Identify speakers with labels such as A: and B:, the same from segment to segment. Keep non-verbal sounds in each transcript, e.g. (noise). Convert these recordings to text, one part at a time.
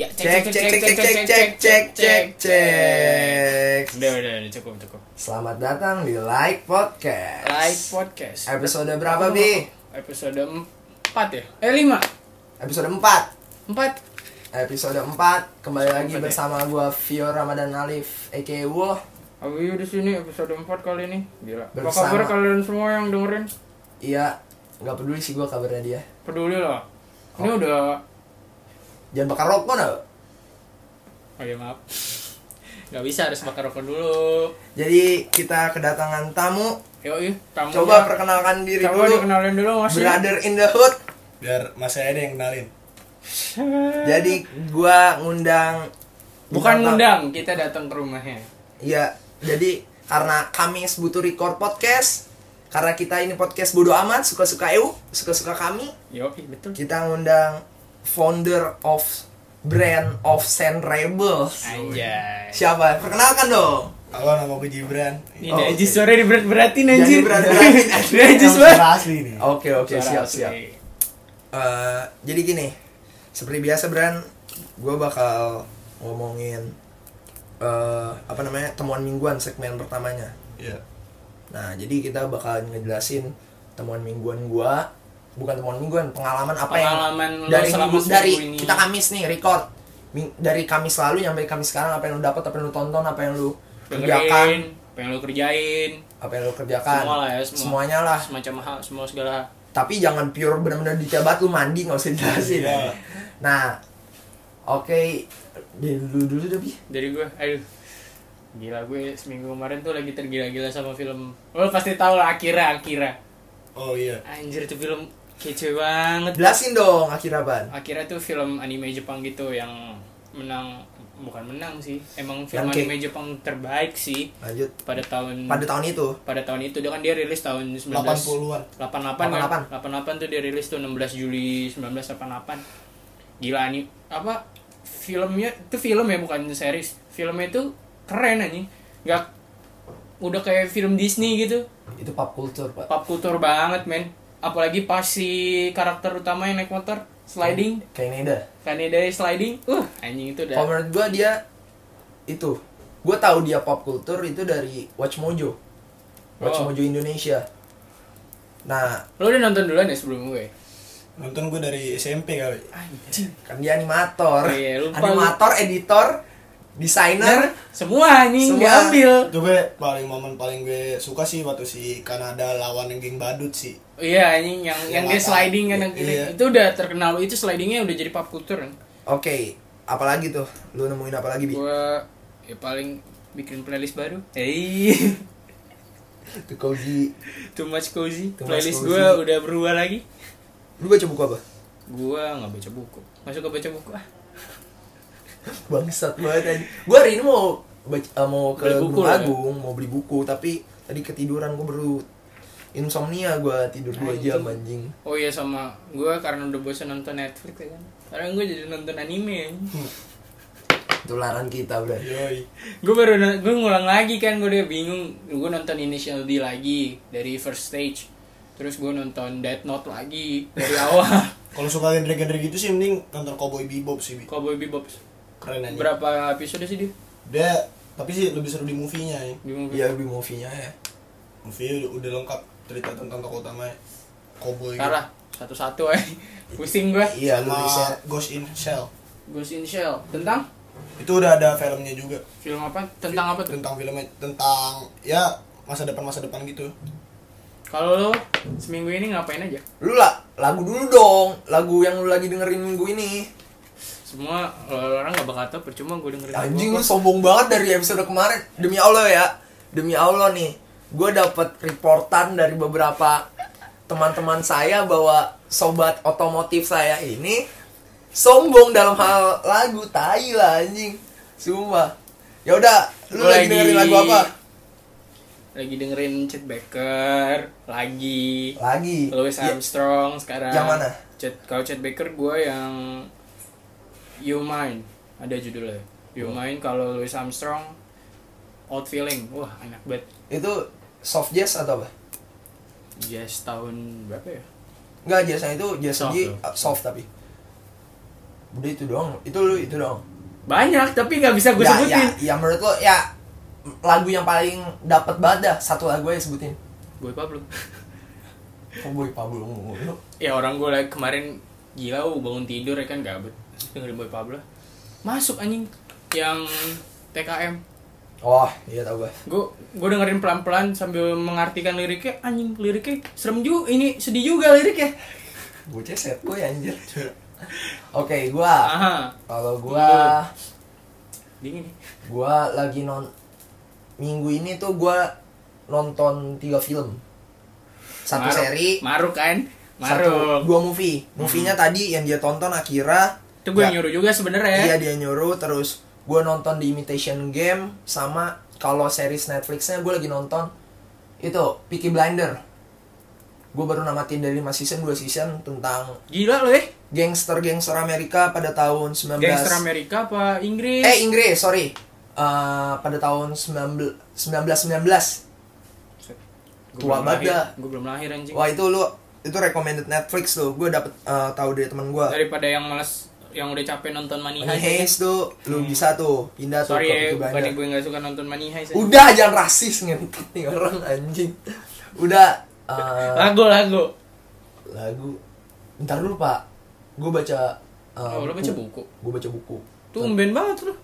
A: Ya,
B: Cek cek cek cek cek cek cek cek cek.
A: Udah, udah, udah, cukup, cukup.
B: Selamat datang di Like Podcast.
A: Like podcast.
B: Episode berapa, Bi?
A: Episode 4 ya? Eh, 5.
B: Episode 4.
A: 4.
B: Episode 4 kembali lagi
A: Empat ya?
B: bersama gua Vio Ramadan Alif aka Wul.
A: Abu iya di sini episode 4 kali ini. Gila. Apa
B: Bersama.
A: kabar kalian semua yang dengerin?
B: Iya, nggak peduli sih gua kabarnya dia.
A: Peduli lah. Ini udah
B: Jangan bakar rokok no.
A: Oh ya maaf. (laughs) Gak bisa harus bakar rokok dulu.
B: Jadi kita kedatangan tamu.
A: Yoi, tamu.
B: Coba perkenalkan diri
A: Coba
B: dulu.
A: dikenalin dulu masih.
B: Brother in the hood.
C: biar Mas saya ada yang kenalin
B: Jadi gua ngundang
A: Bukan
B: Bukan,
A: ngundang, kita datang ke rumahnya.
B: Iya, jadi karena kami sebutu record podcast, karena kita ini podcast bodo amat, suka-suka EU, suka-suka kami,
A: Yoi, betul.
B: kita ngundang founder of brand of Sand Rebels.
A: Anjay.
B: Siapa? Perkenalkan dong.
C: halo nama gue Gibran
A: Ini
B: Oh,
A: oh,
B: oke.
A: suara diberat-beratin anjir. (laughs)
B: diberat-beratin, anjir.
A: Diajis
C: Nama
A: banget.
C: saudara asli nih
B: Oke, oke,
A: Suara
B: siap, siap.
A: asli.
B: Eh, jadi gini, seperti biasa brand, gue bakal ngomongin eh apa namanya temuan mingguan segmen pertamanya.
C: Iya.
B: Nah, jadi kita bakal ngejelasin temuan mingguan gua, bukan temuan mingguan, pengalaman apa
A: Pengalaman lo
B: yang dari
A: selama
B: minggu-
A: seminggu
B: dari
A: ini.
B: kita kan Kamis nih record. Ming- dari Kamis lalu sampai Kamis sekarang apa yang lu dapat, apa yang lu tonton, apa yang lu kerjakan,
A: Dengerin, pengen lo kerjain,
B: apa yang lu kerjakan.
A: Semua lah ya, semua.
B: Semuanya lah.
A: semacam hal, semua segala.
B: Tapi jangan pure benar-benar dicabat lu mandi nggak usah dijelasin.
C: Iya.
B: Nah, oke dari dulu dulu deh, Bi.
A: Dari gue, aduh. Gila gue seminggu kemarin tuh lagi tergila-gila sama film. Lo pasti tau lah Akira, Akira.
C: oh iya
A: Anjir tuh film kece banget.
B: Jelasin dong akhirnya ban.
A: Akira tuh film anime Jepang gitu yang menang bukan menang sih. Emang film
B: Ranking.
A: anime Jepang terbaik sih
B: Lanjut.
A: pada tahun
B: Pada tahun itu
A: pada tahun itu dia kan dia rilis tahun 19
C: 80-an
A: 88 kan?
B: 88.
A: 88 tuh dirilis tuh 16 Juli 1988 gila nih apa filmnya itu film ya bukan series filmnya itu keren anjing nggak udah kayak film Disney gitu
B: itu pop culture, Pak.
A: pop culture banget men apalagi pas si karakter utama yang naik motor sliding
B: Kayak ini dah.
A: kan dari sliding uh anjing itu udah
B: Kalau menurut gue dia itu, gue tahu dia pop culture itu dari Watch Mojo, Watch
A: Oh.
B: Mojo Indonesia. Nah,
A: lo udah nonton duluan ya sebelum gue
C: nonton gue dari SMP kali
A: anjing
B: kan dia animator,
A: Iya, lupa. Nah.
B: animator, editor, desainer,
A: semua anjing
B: Semua.
A: diambil
C: itu gue paling momen paling gue suka sih waktu si Kanada lawan geng badut sih
A: Iya anjing yang yang,
C: Yang
A: dia
C: apa?
A: sliding kan yang
C: Iya.
A: ini. itu udah terkenal itu slidingnya udah jadi pop culture. Kan?
B: oke, apalagi tuh, lu nemuin apalagi bi?
A: Gua ya paling bikin playlist baru. Hey,
B: Iya. Tuh, Kau di,
A: (laughs) too much cozy.
B: Too much
A: playlist
B: cozy.
A: gua udah berubah lagi.
B: lu baca buku apa? (laughs)
A: Gua nggak baca buku. Masuk ke baca buku ah.
B: Bangsat banget. Gue hari ini mau baca, eh, mau ke
A: Beli buku
B: Gunung
A: lah ya?
B: Agung, mau beli buku, tapi tadi ketiduran gue baru insomnia gue tidur dua
A: Anjing.
B: jam anjing.
A: Oh iya sama gua karena udah bosan nonton Netflix ya kan. Sekarang gua jadi nonton anime. Ya.
B: Hmm. Tularan kita bro.
C: yoi
A: gue baru non- gua ngulang lagi kan gue udah bingung gue nonton Initial D lagi dari first stage terus gue nonton Death Note lagi dari awal
B: (laughs)
C: kalau suka genre-genre gitu sih mending nonton Cowboy Bebop sih Bi.
A: Cowboy Bebop
C: keren aja
A: berapa episode sih dia
C: dia tapi sih lebih seru di movie-nya ya
A: di movie?
B: Iya, lebih movie-nya ya.
C: movie udah, udah lengkap cerita tentang tokoh utamanya Cowboy
A: Ntar lah, satu-satu aja (laughs) pusing gue
B: Iya, lu
C: sama
B: riset.
C: Ghost in Shell
A: Ghost in Shell tentang
C: itu udah ada filmnya juga
A: film apa tentang apa tuh
C: tentang filmnya tentang ya masa depan masa depan gitu
A: kalau lo seminggu ini ngapain aja
B: Lu lah, lagu dulu dong. Lagu yang lu lagi dengerin minggu ini.
A: semua lo- orang gak bakal tau percuma gue dengerin
B: Anjing lu
A: Iya, gua.
B: sombong banget dari episode kemarin. Demi Allah ya. Demi Allah nih. Gue dapat reportan dari beberapa teman-teman saya bahwa sobat otomotif saya ini sombong dalam hal lagu tai lah anjing. Sumpah. Ya udah, lu
A: Gua
B: lagi dengerin lagu apa?
A: lagi dengerin Chet Baker lagi
B: Lagi.
A: Louis
B: Ya,
A: Armstrong sekarang
B: Yang mana?
A: Chet kalau Chet Baker gue yang You Mine ada judulnya
B: Oh.
A: You Mine kalau Louis Armstrong Old Feeling wah enak banget
B: Itu soft jazz atau apa?
A: jazz tahun berapa ya
B: Enggak, jasanya itu jazz
A: Soft
B: soft,
A: loh.
B: soft tapi. Udah itu doang. Itu lu itu doang.
A: Banyak, tapi nggak bisa gue
B: ya,
A: sebutin.
B: Ya, ya menurut lo ya lagu yang paling dapat banget dah satu lagu aja sebutin.
A: Boy Pablo.
B: Oh boy Pablo mulu.
A: Ya orang gue like, kemarin gila oh, bangun tidur ya kan gabut. Dengerin Boy Pablo. Masuk anjing yang TKM.
B: Wah, iya tau gue.
A: Gue gue dengerin pelan-pelan sambil mengartikan liriknya. Anjing liriknya serem juga ini sedih juga liriknya.
B: Gue ceset gue anjir. Oke, gua
A: Aha.
B: kalau gua
A: Dingin nih.
B: gua lagi non minggu ini tuh gua nonton tiga film. Satu
A: Maruk.
B: seri,
A: Maruk Hmm. kan?
B: satu
A: Maruk.
B: dua movie. Movie-nya tadi yang dia tonton Akira.
A: Itu gue
B: Ya,
A: yang nyuruh juga
B: Iya
A: sebenarnya.
B: dia nyuruh terus gue nonton The Imitation Game sama kalau series Netflixnya gue lagi nonton itu Peaky Blinder. Gue baru namatin dari 5 season 2 season tentang
A: Gila loh eh.
B: gangster-gangster Amerika pada tahun 19
A: Gangster Amerika apa Inggris?
B: Eh Inggris, sorry. Eh, pada tahun 19 1919.
A: Gua
B: tua
A: belum
B: banget
A: lahir.
B: dah.
A: Gue belum lahir anjing.
B: Wah itu lu itu recommended Netflix tuh. Gue dapet eh, tahu dari teman gue.
A: Daripada yang males yang udah capek nonton Money
B: Money
A: Heist.
B: Heist tuh lu
A: Hmm.
B: bisa tuh pindah tuh
A: Sorry
B: ke
A: ya,
B: Peaky Blinder.
A: bukannya gue gak suka nonton Money Heist. ya. anjing.
B: Udah jangan rasis ngentot nih orang anjing. Udah eh,
A: Lagu lagu.
B: lagu. Bentar dulu pak, gue baca. eh,
A: Oh, lu baca buku.
B: Gue baca buku.
A: Tumben banget lu.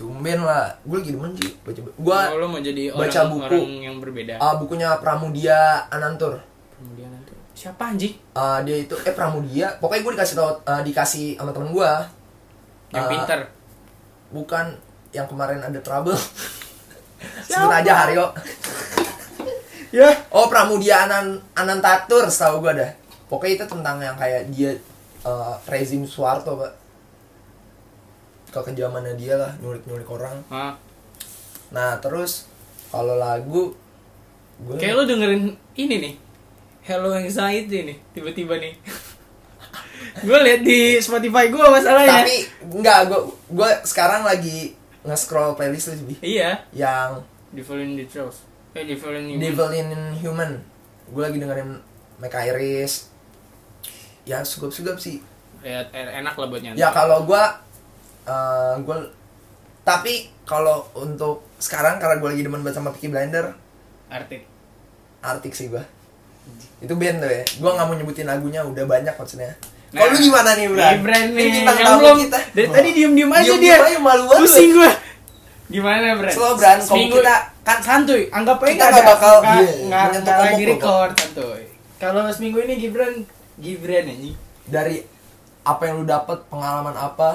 B: Tumben lah, gue lagi demen sih baca. Gue
A: Kalau Oh, lu mau jadi orang,
B: baca buku. Ah.
A: orang yang berbeda.
B: bukunya Pramudia Anantur.
A: Kemudian nanti siapa anjing?
B: Eh, dia itu eh Pramudia. Pokoknya gue dikasih tau eh, dikasih sama temen gue.
A: Yang
B: Eh,
A: pintar.
B: Bukan yang kemarin ada
A: (laughs)
B: trouble. Sebut
A: Siapa?
B: aja Haryo.
A: (laughs) Ya.
B: Oh Pramudia Anan Anantatur setahu gue dah. Pokoknya itu tentang yang kayak dia eh, rezim Soeharto pak. Kekejamannya dia lah nyulik-nyulik orang.
A: Ah,
B: Nah terus kalau lagu gue
A: kayak lu dengerin ini nih. Hello Anxiety nih, tiba-tiba nih. (laughs) gue liat di Spotify gue masalahnya.
B: tapi enggak gue gue sekarang lagi nge-scroll playlist lebih
A: Iya,
B: yang
A: Devil in the Trolls. Eh, Devil in the
B: Devil in Human. Gue lagi dengerin Mac Iris. Ya sugap-sugap sih.
A: Ya, eh, enak lah buat nyantai.
B: Ya kalau gua eh gua tapi kalau untuk sekarang karena gua lagi demen banget sama Peaky Blinder,
A: Artik.
B: Arctic sih gua. Itu band tuh ya. Gua nggak mau nyebutin lagunya udah banyak maksudnya. kalau lu gimana nih, Bran?
A: Ibran
B: Iya, Ini
A: Nah, nih,
B: bintang
A: yang
B: tamu
A: belum.
B: kita. Oh.
A: Dari tadi diem-diem aja
B: Diem-diem
A: dia.
B: aja, malu banget.
A: Pusing gue. Gimana, Bran?
B: Slow, Bran. Kalau
A: Seminggu
B: kita-
A: kan santuy. Anggap aja
B: Kita
A: nggak
B: nggak
A: ada-
B: bakal,
A: nggak-
B: iya,
A: nggak-
B: menyentuh
A: nggak lagi
B: komuk loh, Pak.
A: record santuy. Kalau seminggu ini Gibran, Gibran anjing.
B: Dari apa yang lu dapet, pengalaman apa?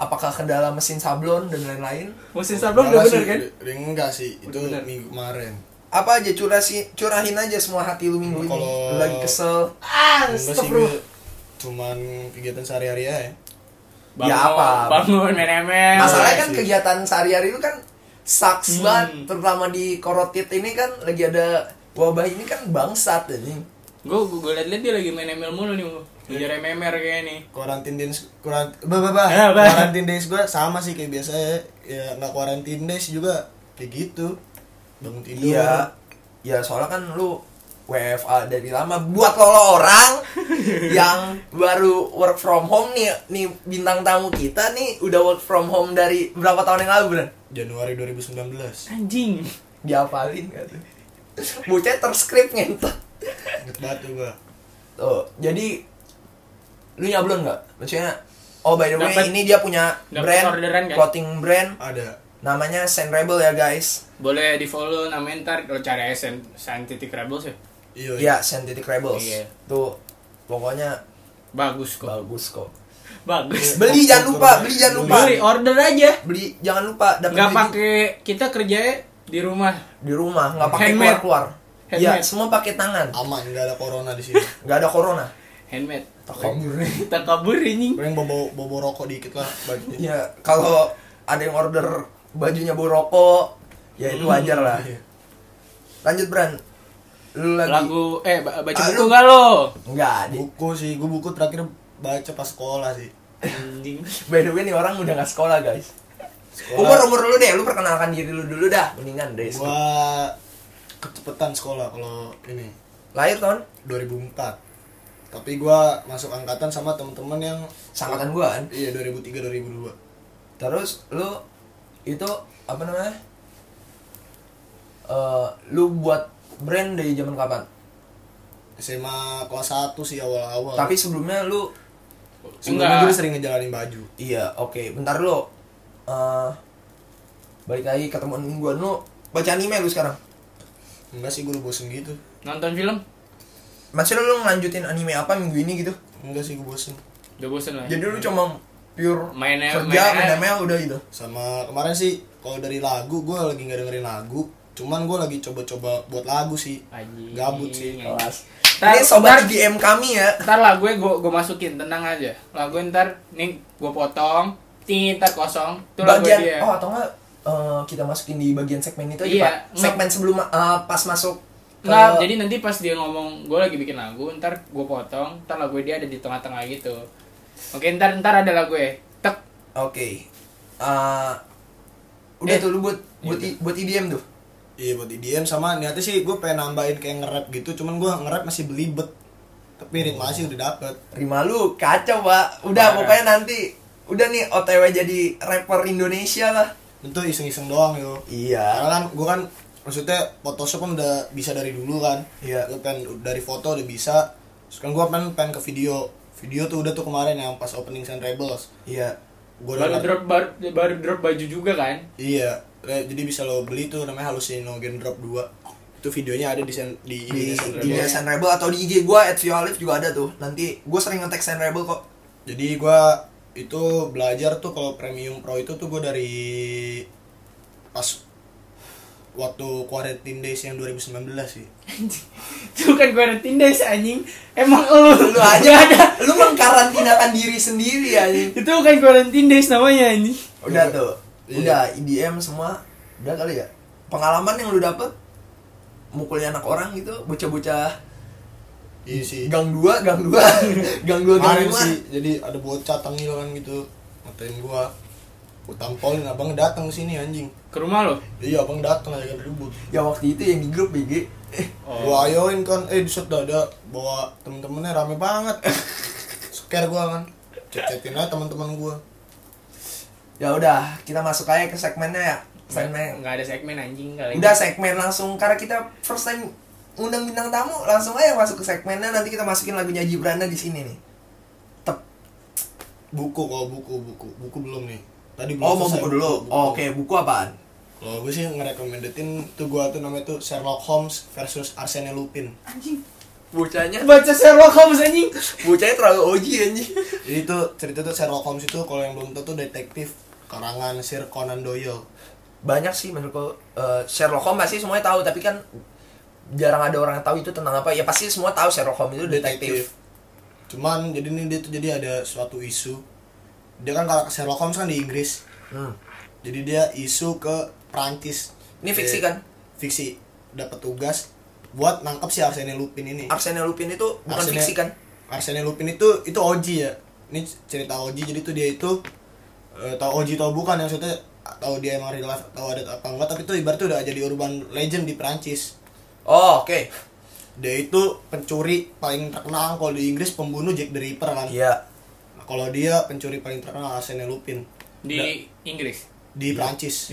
B: Apakah kendala mesin sablon dan lain-lain?
A: Musim
B: Iya,
A: sablon udah bener kan?
C: Enggak sih, itu
A: Udah bener.
C: minggu kemarin.
B: Apa aja curasi, curahin aja semua hati lu minggu ini. Lu
C: Kalau-
B: lagi kesel.
A: Ah,
B: Iya,
C: Enggak sih,
A: astagfirullah.
C: gue cuman kegiatan sehari-hari aja ya.
A: Bangun,
B: Ya, apa?
A: Bangun, main ML.
B: Masalahnya kan
C: Iya sih.
B: kegiatan sehari-hari itu kan
A: Hmm.
B: sucks banget, terutama di korotit ini kan lagi ada wabah ini kan bangsat ini.
A: Gue gue liat-liat dia lagi main ML mulu nih.
B: Iya.
A: Ngejar MMR kayaknya nih.
C: Quarantine days, kurant, bah, bah, bah.
A: Ya, bah.
C: Quarantine days gue sama sih kayak biasa ya. Ya nggak quarantine days juga kayak gitu. Bangun tidur.
B: Iya, ya soalnya kan lu WFA dari lama buat lo, lo orang
C: (laughs)
B: yang baru work from home nih nih bintang tamu kita nih udah work from home dari berapa tahun yang lalu bener
C: Januari 2019.
A: Anjing.
B: diapalin gak tuh bocah terskrip ngentot
C: Ingat banget tuh gue.
B: tuh jadi lu nyablon nggak maksudnya oh by the way
A: Dapet-
B: ini dia punya
A: dapet
B: brand
A: orderan, guys.
B: clothing brand
C: Ada.
B: Namanya Saint Rebel ya guys.
A: Boleh di follow namanya ntar kalau cari SN Scientific Rebels ya.
C: Iya.
B: Iya, Scientific Rebels.
A: Iya.
B: Tuh pokoknya
A: Bagus kok.
B: bagus kok.
A: Bagus.
B: Beli jangan lupa, beli jangan lupa.
A: Beli order aja.
B: Beli jangan lupa dapat
A: Nggak pakai kita kerjanya di rumah.
B: di rumah, nggak pakai
A: Handmade.
B: keluar-keluar. Iya,
A: Handmade.
B: semua pakai tangan.
C: Aman, nggak ada corona di sini.
B: nggak ada corona.
A: Handmade.
B: Takabur.
A: Kita kabur ini.
C: Paling bobo bobo rokok dikit lah
A: Iya.
C: bajunya.
B: ya, kalau ada yang order bajunya bau rokok, ya itu wajar lah.
C: Iya.
B: Lanjut Bran. Lu lagi
A: Lagu eh ba- baca
B: Ah,
A: buku
B: lu-
A: enggak lo?
B: Enggak, di-
C: Buku sih, gue buku terakhir baca pas sekolah sih.
A: Anjing.
B: by the way nih orang udah nggak sekolah guys. Umur
C: Sekolah.
B: umur lu deh, lu perkenalkan diri lu dulu dah, mendingan
A: Iya,
B: deh.
C: Gua kecepetan sekolah kalau ini
B: Lahir tahun
C: 2004. Tapi gua masuk angkatan sama teman-teman yang
B: sangkatan gua kan.
C: iya 2003 2002.
B: terus lu itu apa namanya Eh, lu buat brand dari zaman kapan
C: SMA kelas 1 sih awal-awal.
B: tapi sebelumnya lu
C: sebelumnya gue sering ngejalanin baju.
B: iya oke bentar lu Eh, balik lagi ke temen gua lu baca anime lu sekarang
C: Enggak sih gue bosen gitu.
A: nonton film
B: masih lu ngelanjutin anime apa minggu ini gitu
C: Enggak sih gue bosen.
A: udah bosen lah
B: jadi lu cuma pure
A: Mainnya-
B: kerja
A: mainnya-
B: main ML udah gitu
C: Sama kemarin sih kalau dari lagu gue lagi nggak dengerin lagu. Cuman gue lagi coba-coba buat lagu sih.
A: Anjing.
C: Gabut sih.
A: Ntar,
B: ini sobat GM kami ya
A: ntar lah gue gue gue masukin tenang aja lah gue ntar nih gue potong tinggi ntar kosong itu lagu
B: bagian
A: dia
B: oh atau enggak eh, kita masukin di bagian segmen itu aja
A: Iya,
B: pak segmen sebelum eh, pas masuk ke-
A: Nggak, jadi nanti pas dia ngomong gue lagi bikin lagu, ntar gue potong, ntar lagu dia ada di tengah-tengah gitu. Oke, ntar ntar ada lagu ya. Tek.
B: oke Eh, udah
A: Eh.
B: tuh lu buat buat i- buat IDM tuh
C: Iya buat EDM sama niatnya sih gue pengen nambahin kayak nge-rap gitu. Cuman gue nge-rap masih belibet. Tapi ritme sih udah dapet.
B: Rima lu kacau pak udah
A: Parah.
B: pokoknya nanti udah nih OTW jadi rapper Indonesia lah
C: Itu iseng-iseng doang yo. Karena
B: iya
C: kan gue kan maksudnya Photoshop kan udah bisa dari dulu kan.
B: Iya.
C: Lu pengen dari foto udah bisa. Terus kan gue pengen pengen ke video. Video tuh udah tuh kemarin yang pas opening Sun Rebels.
B: iya
C: Gue
A: Baru drop baru, baru drop baju juga kan?
C: Iya. Re- Jadi bisa lo beli tuh namanya Hallucinogen Drop 2. Itu videonya ada di sen- di
B: di
C: IG-nya Sun
B: di
C: Rebels.
B: Sun Rebel atau di IG gua at Vio Alif juga ada tuh nanti gua sering ngetek Sun Rebel
C: (laughs)
B: kok
C: Jadi gue itu belajar tuh kalau Premium Pro itu tuh gue dari pas waktu quarantine days yang 2019 sih.
A: Itu kan quarantine days anjing. Emang lu
B: lu aja ada lu mengkarantinakan diri sendiri anjing
A: Itu kan quarantine days namanya anjing.
B: Udah tuh.
C: Iya.
B: Udah IDM semua. Udah kali ya. Pengalaman yang lu dapet mukulin anak orang gitu, bocah-bocah
C: Iya sih.
B: gang dua, gang
C: (laughs)
B: dua, gang dua, gang
C: kemarin
B: lima.
C: sih jadi ada bocah tengil kan gitu ngatain gua gua tampolin abang datang sini anjing
A: Ke rumah lo.
C: iya abang datang aja ribut
B: Ya waktu itu yang di grup BG. Eh,
C: gua ayoin kan eh diset dada bawa temen-temennya rame
B: (laughs)
C: banget scare gua kan cetetin aja teman-teman gua
B: Ya udah, kita masuk aja ke segmennya ya. Segmen.
A: Enggak ada segmen anjing kali.
B: Udah segmen langsung karena kita first time undang bintang tamu, langsung aja masuk ke segmennya nanti kita masukin lagunya Jibrana di sini nih. Tep.
C: buku kalau buku buku buku belum nih tadi belum
B: Oh, mau
C: selesai.
B: buku dulu.
C: Buku.
B: Oh, Oke, buku apaan?
C: kalau gua sih ngerekomendetin tuh gua tuh namanya tuh Sherlock Holmes versus Arsene Lupin
B: Bocahnya,
A: Baca Sherlock Holmes anjing.
B: bocahnya terlalu oji anjing.
C: jadi tuh cerita tuh Sherlock Holmes itu kalau yang belum tahu tuh detektif karangan Sir Conan Doyle
B: banyak sih menurutku eh, Sherlock Holmes pasti semuanya tahu tapi kan jarang ada orang yang tahu itu tentang apa ya pasti semua tahu Sherlock Holmes itu detektif
C: Cuman jadi nih dia tuh jadi ada suatu isu. Dia kan kalau Sherlock Holmes kan di Inggris.
B: hmm.
C: Jadi dia isu ke Prancis.
B: ini
C: Dia-
B: fiksi kan
C: Fiksi. Dapat tugas buat nangkep si Arsene Lupin ini.
B: Arsene Lupin itu bukan
C: Arsene-
B: fiksi kan
C: Arsene Lupin itu itu Oji ya. Ini cerita Oji jadi tuh dia itu eh, tahu Oji tahu bukan yang maksudnya tahu dia emang real life tahu ada apa enggak tapi itu ibaratnya udah jadi urban legend di Prancis.
B: oh oke
C: Dia itu pencuri paling terkenal kalau di Inggris pembunuh Jack the Ripper kan.
B: iya
C: Nah, kalau dia pencuri paling terkenal Arsene Lupin
A: Di Inggris.
C: di Prancis.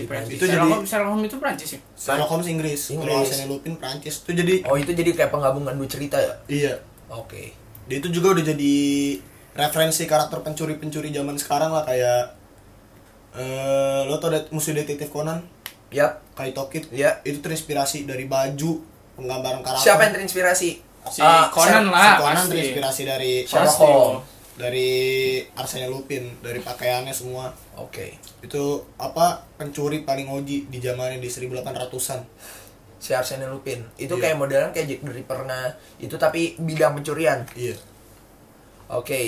A: Iya, Di Prancis.
C: Itu
A: Sherlock
C: jadi
A: Holmes, Sherlock Holmes itu Prancis ya?
C: Sherlock Holmes Inggris. Kalau
B: Inggris.
C: Arsene Lupin Prancis. Itu jadi
B: oh itu jadi kayak penggabungan dua cerita ya
C: iya.
B: oke
C: Dia itu juga udah jadi referensi karakter pencuri-pencuri zaman sekarang lah kayak eh lo tau det musuh detektif Conan
B: Yap
C: Kaito Kid
B: Iya.
C: itu terinspirasi dari baju penggambaran karakter
B: siapa yang terinspirasi
A: Si
B: Ah,
A: Conan
B: Sher-
C: Si
A: lah
C: Conan
A: pasti.
C: terinspirasi dari
B: Sherlock
A: Pasti.
B: Holmes.
C: dari Arsene Lupin dari pakaiannya semua
B: oke
C: itu apa pencuri paling oji di zamannya di 1800-an
B: si Arsene Lupin itu
C: Iya.
B: kayak modelan kayak Jack the Ripper nah itu tapi bidang pencurian
C: iya
B: oke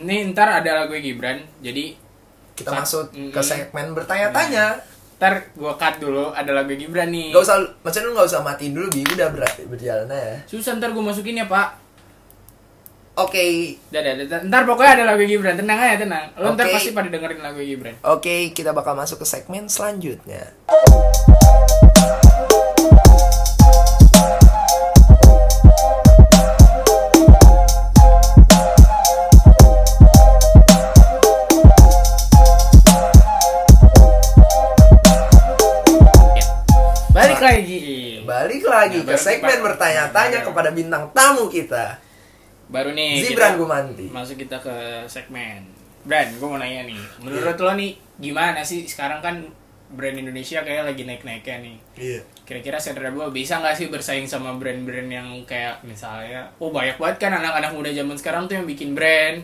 A: Ini ntar ada lagu Gibran. Jadi
B: kita
A: Sa-
B: masuk ke
A: Mm-mm.
B: segmen bertanya-tanya
A: ntar gua cut dulu ada lagu Gibran nih.
B: Gak usah, maksudnya lu gak usah matiin dulu, Bi. Udah ber berjalan aja.
A: Susah ntar gue masukin ya pak
B: Oke,
A: Dah, dah, dah. Ntar pokoknya ada lagu Gibran, tenang aja, tenang Lo ntar
B: Oke.
A: pasti pada dengerin lagu Gibran
B: oke, kita bakal masuk ke segmen selanjutnya. lagi
A: Nah,
B: ke
A: baru-
B: segmen
A: baru-
B: bertanya-tanya
A: baru-
B: kepada bintang tamu kita.
A: Baru nih kita-
B: Zibran Gumanti.
A: Masuk kita ke segmen brand. Gue mau nanya nih, menurut
B: Iya.
A: lo nih gimana sih sekarang kan brand Indonesia kayak lagi naik-naiknya nih.
C: Iya.
A: Kira-kira saudara gue bisa nggak sih bersaing sama brand-brand yang kayak misalnya, oh banyak banget kan anak-anak muda zaman sekarang tuh yang bikin brand.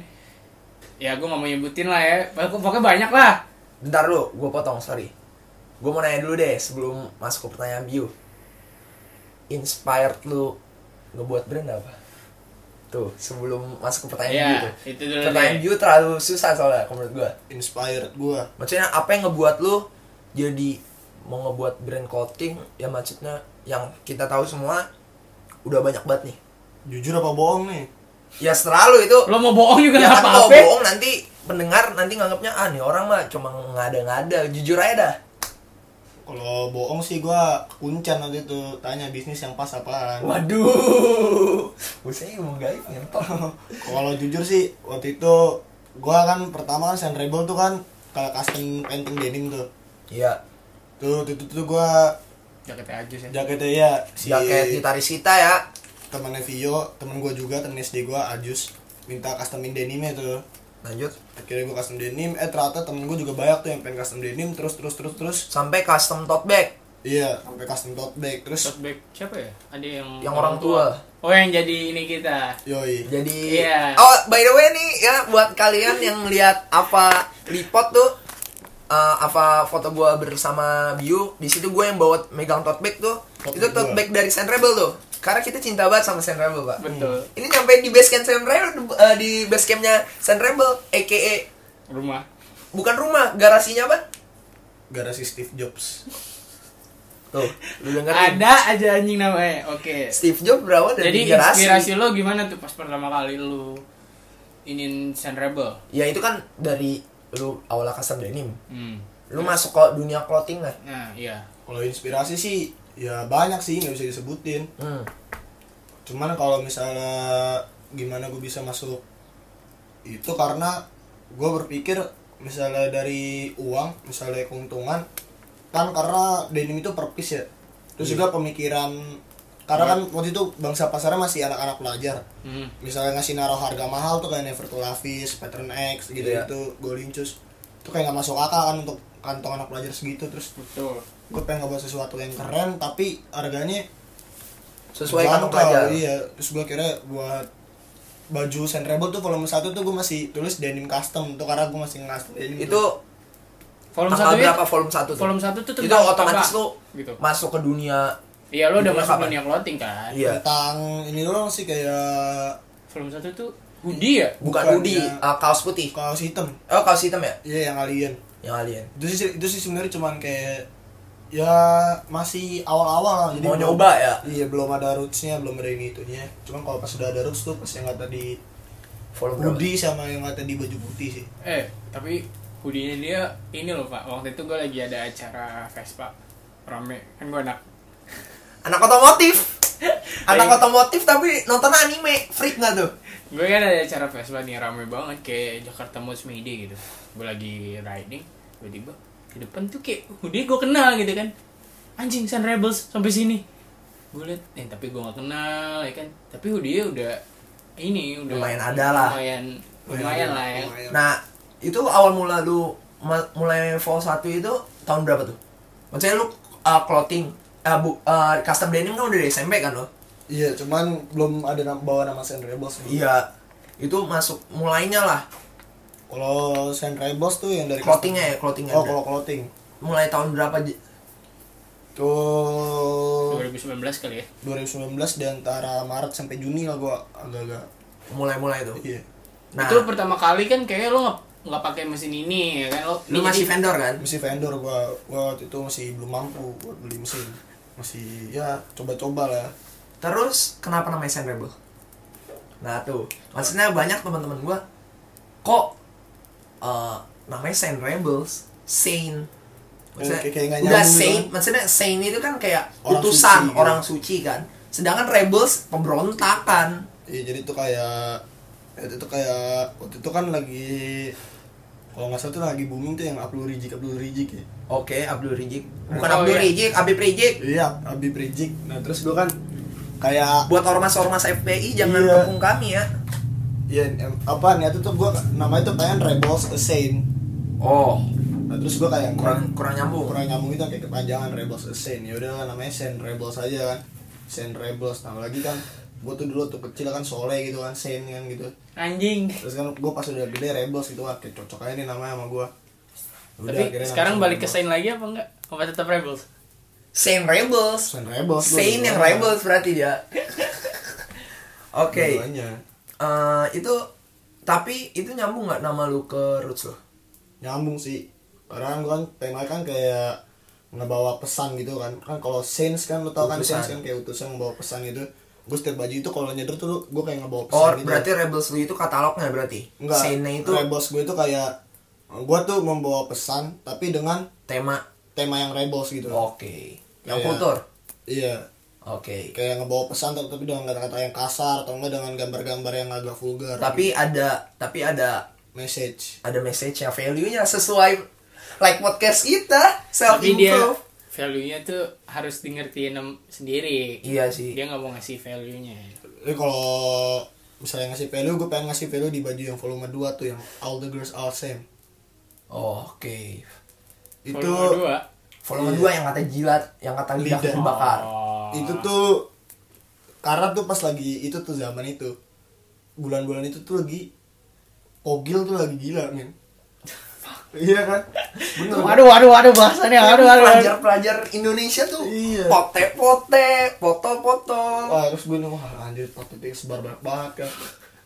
A: Ya gue nggak mau nyebutin lah ya, Pokok- pokoknya banyak lah.
B: Bentar lu, gue potong, sorry. Gue mau nanya dulu deh sebelum masuk ke pertanyaan bio. Inspired lu ngebuat brand apa? Tuh, sebelum masuk ke pertanyaan
A: Iya,
B: bio tuh.
A: itu dulu
B: Pertanyaan
A: deh.
B: bio terlalu susah soalnya kalau menurut gue.
C: Inspired gua.
B: Maksudnya apa yang ngebuat lu jadi mau ngebuat brand clothing ya maksudnya yang kita tahu semua udah banyak banget nih.
C: Jujur apa bohong nih?
B: Ya selalu itu
A: Lo mau bohong juga
B: ya
A: nggak
B: kan kalau
A: apa-apa.
B: bohong nanti pendengar nanti nganggapnya ah nih orang mah cuma ngada-ngada jujur aja dah
C: Kalau bohong sih gua kuncan waktu itu tanya bisnis yang pas apaan.
B: waduh usai ngomong gaib ngentot
C: Kalau jujur sih waktu itu gua kan pertama kan Sand Rebel tuh kan kalau custom painting denim tuh.
B: iya
C: Tuh waktu itu tuh gua
A: Jaketnya aja sih.
C: jaketnya ya si
B: jaket gitaris kita ya
C: temannya Vio, temen gua juga, temen SD gua Ajus minta customin denimnya tuh.
B: lanjut
C: Akhirnya gua custom denim, eh ternyata temen gua juga banyak tuh yang pengen custom denim terus terus terus terus.
B: sampai custom tote bag
C: Iya, sampai custom tote bag terus
A: Shotback siapa ya? Ada yang
B: Yang orang tua.
A: Oh yang jadi ini kita.
C: yoi.
B: jadi
A: Iya.
B: oh by the way nih ya buat kalian yang lihat apa lipot tuh eh, apa foto gua bersama Biu di situ gua yang bawa megang tote bag tuh
C: Tote
B: itu
C: bag
B: tote
C: gua.
B: bag dari Sand Rebel tuh karena kita cinta banget sama Sand Rebel pak
A: Betul.
B: Ini nyampe di base camp San Rebel, eh, di base campnya San Rebel, aka Hmm.
A: Rumah.
B: bukan rumah, garasinya apa?
C: Garasi Steve Jobs.
B: Tuh, lu dengerin.
A: Ada aja anjing namanya. Oke.
B: Steve Jobs berawal dari
A: Jadi
B: garasi.
A: inspirasi lo gimana tuh pas pertama kali lo ingin Sun Rebel?
B: Ya itu kan dari lu awalnya custom denim.
A: Hmm.
B: Lu masuk ke dunia clothing lah.
A: Nah, iya.
C: Kalau inspirasi sih ya banyak sih nggak bisa disebutin.
B: Hmm.
C: Cuman kalau misalnya gimana gue bisa masuk itu karena gue berpikir misalnya dari uang, misalnya keuntungan kan karena denim itu per piece ya. Terus juga pemikiran karena kan waktu itu bangsa pasarnya masih anak-anak pelajar.
A: Hmm.
C: Misalnya ngasih naruh harga mahal tuh kayak Never to Lavis, Pattern X gitu
B: Iya.
C: gitu, Golincus. Itu kayak nggak masuk akal kan untuk kantong anak pelajar segitu terus
A: Betul.
C: gue pengen ngebuat sesuatu yang keren tapi harganya
B: Sesuai kan
C: jangkau,
B: kantong pelajar.
C: iya terus gue kira buat baju Saint Rebel tuh volume 1 tuh gue masih tulis denim custom tuh karena gue masih nge-custom denim
B: Itu
A: Volume
B: tanggal
A: satu ya?
B: berapa volume 1 tuh?
A: Volume satu tuh
B: itu
A: tentang
B: otomatis
A: apa?
B: lu
A: Gitu.
B: masuk ke dunia
A: Iya, lo udah
B: Judulnya
A: masuk
B: kapan?
A: dunia clothing kan?
B: iya.
C: tentang ini doang sih kayak
A: Volume satu tuh Hudi ya?
B: Bukan
C: Bukan
B: hoodie,
C: ya.
B: ah, kaos putih.
C: kaos hitam
B: Oh, kaos hitam ya?
C: iya yang alien
B: Yang alien.
C: itu sih itu sih sebenarnya cuman kayak ya masih awal-awal jadi
B: Mau
C: belum-
B: nyoba ya?
C: iya belum ada rootsnya belum ada ini itunya cuman kalau pas udah ada roots tuh pas yang kata di
B: Volume berapa?
C: hoodie sama yang kata di baju putih sih
A: Eh, tapi hoodie-nya dia ini loh, Pak. Waktu itu gue lagi ada acara Vespa. Rame. Kan gue anak
B: Anak otomotif.
A: (laughs)
B: Anak
A: Baik.
B: otomotif tapi nonton anime, freak nggak tuh?
A: gue kan ada acara Vespa nih rame banget kayak Jakarta Mods Media gitu gue lagi riding tiba-tiba di depan tuh kayak hoodie gue kenal gitu kan anjing Sun Rebels sampai sini gue liat eh tapi gue gak kenal ya kan tapi hoodie udah ini udah
B: Lumayan ada lah.
A: lumayan lumayan lah ya
C: Lumayan.
B: Nah, itu awal mula lu ma- mulai Vol 1 itu tahun berapa tuh? Maksudnya lu uh, clothing uh, bu, uh, custom denim kan udah dari SMP kan lo?
C: Iya, cuman belum ada nam- bawa nama Saint Rebels. nih.
B: Iya. Itu masuk mulainya lah
C: Kalau Saint Rebels tuh yang dari
B: clothingnya ya, clothingnya.
C: Oh, kalau clothing.
B: Mulai tahun berapa? Ji?
C: Tuh
A: 2019 kali ya
C: 2019 di antara Maret sampai Juni lah gua agak-agak.
B: Mulai-mulai tuh.
C: Iya.
B: Nah,
A: itu pertama kali kan kayak lo nggak nggak pakai mesin ini ya kan lo
B: lu
A: ini
B: masih
A: jadi-
B: vendor kan?
C: Masih vendor gua, gua waktu itu masih belum mampu buat beli mesin. Masih ya coba-coba lah.
B: Terus kenapa namanya Sand Rebel? Nah tuh, maksudnya banyak teman-teman gua kok eh, namanya Sand Rebels, Saint. Maksudnya,
C: Oke, kayak nggak
B: udah
C: nyambung
B: Saint,
C: gitu.
B: maksudnya Saint itu kan kayak
C: Orang
B: utusan
C: suci, gitu.
B: orang suci kan. Sedangkan Rebels pemberontakan.
C: Iya, jadi tuh kayak itu tuh kayak waktu itu kan lagi kalau nggak salah tuh lagi booming tuh yang Abdul Rizik Abdul Rizik ya
B: Oke, Abdul Rizik. Bukan
A: Oh,
B: Abdul
A: iya.
B: Rizik, Abib Rizik.
C: iya Habib Rizik nah terus gue kan kayak
B: Buat ormas-ormas FPI jangan
C: Iya.
B: dukung kami ya.
C: ya em- apa niatnya tuh gue namanya tuh pengen Rebels a Saint
B: Oh,
C: nah terus gue kayak
B: kurang kurang nyambung.
C: kurang nyambung itu kayak kepanjangan Rebels a Saint ya udah namanya Saint Rebels aja kan Saint Rebels nah lagi kan gue tuh dulu tuh kecil kan soleh gitu kan Saint kan gitu
A: anjing
C: terus kan gue pas udah gede Rebels gitu kan kayak cocok aja nih namanya sama Ya gue
A: tapi sekarang balik ke Saint lagi apa enggak apa tetap Rebels
B: Saint Rebels.
C: Saint Rebels gua
B: Saint yang
C: dua-duanya.
B: Rebels berarti dia. (laughs) Oke.
C: Dua-duanya.
B: Eh, itu tapi itu nyambung nggak nama lu ke roots lo?
C: nyambung sih karena kan gua kan tema kan kayak ngebawa pesan gitu kan kan kalau sense kan lo tau kan
B: Utusan.
C: sense kan kayak utusan ngebawa pesan gitu gue setiap baju itu kalau nyeder tuh gue kayak ngebawa pesan
B: Oh,
C: gitu
B: berarti Rebels lu itu katalognya berarti.
C: enggak
B: Saint-nya itu
C: rebels gue itu kayak gue tuh membawa pesan tapi dengan
B: tema.
C: tema yang rebels gitu
B: Oh. Oke. Yang
C: Iya.
B: kultur.
C: iya
B: Oke.
C: kayak ngebawa pesan tapi dengan kata-kata yang kasar atau enggak dengan gambar-gambar yang agak vulgar
B: Tapi ada tapi ada
C: message
B: ada message-nya, value-nya sesuai like podcast kita self
A: tapi dia
B: improve.
A: value-nya tuh harus dengertiin em- sendiri
B: Iya sih.
A: dia nggak mau ngasih value-nya
C: Jadi kalau misalnya ngasih value gue pengen ngasih value di baju yang volume 2 tuh yang all the girls are same
B: Oke.
C: itu
A: Volume dua.
B: Volume
C: Iya.
B: 2 yang kata jilat, yang kata lidah
C: Lidah.
B: dibakar.
A: Oh.
C: itu tuh karena tuh pas lagi itu tuh zaman itu bulan-bulan itu tuh lagi ogil tuh lagi gila men iya kan bener kan?
A: Waduh, waduh, waduh, bahasannya, waduh, waduh, waduh.
B: Pelajar-pelajar Indonesia tuh
C: Iya.
B: pote-pote, foto-foto.
C: Wah, ah, terus gue nunggu wah anjir pap tete sebar banyak banget kan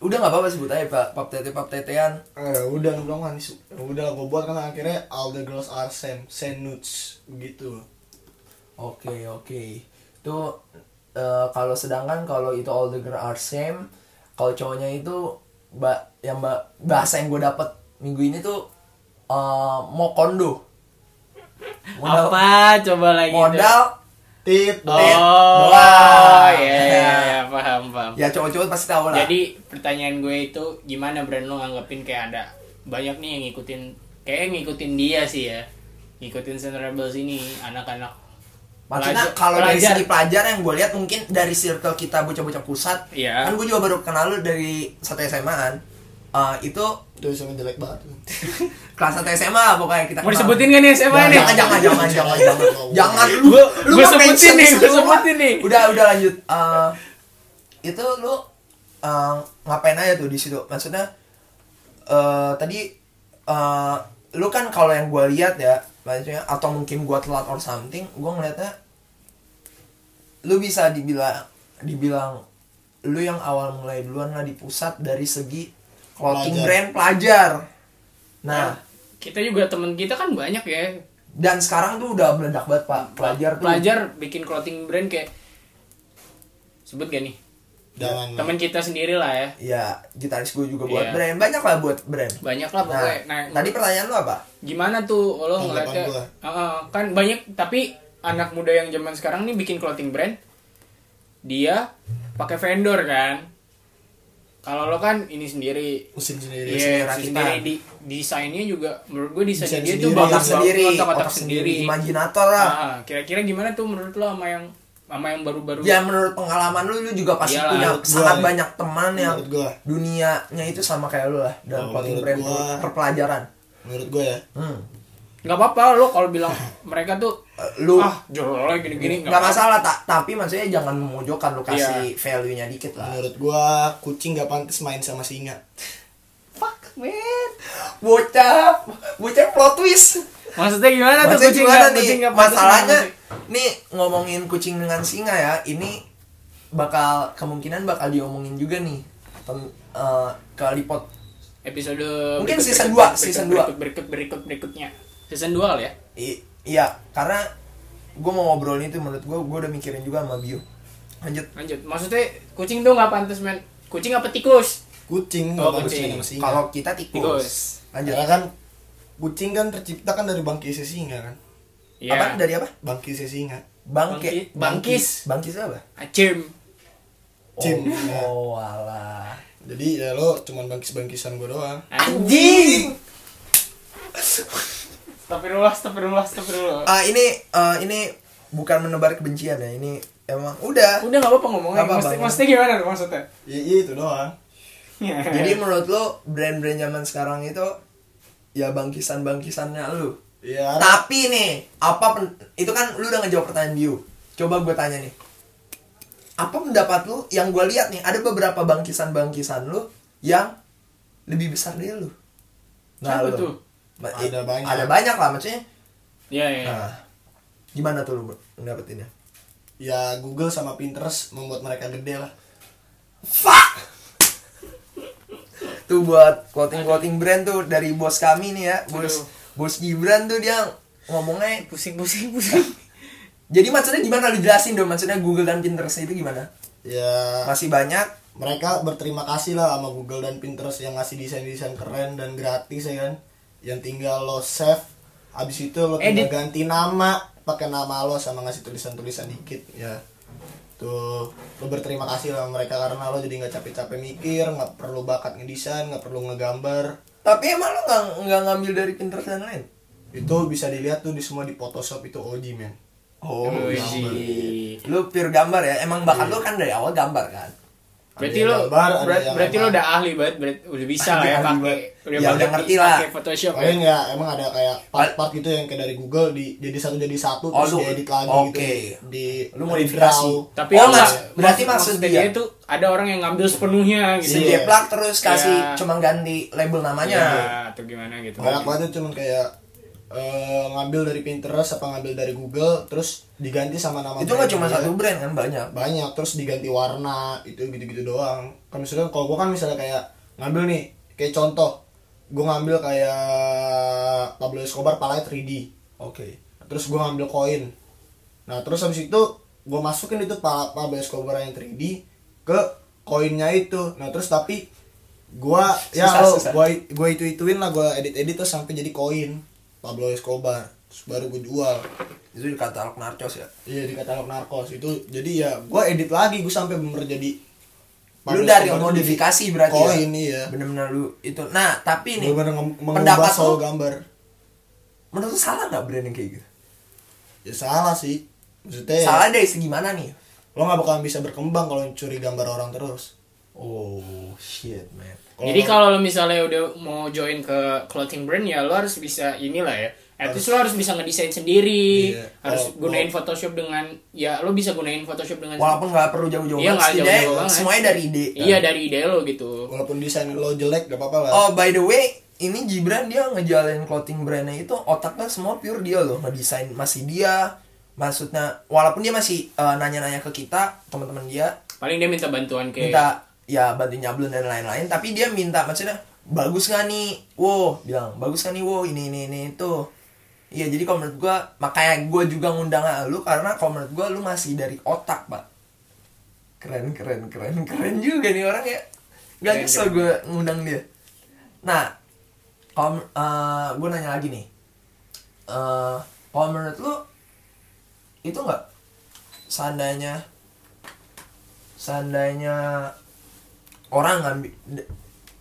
B: Udah nggak apa-apa sebut aja Pak, pap tete pap tetean.
C: eh, udah gue bilang wah ini su- udah gue buat kan akhirnya all the girls are same same nudes gitu
B: Oke, oke. Itu eh, kalau sedangkan kalau itu all the girl are same, kalau cowoknya itu ba- yang ba- bahasa yang gue dapet minggu ini tuh eh, mau kondo. Modal,
A: Apa coba lagi? tuh?
B: modal Eh,
C: tit
A: Oh,
B: Tit.
A: iya,
B: Doang.
A: iya, iya, paham, paham.
B: ya cowok-cowok pasti tahu lah.
A: Jadi pertanyaan gue itu gimana brand lo anggapin kayak ada banyak nih yang ngikutin kayak ngikutin dia sih ya. Ngikutin Sun Rebels ini anak-anak.
B: Maksudnya
A: Pelajar-
B: kalau dari
A: pelajar.
B: segi pelajar yang gue lihat mungkin dari circle kita bocah-bocah pusat,
A: Iya.
B: kan gue juga baru kenal lu dari satu SMA-an. Eh, itu
C: tuh sama jelek banget
B: kelas satu SMA pokoknya kita
A: Mau
B: kenal.
A: disebutin gak nih SMA nih?
B: Jangan, jangan, jangan, jangan, jangan, jangan, lu,
A: Gua-
B: lu
A: gua
B: mau
A: sebutin
B: mention
A: nih, gua
B: semua.
A: sebutin nih.
B: Udah, udah lanjut. Eh, itu lu eh, ngapain aja tuh di situ? Maksudnya eh tadi eh lu kan kalau yang gua lihat ya, maksudnya atau mungkin gua telat or something, gua ngeliatnya lu bisa dibilang dibilang lu yang awal mulai duluan lah di pusat dari segi clothing
C: Pelajar.
B: brand pelajar.
A: Ya.
B: Nah,
A: Kita juga temen kita kan banyak ya
B: dan sekarang tuh udah meledak banget pak pelajar tuh
A: pelajar bikin clothing brand kayak sebut gak nih
C: jangan
A: teman kita sendiri lah ya
B: ya gitaris gue juga buat
A: Iya.
B: brand banyak lah buat brand
A: banyak lah
B: nah,
A: pokoknya nah,
B: tadi pertanyaan lu apa
A: gimana tuh lo
C: Tanggapan
A: ngeliatnya
C: gua.
A: Heeh, kan banyak tapi anak muda yang zaman sekarang nih bikin clothing brand dia pakai vendor kan kalau lo kan ini sendiri
C: musim sendiri
A: Iya,
B: sendiri
A: sendiri
B: rakitan.
A: di desainnya juga menurut gue desainnya
C: Desain
A: dia tuh
C: sendiri,
B: otak
A: bagus
C: otak
B: sendiri
A: banget otak sendiri.
B: imajinator lah
A: Ah, kira-kira gimana tuh menurut lo sama yang sama yang baru-baru
B: ya menurut pengalaman lu lu juga pasti
A: Iyalah,
B: punya
C: menurut gua
B: sangat
C: nih.
B: banyak teman yang
C: Menurut gua.
B: dunianya itu sama kayak lu lah dalam
C: Oh,
B: clothing
C: menurut
B: brand
C: gua.
B: perpelajaran
C: menurut gue ya
A: Nah.
B: hmm.
A: nggak apa-apa lo kalau bilang mereka tuh
B: Eh, lu
A: ah jelek gini-gini
B: nggak masalah tak tapi maksudnya jangan memojokkan lu
A: Iya.
B: kasih value nya dikit lah
C: menurut gua kucing gak pantas main sama singa
B: fuck man bocah bocah plot twist
A: maksudnya gimana tuh
B: Maksudnya
A: kucing
B: gimana
A: nggak-
B: nih?
A: kucing nggak pantas
B: masalahnya
A: sama kucing?
B: nih ngomongin kucing dengan singa ya ini bakal kemungkinan bakal diomongin juga nih tem- eh, kali pot
A: episode
B: Mungkin
A: berikut-
B: season
A: berikut-
B: dua,
A: berikut-
B: season
A: berikut-
B: dua.
A: berikut berikut berikutnya season 2 lah ya
B: I- iya karena gue mau ngobrolin itu menurut gue gue udah mikirin juga sama Bio lanjut
A: lanjut maksudnya kucing tuh nggak pantas men kucing apa tikus
C: kucing
A: Oh,
C: gak pantas
A: kucing.
C: main sama singa
B: kalau Iya. kita tikus,
A: Tikus.
B: lanjut
C: karena kan kucing kan tercipta kan dari bangkisnya singa kan
A: Iya.
B: apa dari apa
C: bangkisnya singa
B: bangke
A: Bangki-
B: bangkis bangkis apa
A: acim
C: Cim.
B: oh, oh alah
C: ya jadi ya lo cuman bangkis bangkisan gua doang
B: anjing
A: Astagfirullah, astagfirullah, astagfirullah.
B: Ah ini eh, ini bukan menebar kebencian ya. Ini emang udah.
A: Udah gak apa-apa ngomongnya.
B: Ah. Nggak apa-apa,
A: Maksudnya,
B: nggak
A: maksudnya gimana tuh maksudnya?
C: Ya, iya itu doang.
A: Iya.
B: Jadi menurut lo brand-brand zaman sekarang itu ya bangkisan-bangkisannya lu.
C: Iya.
B: Tapi nih, apa pen- itu kan lu udah ngejawab pertanyaan Biu. Coba gue tanya nih. Apa pendapat lu yang gue lihat nih, ada beberapa bangkisan-bangkisan lu yang lebih besar dari lu.
A: Siapa
B: lu.
A: tuh?
B: Ma-
C: Ada
B: i-
C: banyak.
B: Ada banyak lah maksudnya.
A: Iya, iya.
B: Nah, gimana tuh lu Bro, ngedapetinnya?
C: ya Google sama Pinterest membuat mereka gede lah.
B: Fuck! (laughs) tuh buat clothing-clothing brand tuh dari bos kami nih ya, bos
A: Aduh.
B: bos Gibran tuh dia ngomongnya
A: Pusing, pusing, pusing.
B: jadi maksudnya gimana lu jelasin dong maksudnya Google dan Pinterest itu gimana
C: Ya
B: masih banyak
C: mereka berterima kasih lah sama Google dan Pinterest yang ngasih desain-desain keren dan gratis ya kan. Yang tinggal lo save, habis itu lo tinggal
A: Edit.
C: ganti nama pakai nama lo sama ngasih tulisan-tulisan dikit ya. Tuh, lo berterima kasih lah sama mereka karena lo jadi nggak capek-capek mikir, nggak perlu bakat ngedesain, nggak perlu ngegambar.
B: tapi emang lu nggak nggak ngambil dari Pinterest dan lain
C: Itu bisa dilihat tuh di semua di Photoshop itu OG men.
B: oh
A: Wih.
B: lu pure gambar ya emang bakat lu kan dari awal gambar kan
A: Berarti
C: yang
A: lo
C: gambar, ada
A: berat-
C: yang
A: berarti lo
C: emang-
A: udah ahli banget, berarti udah bisa lah ya
B: Ahli
A: pakai
B: banget. Ya, udah ngerti lah.
A: Pakai
B: Iya,
A: Photoshop.
C: Paling ya emang ada kayak part-part gitu yang kayak dari Google di jadi satu jadi satu
B: Oh,
C: terus
B: lu-
C: diedit lagi
B: oke.
C: gitu. Di
B: Lu modifikasi.
C: draw.
A: Tapi
B: Oh,
A: lo
B: mas-
A: nggak-
B: berarti
A: mak-
B: maksud
A: dia
B: dia-
A: itu ada orang yang ngambil sepenuhnya gitu.
C: Iya.
B: dijeplak terus kasih
A: Iya.
B: cuma ganti label namanya
A: Ya, atau gimana gitu.
C: Banyak banget tuh cuman kayak eh, ngambil dari Pinterest apa ngambil dari Google terus diganti sama nama
B: itu nggak
C: brand
B: cuma
C: dia.
B: satu brand kan banyak
C: banyak terus diganti warna itu gitu-gitu doang. Kan misalnya kalau gua kan misalnya kayak ngambil nih kayak contoh gua ngambil kayak Pablo Escobar palanya 3D.
B: oke
C: terus gue ngambil koin nah terus habis itu gue masukin itu pala pala Escobar yang 3D ke koinnya itu nah terus tapi gue ya
B: Susah,
C: lo
B: susah.
C: gue gue itu ituin lah gue edit edit terus sampai jadi koin Pablo Escobar terus baru gue jual
B: itu di katalog narcos ya
C: iya di katalog narkos itu jadi ya gue edit lagi gue sampai bener jadi
B: lu dari modifikasi berarti ya?
C: koin iya
B: bener-bener lu itu nah tapi nih
C: gue bener nge- mengubah
B: pendapat
C: soal
B: lu
C: gambar
B: menurut lu salah nggak brand yang kayak gitu
C: ya salah sih maksudnya ya,
B: salah dari segi mana nih
C: lo nggak bakalan bisa berkembang kalau curi gambar orang terus
B: oh shit man
A: Jadi kalau lo misalnya udah mau join ke clothing brand ya lo harus bisa inilah ya. At least lo harus bisa ngedesain sendiri,
C: Iya.
A: harus
C: Kalau-
A: gunain Photoshop dengan ya lo bisa gunain Photoshop dengan
B: walaupun nggak perlu jauh-jauh
A: Iya,
B: banget,
A: nggak
B: setidaknya
A: jauh-jauh banget.
B: semuanya dari ide
A: Iya dari ide lo gitu.
C: walaupun desain lo jelek gak apa-apa lah
B: oh by the way ini Gibran dia ngejalanin clothing brandnya itu otaknya semua pure dia loh ngedesain masih dia maksudnya walaupun dia masih eh, nanya-nanya ke kita teman-teman dia
A: Paling dia minta bantuan ke
B: minta ya bantu nyablon dan lain-lain tapi dia minta maksudnya bagus nggak nih wow bilang bagus kan nih wow ini ini ini itu iya jadi kalau menurut gua makanya gua juga ngundang lu karena kalau menurut gua lu masih dari otak pak keren keren keren (laughs) keren juga nih orang ya nggak
A: Keren,
B: nyesel gua ngundang dia nah kalau eh, gua nanya lagi nih Eh, kalau menurut lu itu nggak seandainya seandainya orang ngambil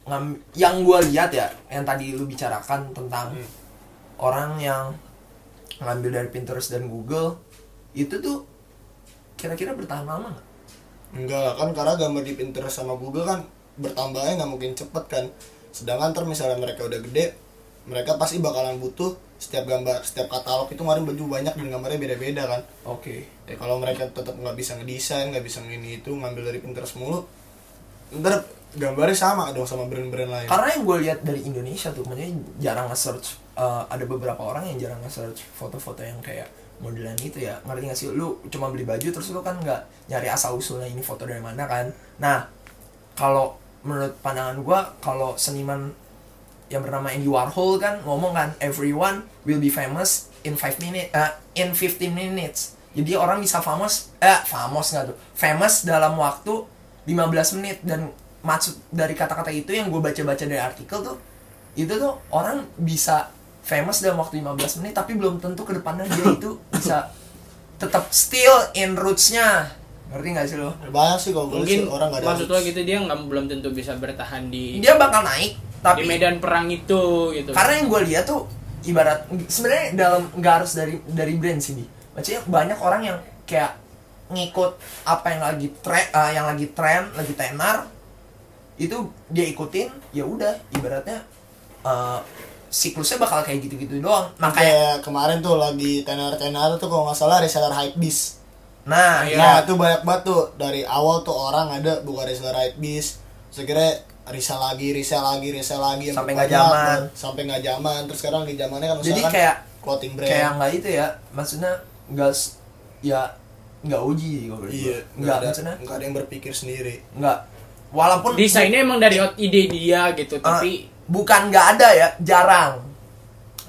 B: ngam- yang gue lihat ya yang tadi lu bicarakan tentang
A: Hmm.
B: orang yang ngambil dari Pinterest dan Google itu tuh kira-kira bertahan lama nggak?
C: enggak lah kan karena gambar di Pinterest sama Google kan bertambahnya nggak mungkin cepet kan sedangkan ntar misalnya mereka udah gede mereka pasti bakalan butuh setiap gambar setiap katalog itu ngeluarin baju banyak dan gambarnya beda-beda kan
B: Oke.
C: ya kalau mereka tetap nggak bisa ngedesain nggak bisa ini itu ngambil dari Pinterest mulu ntar gambarnya sama dong sama brand-brand lain
B: Karena yang gue lihat dari Indonesia tuh, maksudnya jarang nge-search. eh, ada beberapa orang yang jarang nge-search foto-foto yang kayak modelan gitu ya. Ngerti nggak sih? Lu cuma beli baju terus lu kan nggak nyari asal usulnya ini foto dari mana kan. Nah, kalau menurut pandangan gue, kalau seniman yang bernama Andy Warhol kan ngomong kan everyone will be famous in five minute eh, in 15 minutes. Jadi orang bisa famous eh famous nggak tuh? Famous dalam waktu 15 menit dan maksud dari kata-kata itu yang gue baca-baca dari artikel tuh itu tuh orang bisa famous dalam waktu 15 menit tapi belum tentu ke depannya dia itu bisa tetap still in roots-nya. Ngerti nggak sih lo?
C: banyak sih kalau gue
A: mungkin
C: sih orang nggak ada
A: maksud lo gitu dia nggak belum tentu bisa bertahan di
B: Dia bakal naik
A: di
B: tapi
A: medan perang itu gitu.
B: karena yang gue lihat tuh ibarat sebenarnya dalam nggak harus dari dari brand sih di maksudnya banyak orang yang kayak ngikut apa yang lagi tren yang lagi tren lagi tenar itu dia ikutin ya udah ibaratnya eh, siklusnya bakal kayak gitu-gitu doang Nah, makanya
C: kayak kemarin tuh lagi tenar-tenar tuh kalau nggak salah reseller hypebeast
B: nah
A: Iya.
B: ya
C: Nah, itu banyak banget tuh dari awal tuh orang ada buka reseller right bis. Terus akhirnya resell lagi, resell lagi, resell lagi
B: Sampai
C: banyak
B: nggak zaman.
C: banget. Sampai nggak zaman. Terus sekarang di zamannya kan
B: Jadi
C: usahakan
B: kayak-
C: clothing brand.
B: kayak nggak itu ya maksudnya nggak s- ya nggak uji kalau boleh
C: iya,
B: bilang.
C: nggak
B: nggak
C: ada,
B: maksudnya
C: nggak ada yang berpikir sendiri.
B: nggak walaupun
A: desainnya emang dari out- ide dia gitu
B: Ah,
A: tapi
B: bukan nggak ada ya jarang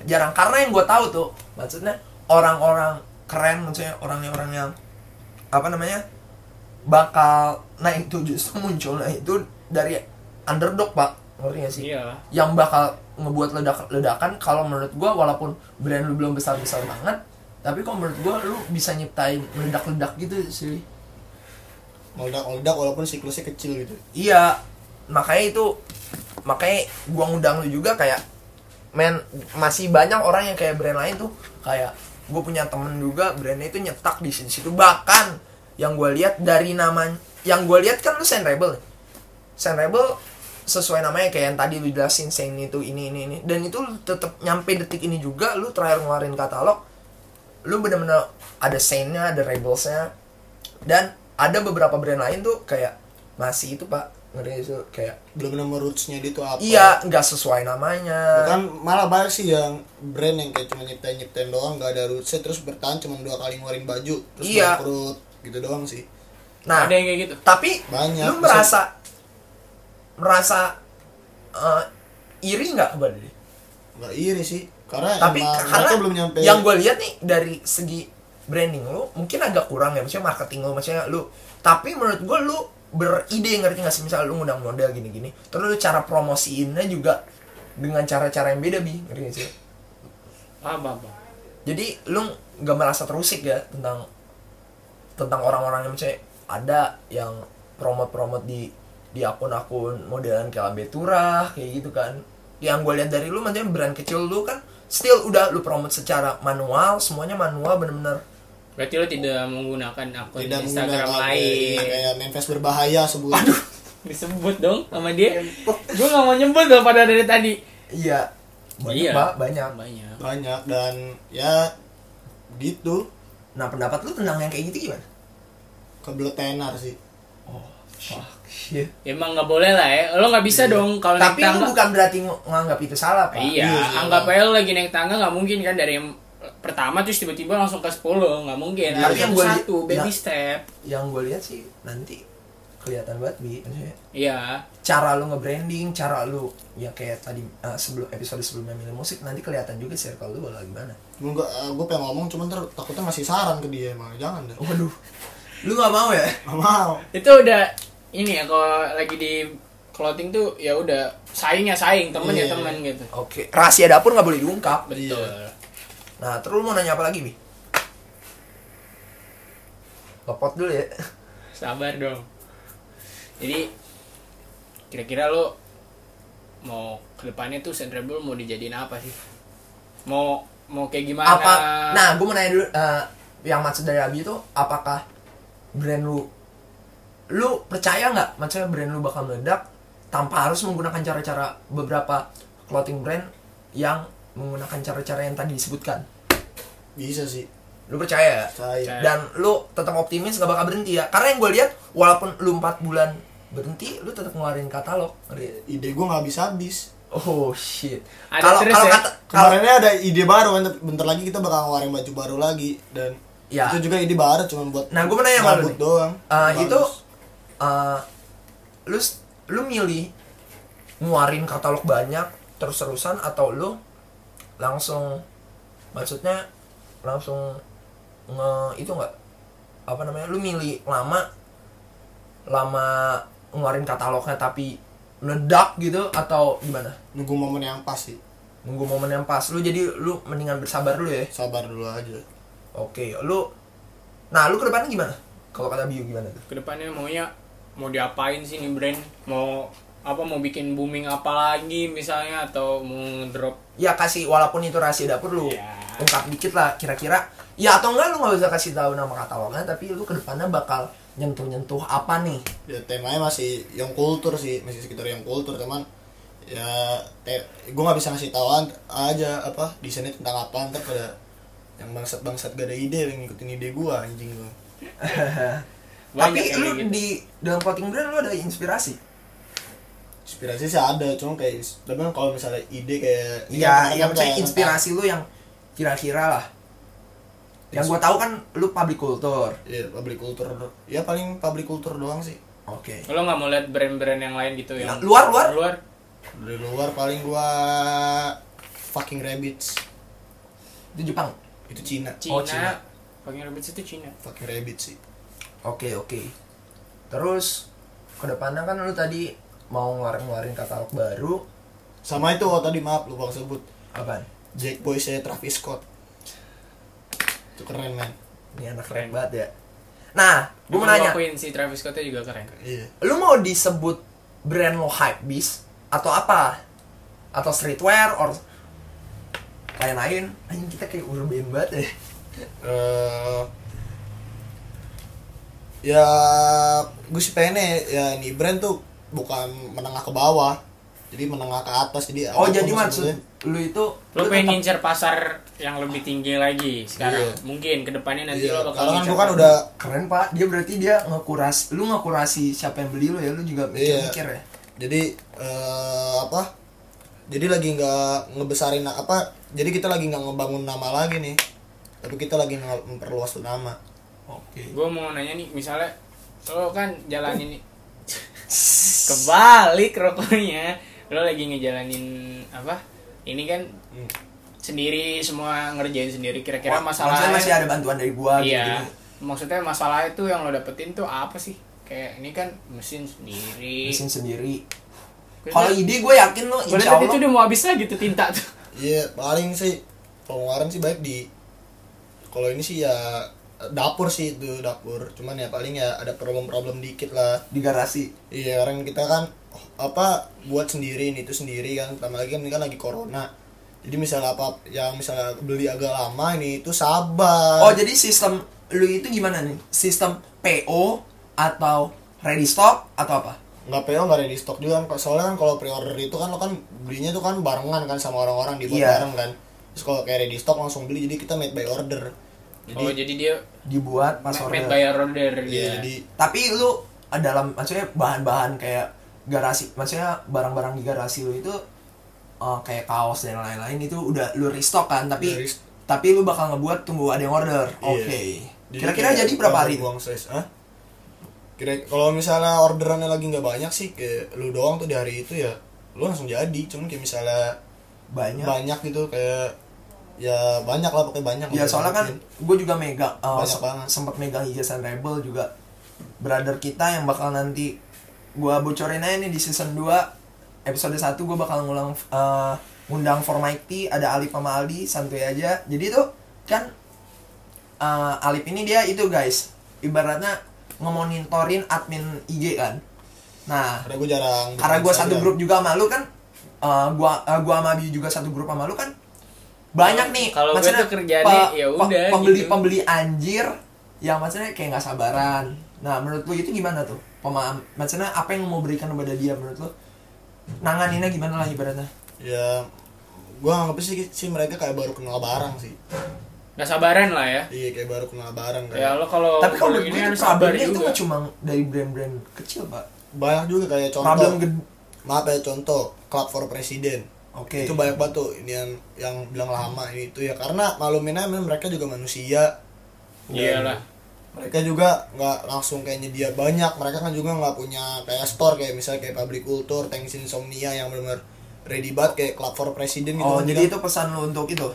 B: jarang karena yang gue tahu tuh maksudnya orang-orang keren maksudnya orang-orang yang apa namanya bakal nah itu justru munculnya itu dari underdog pak ngerti nggak sih
A: iya lah
B: yang bakal ngebuat ledak-ledakan kalau menurut gua walaupun brand lu belum besar-besar banget tapi kok menurut gua lu bisa nyiptain meledak-ledak gitu sih
C: Meledak-meledak walaupun siklusnya kecil gitu.
B: iya makanya itu makanya gua ngundang lu juga kayak men masih banyak orang yang kayak brand lain tuh kayak gue punya temen juga brandnya itu nyetak di situ bahkan yang gue lihat dari namanya yang gue lihat kan lu Saint Rebel ya? Saint Rebel sesuai namanya kayak yang tadi lu jelasin Saint itu ini ini ini dan itu lu tetap nyampe detik ini juga lu terakhir ngeluarin katalog lu bener-bener ada Saint-nya ada Rebelsnya dan ada beberapa brand lain tuh kayak masih itu pak ngeri itu kayak
C: Belum nemu roots-nya dia tuh apa.
B: iya nggak sesuai namanya
C: Bukan malah banyak sih yang brand yang kayak cuma nyiptain-nyiptain doang, nggak ada roots-nya terus bertahan cuma dua kali ngeluarin baju, terus
B: Iya.
C: bangkrut gitu doang sih.
B: nah
A: ada yang kayak gitu
B: tapi
C: Banyak.
B: lu merasa merasa eh, iri nggak kepada dia?
C: Nggak iri sih, karena
B: Tapi
C: emang
B: karena
C: mereka belum nyampe
B: yang gue lihat nih dari segi branding lu mungkin agak kurang ya, maksudnya marketing lu, maksudnya lu. Tapi menurut gue lu beride ngerti nggak sih misal lu ngundang model gini-gini, terus lu cara promosiinnya juga dengan cara-cara yang beda bi, ngerti nggak sih?
A: paham paham paham.
B: Jadi lu nggak merasa terusik ya tentang tentang orang-orang yang misalnya ada yang promote-promote di di akun-akun modelan kayak Betura kayak gitu kan. Yang gue lihat dari lu maksudnya brand kecil lu kan still udah lu promote secara manual, semuanya manual bener-bener.
A: berarti lo tidak menggunakan akun
C: tidak
A: Instagram
C: menggunakan
A: lain
C: kayak- gitu, kayak manifest berbahaya sebut aduh
A: disebut dong sama dia gue gak mau nyebut loh pada dari tadi
B: Iya. Banyak,
A: Iya.
B: Pak, banyak.
A: banyak
C: banyak dan ya gitu
B: Nah, pendapat lu tentang yang kayak gitu gimana?
C: kebelet tenar sih
B: Oh, fuck shit.
A: emang nggak boleh lah ya lo nggak bisa dong kalau naik
B: Iya. Tapi lu
A: tangga
B: bukan berarti ng- nganggap itu salah, Pak.
A: iya
C: Iya, iya.
A: anggap aja lo lagi naik tangga nggak mungkin kan dari yang pertama terus tiba-tiba langsung ke 10 nggak mungkin
B: Iya,
A: harus
B: yang
A: satu
B: gua li-
A: satu baby
B: iya.
A: step
B: Yang gue lihat sih nanti kelihatan banget, Bi. Maksudnya
A: iya
B: cara lu nge-branding, cara lu ya kayak tadi eh, sebelum episode sebelumnya milih musik nanti kelihatan juga circle lu bakal gimana.
C: gue gue eh, pengen ngomong cuman ter, takutnya ngasih saran ke dia emang jangan deh
B: Waduh. (laughs) Lu nggak mau ya?
C: Nggak mau
A: itu udah ini ya kalau lagi di clothing tuh ya udah saing ya saing temen ya
C: Iya.
A: temen gitu
B: Oke, rahasia dapur nggak boleh diungkap.
A: betul
B: Nah, terus lu mau nanya apa lagi, Bi? Lepot dulu ya.
A: sabar dong jadi kira-kira lo mau kedepannya tuh Saint Rebel mau dijadiin apa sih mau mau kayak gimana
B: Apa? Nah, gue mau nanya dulu eh, yang maksud dari Abi itu apakah brand lu lu percaya nggak maksudnya brand lu bakal meledak tanpa harus menggunakan cara-cara beberapa clothing brand yang menggunakan cara-cara yang tadi disebutkan?
C: bisa sih
B: lu percaya ya?
C: saya
A: Percaya.
B: dan lu tetap optimis gak bakal berhenti ya karena yang gue lihat walaupun lu 4 bulan berhenti lu tetap ngeluarin katalog Ngeri.
C: ide gue nggak habis habis
B: oh shit
A: Ada
B: kalau
A: terus
B: kalau
A: ya?
B: kata kalau
C: kemarinnya ada ide baru kan tapi bentar lagi kita bakal ngeluarin baju baru lagi dan
B: Ya.
C: itu juga ide baru cuman buat
B: Nah, gua mau nanya sama lu
C: gabut
B: nih.
C: doang
B: eh,
C: Bagus.
B: itu eh, lu s- lu milih ngeluarin katalog banyak terus-terusan atau lu langsung maksudnya langsung nge itu nggak apa namanya lu milih lama lama ngeluarin katalognya tapi meledak gitu atau gimana
C: nunggu momen yang pas sih
B: nunggu momen yang pas lu jadi lu mendingan bersabar dulu ya
C: sabar dulu aja
B: oke lu nah lu ke depannya gimana kalau kata bio gimana tuh
A: kedepannya maunya mau diapain sih nih brand mau apa mau bikin booming apa lagi misalnya atau mau drop
B: ya kasih walaupun itu rahasia dapur lu
A: Iya.
B: ungkap dikit lah kira-kira ya atau enggak lu nggak bisa kasih tahu nama katalognya tapi lu kedepannya bakal nyentuh-nyentuh apa nih
C: ya temanya masih yang kultur sih masih sekitar yang kultur teman ya te gue nggak bisa ngasih tauan aja apa desainnya tentang apa ntar pada yang bangsat bangsat gak ada ide yang ngikutin ide gue anjing lu
B: tapi
A: yang
B: lu
A: kayak gitu.
B: di dalam clothing brand lu ada inspirasi
C: inspirasi sih ada cuma kayak ins- tapi kan kalau misalnya ide kayak ini
B: Iya,
C: kan
B: yang
C: kemarin
B: maksudnya
C: kayak
B: inspirasi lu yang kira-kira lah. Yang gua tahu kan lu public culture.
C: tentang- ya public culture do- ya paling public culture doang sih
B: Oke.
A: lo nggak mau lihat brand-brand yang lain gitu yang
B: Nah, luar, luar.
A: luar
C: dari luar paling gua fucking rabbits
B: Itu Jepang.
C: itu Cina
A: Cina,
B: Oh, Cina.
A: Fucking Rabbits itu Cina
C: fucking rabbits sih
B: Oke, oke. Terus kedepannya kan lu tadi mau ngeluarin-ngeluarin katalog baru
C: sama itu oh, tadi maaf lupa sebut
B: apaan?
C: Jack Boy saya Travis Scott itu keren man
B: Ini anak
A: Keren.
B: keren banget ya. Nah, gua mau
A: Emang
B: nanya,
A: akuin si Travis Scottnya juga keren
C: iya
B: lu mau disebut brand lo hypebeast atau apa? Atau streetwear or lain-lain? Anjing kita kayak urban banget ya.
C: Eh, ya gue sih pengennya ya ini brand tuh bukan menengah ke bawah jadi menengah ke atas jadi
B: Oh,
C: apapun
B: jadi
C: sebenarnya.
B: maksud lu itu
A: lo
B: lu
A: pengen ngincer pasar yang lebih tinggi lagi sekarang
C: Iya.
A: mungkin kedepannya nanti
C: iya,
A: lo bakal
C: karena kan
A: ngincer
C: gue kan
A: pasar.
C: udah
B: keren pak dia berarti dia ngekuras lu ngekurasi siapa yang beli lu ya lu juga mikir
C: Iya.
B: mikir ya
C: jadi eh, apa jadi lagi nggak ngebesarin apa jadi kita lagi nggak ngebangun nama lagi nih tapi kita lagi nge- memperluas tuh nama
B: oke
A: gue mau nanya nih misalnya lo kan jalanin kebalik rokoknya lo lagi ngejalanin apa ini kan sendiri semua ngerjain sendiri kira-kira masalahnya
B: masih ada bantuan dari gua
A: iya
B: gitu
A: maksudnya masalah itu yang lo dapetin tuh apa sih kayak ini kan mesin sendiri
B: mesin sendiri
A: Gua
B: kalau
A: liat-
B: ide gue yakin lu
A: gua liat
B: insya
A: tadi
B: Allah
A: tuh udah mau habis lagi tuh tinta tuh
C: Iya paling sih pengeluaran sih baik di kalau ini sih ya dapur sih itu dapur cuman ya paling ya ada problem-problem dikit lah
B: di garasi
C: iya orang kita kan oh, apa buat sendiri ini itu sendiri kan tambah lagi kan ini kan lagi corona jadi misalnya apa yang misalnya beli agak lama ini itu sabar
B: oh jadi sistem lu itu gimana nih sistem PO atau ready stock atau apa
C: nggak PO nggak ada di stok juga kan soalnya kan kalau pre-order itu kan lo kan belinya tuh kan barengan kan sama orang-orang dibuat
B: Iya.
C: bareng kan terus kalau kayak ready stock langsung beli jadi kita made by order jadi
A: oh jadi dia
B: dibuat pas
A: made
B: order
A: by order
C: iya
A: dia
C: jadi
B: tapi lu eh, dalam maksudnya bahan-bahan kayak garasi maksudnya barang-barang di garasi lu itu eh, kayak kaos dan lain-lain itu udah lu restock kan tapi
C: Udah restock.
B: tapi lu bakal ngebuat tunggu ada yang order
C: Iya.
B: oke
C: Jadi
B: kira-kira
C: kayak
B: jadi berapa
C: bakal
B: hari itu?
C: buang size, Hah? Kira kalau misalnya orderannya lagi nggak banyak sih kayak lu doang tuh di hari itu ya lu langsung jadi cuman kayak misalnya
B: banyak
C: banyak gitu kayak ya banyak lah pakai banyak
B: ya
C: Pakai
B: soalnya kan
C: banyak.
B: gue juga megang eh, se-
C: Banyak banget.
B: sempet megang hijasan rebel juga brother kita yang bakal nanti gue bocorin aja nih di season 2 episode 1 gue bakal ngulang eh, ngundang for Mighty ada Alip sama Aldi santuy aja jadi itu kan eh, Alip ini dia itu guys ibaratnya ngemonitorin admin IG kan nah
C: karena gue jarang
B: karena
C: buka
B: gue satu
C: Instagram.
B: grup juga sama lu kan eh, gua eh, gua sama Abi juga satu grup sama lu kan banyak nih
A: Kalau gua
B: maksudnya
A: tuh kerjaannya
B: pe-
A: ya
B: pe-
A: udah
B: pembeli
A: gitu.
B: pembeli anjir yang maksudnya kayak nggak sabaran nah menurut lu itu gimana tuh pemaham maksudnya apa yang lu mau berikan kepada dia menurut lu nanganinnya gimana lah ibaratnya
C: ya gue nganggep sih sih mereka kayak baru kenal barang sih
A: nggak sabaran lah ya
C: iya kayak baru kenal barang kayak
A: ya lo kalau
B: tapi kalau
A: kalau
B: menurut gue
A: ini
B: itu
A: harus sabar
B: problemnya itu
A: juga
B: nggak cuma dari brand-brand kecil pak
C: banyak juga kayak contoh
B: problem gede
C: maaf ya contoh club for president
B: oke
C: itu banyak banget tuh ini yang yang bilang lama ini itu ya karena malumin aja mereka juga manusia
A: iyalah
C: mereka juga nggak langsung kayak nyedia banyak mereka kan juga nggak punya kayak store kayak misalnya kayak public culture thanks insomnia yang benar ready banget kayak club for president gitu
B: oh
C: kan
B: jadi
C: juga.
B: itu pesan lu untuk itu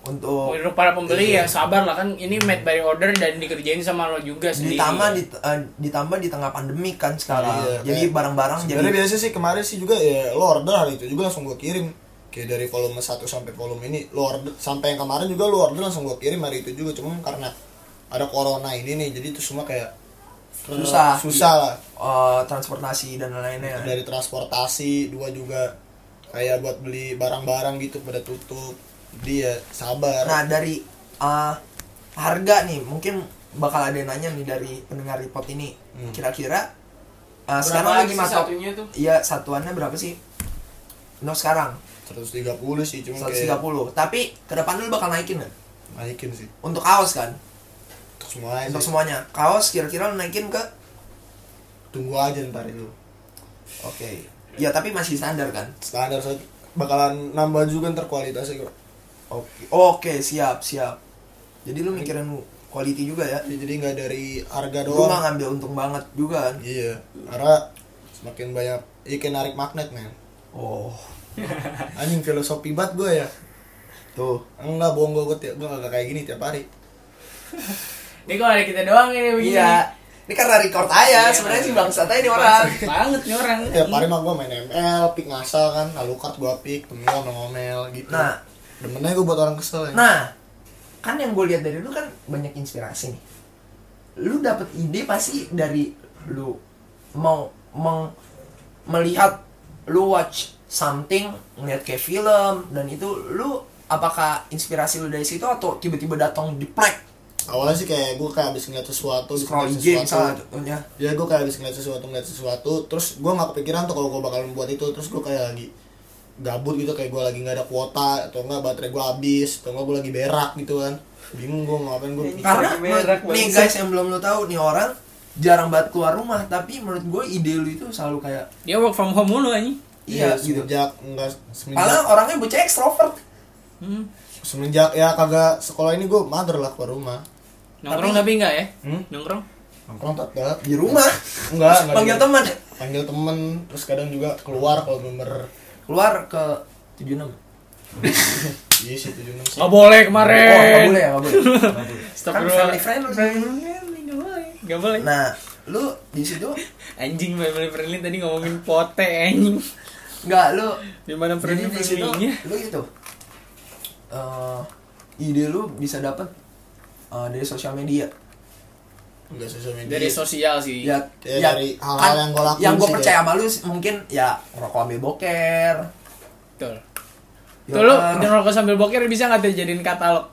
B: untuk
A: Menurut para pembeli ya
B: Iya.
A: sabar lah kan ini made by order dan dikerjain sama lo juga sendiri.
B: ditambah di, eh, ditambah di tengah pandemi kan sekarang
C: Iya,
B: jadi
C: kayak-
B: barang-barang jadi
C: sebenarnya biasa sih kemarin sih juga ya lo order hari itu juga langsung gua kirim kayak dari volume 1 sampai volume ini lo order sampai yang kemarin juga lo order langsung gua kirim hari itu juga cuma karena ada corona ini nih jadi itu semua kayak
B: Susah.
C: susah lah
B: eh, transportasi dan lain-lainnya
C: dari transportasi dua juga kayak buat beli barang-barang gitu pada tutup dia sabar
B: Nah dari uh, harga nih mungkin bakal ada yang nanya nih dari pendengar report ini.
C: Hmm.
B: Kira-kira uh, sekarang lagi matok.
A: satunya tuh
B: Iya satuannya berapa sih? Untuk sekarang
C: 130 sih
B: 130.
C: cuma kayak
B: Tapi ke depan dulu bakal naikin nggak?
C: naikin sih
B: Untuk kaos kan?
C: untuk semua aja
B: Untuk
C: sih.
B: semuanya. Kaos kira-kira naikin ke
C: tunggu aja ntar itu
B: Oke. Ya tapi masih standar kan?
C: standar saya bakalan nambah juga ntar kualitasnya kok
B: Oke. Oke, siap, siap. Jadi lu mikirin quality juga ya.
C: jadi nggak dari harga
B: Lu
C: doang
B: nggak ngambil untung banget juga kan?
C: iya karena semakin banyak iya kayak narik magnet men
B: Oh.
C: anjing filosofi banget gue ya
B: Tuh.
C: enggak bohong gue gue tiap gue nggak kayak gini tiap hari
A: ini kok ada kita doang ini begini
B: Iya. Ini karena record aja,
A: Iya.
B: sebenarnya si bangsat aja ini orang. Ya,
A: Bangsat banget nih orang
C: tiap hari mah gue main ML pick ngasal kan lalu kart gue pick temen gue ngomel gitu
B: Nah,
C: demennya gue buat orang kesel ya
B: nah, kan yang gue lihat dari lu kan banyak inspirasi nih. Lu dapet ide pasti dari lu mau meng- melihat lu watch something, ngeliat kayak film dan itu lu apakah inspirasi lu dari situ atau tiba-tiba datang di plek
C: awalnya sih kayak gue kayak abis ngeliat sesuatu gitu,
B: scroll
C: ngeliat
B: IG misalnya
C: sesuatu
B: contohnya.
C: ya gue kayak abis ngeliat sesuatu ngeliat sesuatu terus gue nggak kepikiran tuh kalau gue bakal membuat itu terus gue kayak lagi gabut gitu kayak gue lagi nggak ada kuota atau enggak baterai gue habis atau enggak gue lagi berak gitu kan bingung gue ngapain gue
B: Karena
A: Ini merek
B: men- nih
A: bangsa.
B: guys yang belum lu tahu nih orang jarang banget keluar rumah tapi menurut gue ide lu itu selalu kayak
A: Hmm. dia work from home mulu anjing
B: iya gitu
C: semenjak enggak semenjak
B: Padahal orangnya bocah ekstrovert.
A: hmm.
C: semenjak ya kagak sekolah ini gue mager lah keluar rumah
A: nongkrong tapi enggak ya
C: Hmm?
A: nongkrong
C: nongkrong tetap
B: Di rumah.
C: enggak enggak
B: Iya. Panggil
C: di-
B: teman.
C: panggil temen terus kadang juga keluar kalau member
B: Keluar ke 76.
C: iya sih tujuh enam sih
A: nggak boleh
B: Oh, nggak
A: kemarin
B: boleh ya, nggak boleh.
A: Stop
B: kan
A: dulu.
B: family friendly.
A: Nggak boleh nggak boleh
B: Nah, lu di situ
A: anjing family friendly tadi ngomongin pote anjing
B: enggak lu
A: di mana
B: jadi
A: friendly
B: di situ
A: friendlynya
B: lu itu eh ide lu bisa dapat eh, dari sosial media.
C: enggak sosial media
A: dari sosial sih
B: Ya, kan
C: Ya, dari hal-hal yang gua lakuin
B: Yang gua
C: sih,
B: percaya sama lu mungkin ya ngerokok ambil boker.
A: betul
B: Ya,
A: tuh lu
B: yoker.
A: ngerokok sambil boker bisa nggak tuh jadiin katalog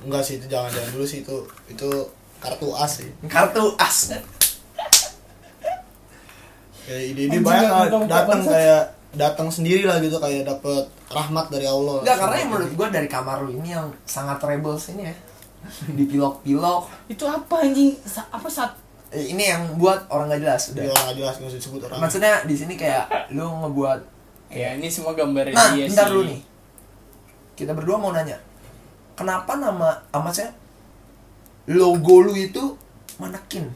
C: enggak sih itu jangan jangan dulu sih itu itu kartu as sih
B: kartu as.
C: kayak ide ide
A: Anjing,
C: banyak
A: nggak
C: lah,
A: buka-buka
C: datang
A: bangsat.
C: kayak datang sendiri lah gitu kayak dapet rahmat dari Allah
B: Enggak, karena yang menurut gua dari kamar lu ini yang sangat rebels ini ya. Dipilok-pilok.
A: itu apa anjing Sa- apa saat
B: Eh, ini yang buat orang gak jelas
C: dia
B: udah.
C: Iya, nggak jelas nggak usah disebut orang
B: Maksudnya di sini kayak lu ngebuat
A: ya ini semua gambar
B: Nah,
A: dia
B: bentar
A: sih.
B: dulu nih. Kita berdua mau nanya. Kenapa nama ah, maksudnya logo lu itu manekin?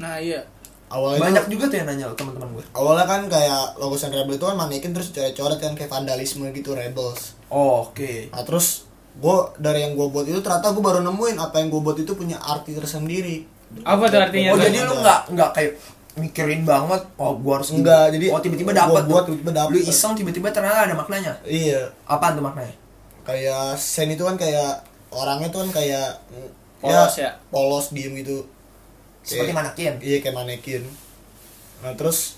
A: nah iya
C: awalnya
B: Banyak
C: tuh-
B: juga tuh yang nanya lo teman-teman gue.
C: awalnya kan kayak logo Sen Rebel itu kan manekin terus coret-coret kan kayak vandalisme gitu rebels
B: Oke.
C: nah terus gue dari yang gue buat itu ternyata gue baru nemuin apa yang gue buat itu punya arti tersendiri
A: apa tuh artinya
B: Oh,
C: Iya.
A: tuh?
B: jadi lu nggak nggak kayak mikirin banget oh gua harus gini.
C: Enggak, jadi
B: oh tiba-tiba
C: gua
B: dapat
C: buat, tiba-tiba dapet.
B: lu iseng tiba-tiba ternyata ada maknanya
C: iya
B: apaan tuh maknanya
C: kayak Sen itu kan kayak orangnya tuh kan kayak mm,
A: Polos ya?
C: polos diem gitu
B: seperti
C: Kayak-
B: manekin
C: iya kayak manekin nah terus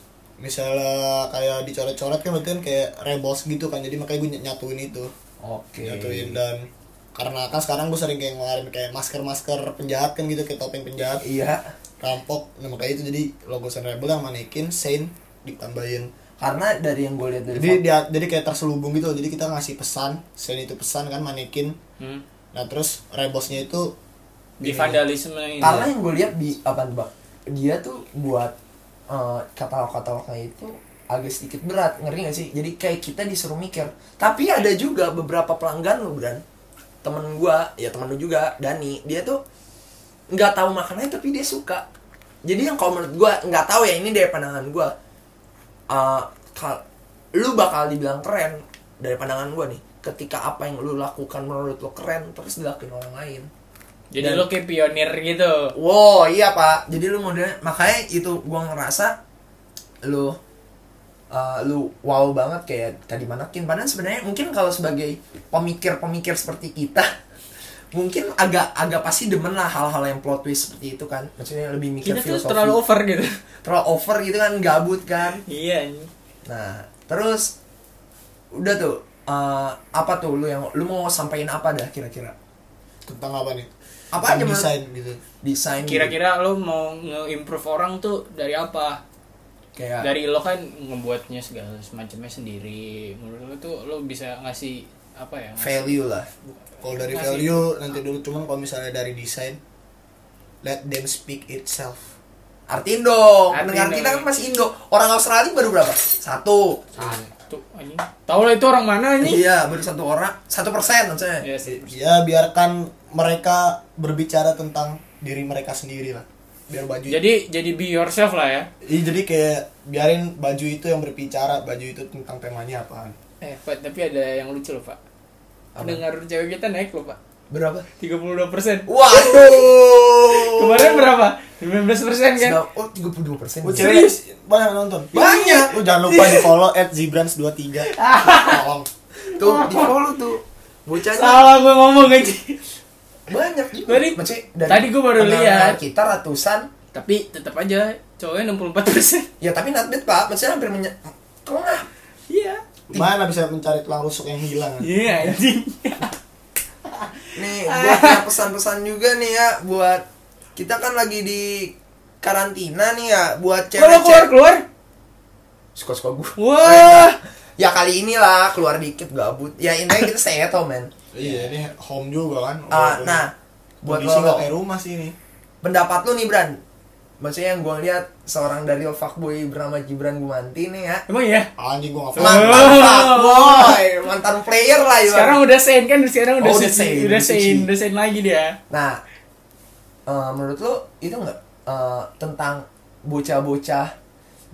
C: misalnya kayak dicoret-coret kan berarti kan kayak rebels gitu kan jadi makanya gue ny- nyatuin itu
B: oke
C: nyatuin dan karena kan sekarang gue sering kayak ngeluarin kayak masker-masker penjahat kan gitu kayak topeng penjahat
B: iya
C: rampok nah makanya itu jadi logo Sen Rebel yang manekin Saint ditambahin
B: karena dari yang gue lihat dari
C: jadi dia jadi kayak terselubung gitu jadi kita ngasih pesan Saint itu pesan kan manekin
A: Hmm.
C: Nah terus rebosnya itu
B: Iya,
A: di
C: Ini.
A: vandalisme ini
B: karena yang gue lihat di apa tuh bang dia tuh buat eh, katalog-katalognya itu agak sedikit berat ngeri gak sih jadi kayak kita disuruh mikir tapi ada juga beberapa pelanggan lu Bran temen gue ya temen lu juga Dani dia tuh nggak tahu makanannya tapi dia suka jadi yang kalau menurut gue nggak tahu ya ini dari pandangan gue Eh, kal- lu bakal dibilang keren dari pandangan gue nih ketika apa yang lu lakukan menurut lu keren terus dilakuin orang lain
A: jadi
B: Dan-
A: lu kayak pionir gitu
B: Wow, iya pak. Jadi lu modelnya makanya itu gua ngerasa lu uh, lu wow banget kayak tadi manakin. Padahal sebenarnya mungkin kalau sebagai pemikir-pemikir seperti kita mungkin agak agak pasti demen lah hal-hal yang plot twist seperti itu kan maksudnya lebih mikir
A: kita tuh
B: filosofi
A: terlalu over gitu
B: terlalu over gitu kan gabut kan
A: iya anjing.
B: nah terus udah tuh eh, apa tuh lu yang lu mau sampaikan apa dah kira-kira
C: tentang apa nih
B: apa aja
C: Tentang
B: Mas?
C: desain gitu
B: desain gitu.
A: kira-kira lo mau nge-improve orang tuh dari apa
B: kayak
A: dari lo kan ngebuatnya segala semacamnya sendiri menurut lo tuh lo bisa ngasih apa ya ngasih-
B: value lah
C: kalau dari
A: Ngasih.
C: value nanti dulu cuman kalau misalnya dari desain let them speak itself
B: artiin dong
A: Artiin
B: pendengar
A: dong.
B: kita kan masih Indo orang Australia baru berapa satu
A: satu anjing tau lah itu orang mana anjing
B: iya baru satu orang satu persen maksudnya
A: Iya sih.
C: ya biarkan mereka berbicara tentang diri mereka sendiri lah biar baju
A: jadi jadi be yourself lah ya
C: Iya, jadi kayak biarin baju itu yang berbicara baju itu tentang temanya apaan
A: eh pak tapi ada yang lucu loh pak
B: Apa?
A: pendengar cewek kita naik loh pak
B: berapa
A: 32 persen
B: waduh
A: kemarin berapa 19 persen kan
B: Sedang- oh tiga puluh dua persen
C: Oh, cewek banyak yang nonton.
B: Banyak.
C: Lu jangan lupa di follow at Zibrans23. Tolong.
B: tuh di follow tuh bocahnya
A: salah gue ngomong aja
B: banyak
A: Tadi-
B: Maksudnya
A: tadi gua baru
B: pendengar
A: lihat.
B: kita ratusan
A: tapi tetap aja cowoknya 64 persen
B: ya tapi not bad pak maksudnya hampir menye- tengah
A: iya
C: Mana bisa mencari tulang rusuk yang hilang?
A: iya anjing Ah.
B: Nih, gua punya pesan-pesan juga nih ya buat kita kan lagi di karantina nih ya buat
A: kalau keluar
B: cewek-cewek.
A: keluar
B: Suka-suka gua.
A: wah
B: Ya kali inilah keluar dikit gabut. Ya intinya kita stay at home, man.
C: Iya, ini home juga kan.
B: Ah, nah, buat
C: buat nggak kayak
B: lo,
C: rumah sih ini.
B: pendapat lu nih, Bran. Maksudnya yang gua lihat seorang dari fuckboy bernama Gibran Gumanti nih ya.
A: emang ya
C: Anjing gua nggak
A: Emang.
C: paham.
B: Mantan fuckboy, mantan player lah ya.
A: sekarang udah sein kan sekarang udah
B: Oh, udah
A: udah
B: sign,
A: sein udah
B: udah
A: sein
B: sign.
A: udah sign lagi dia
B: Nah, eh, menurut lo itu nggak eh, tentang bocah-bocah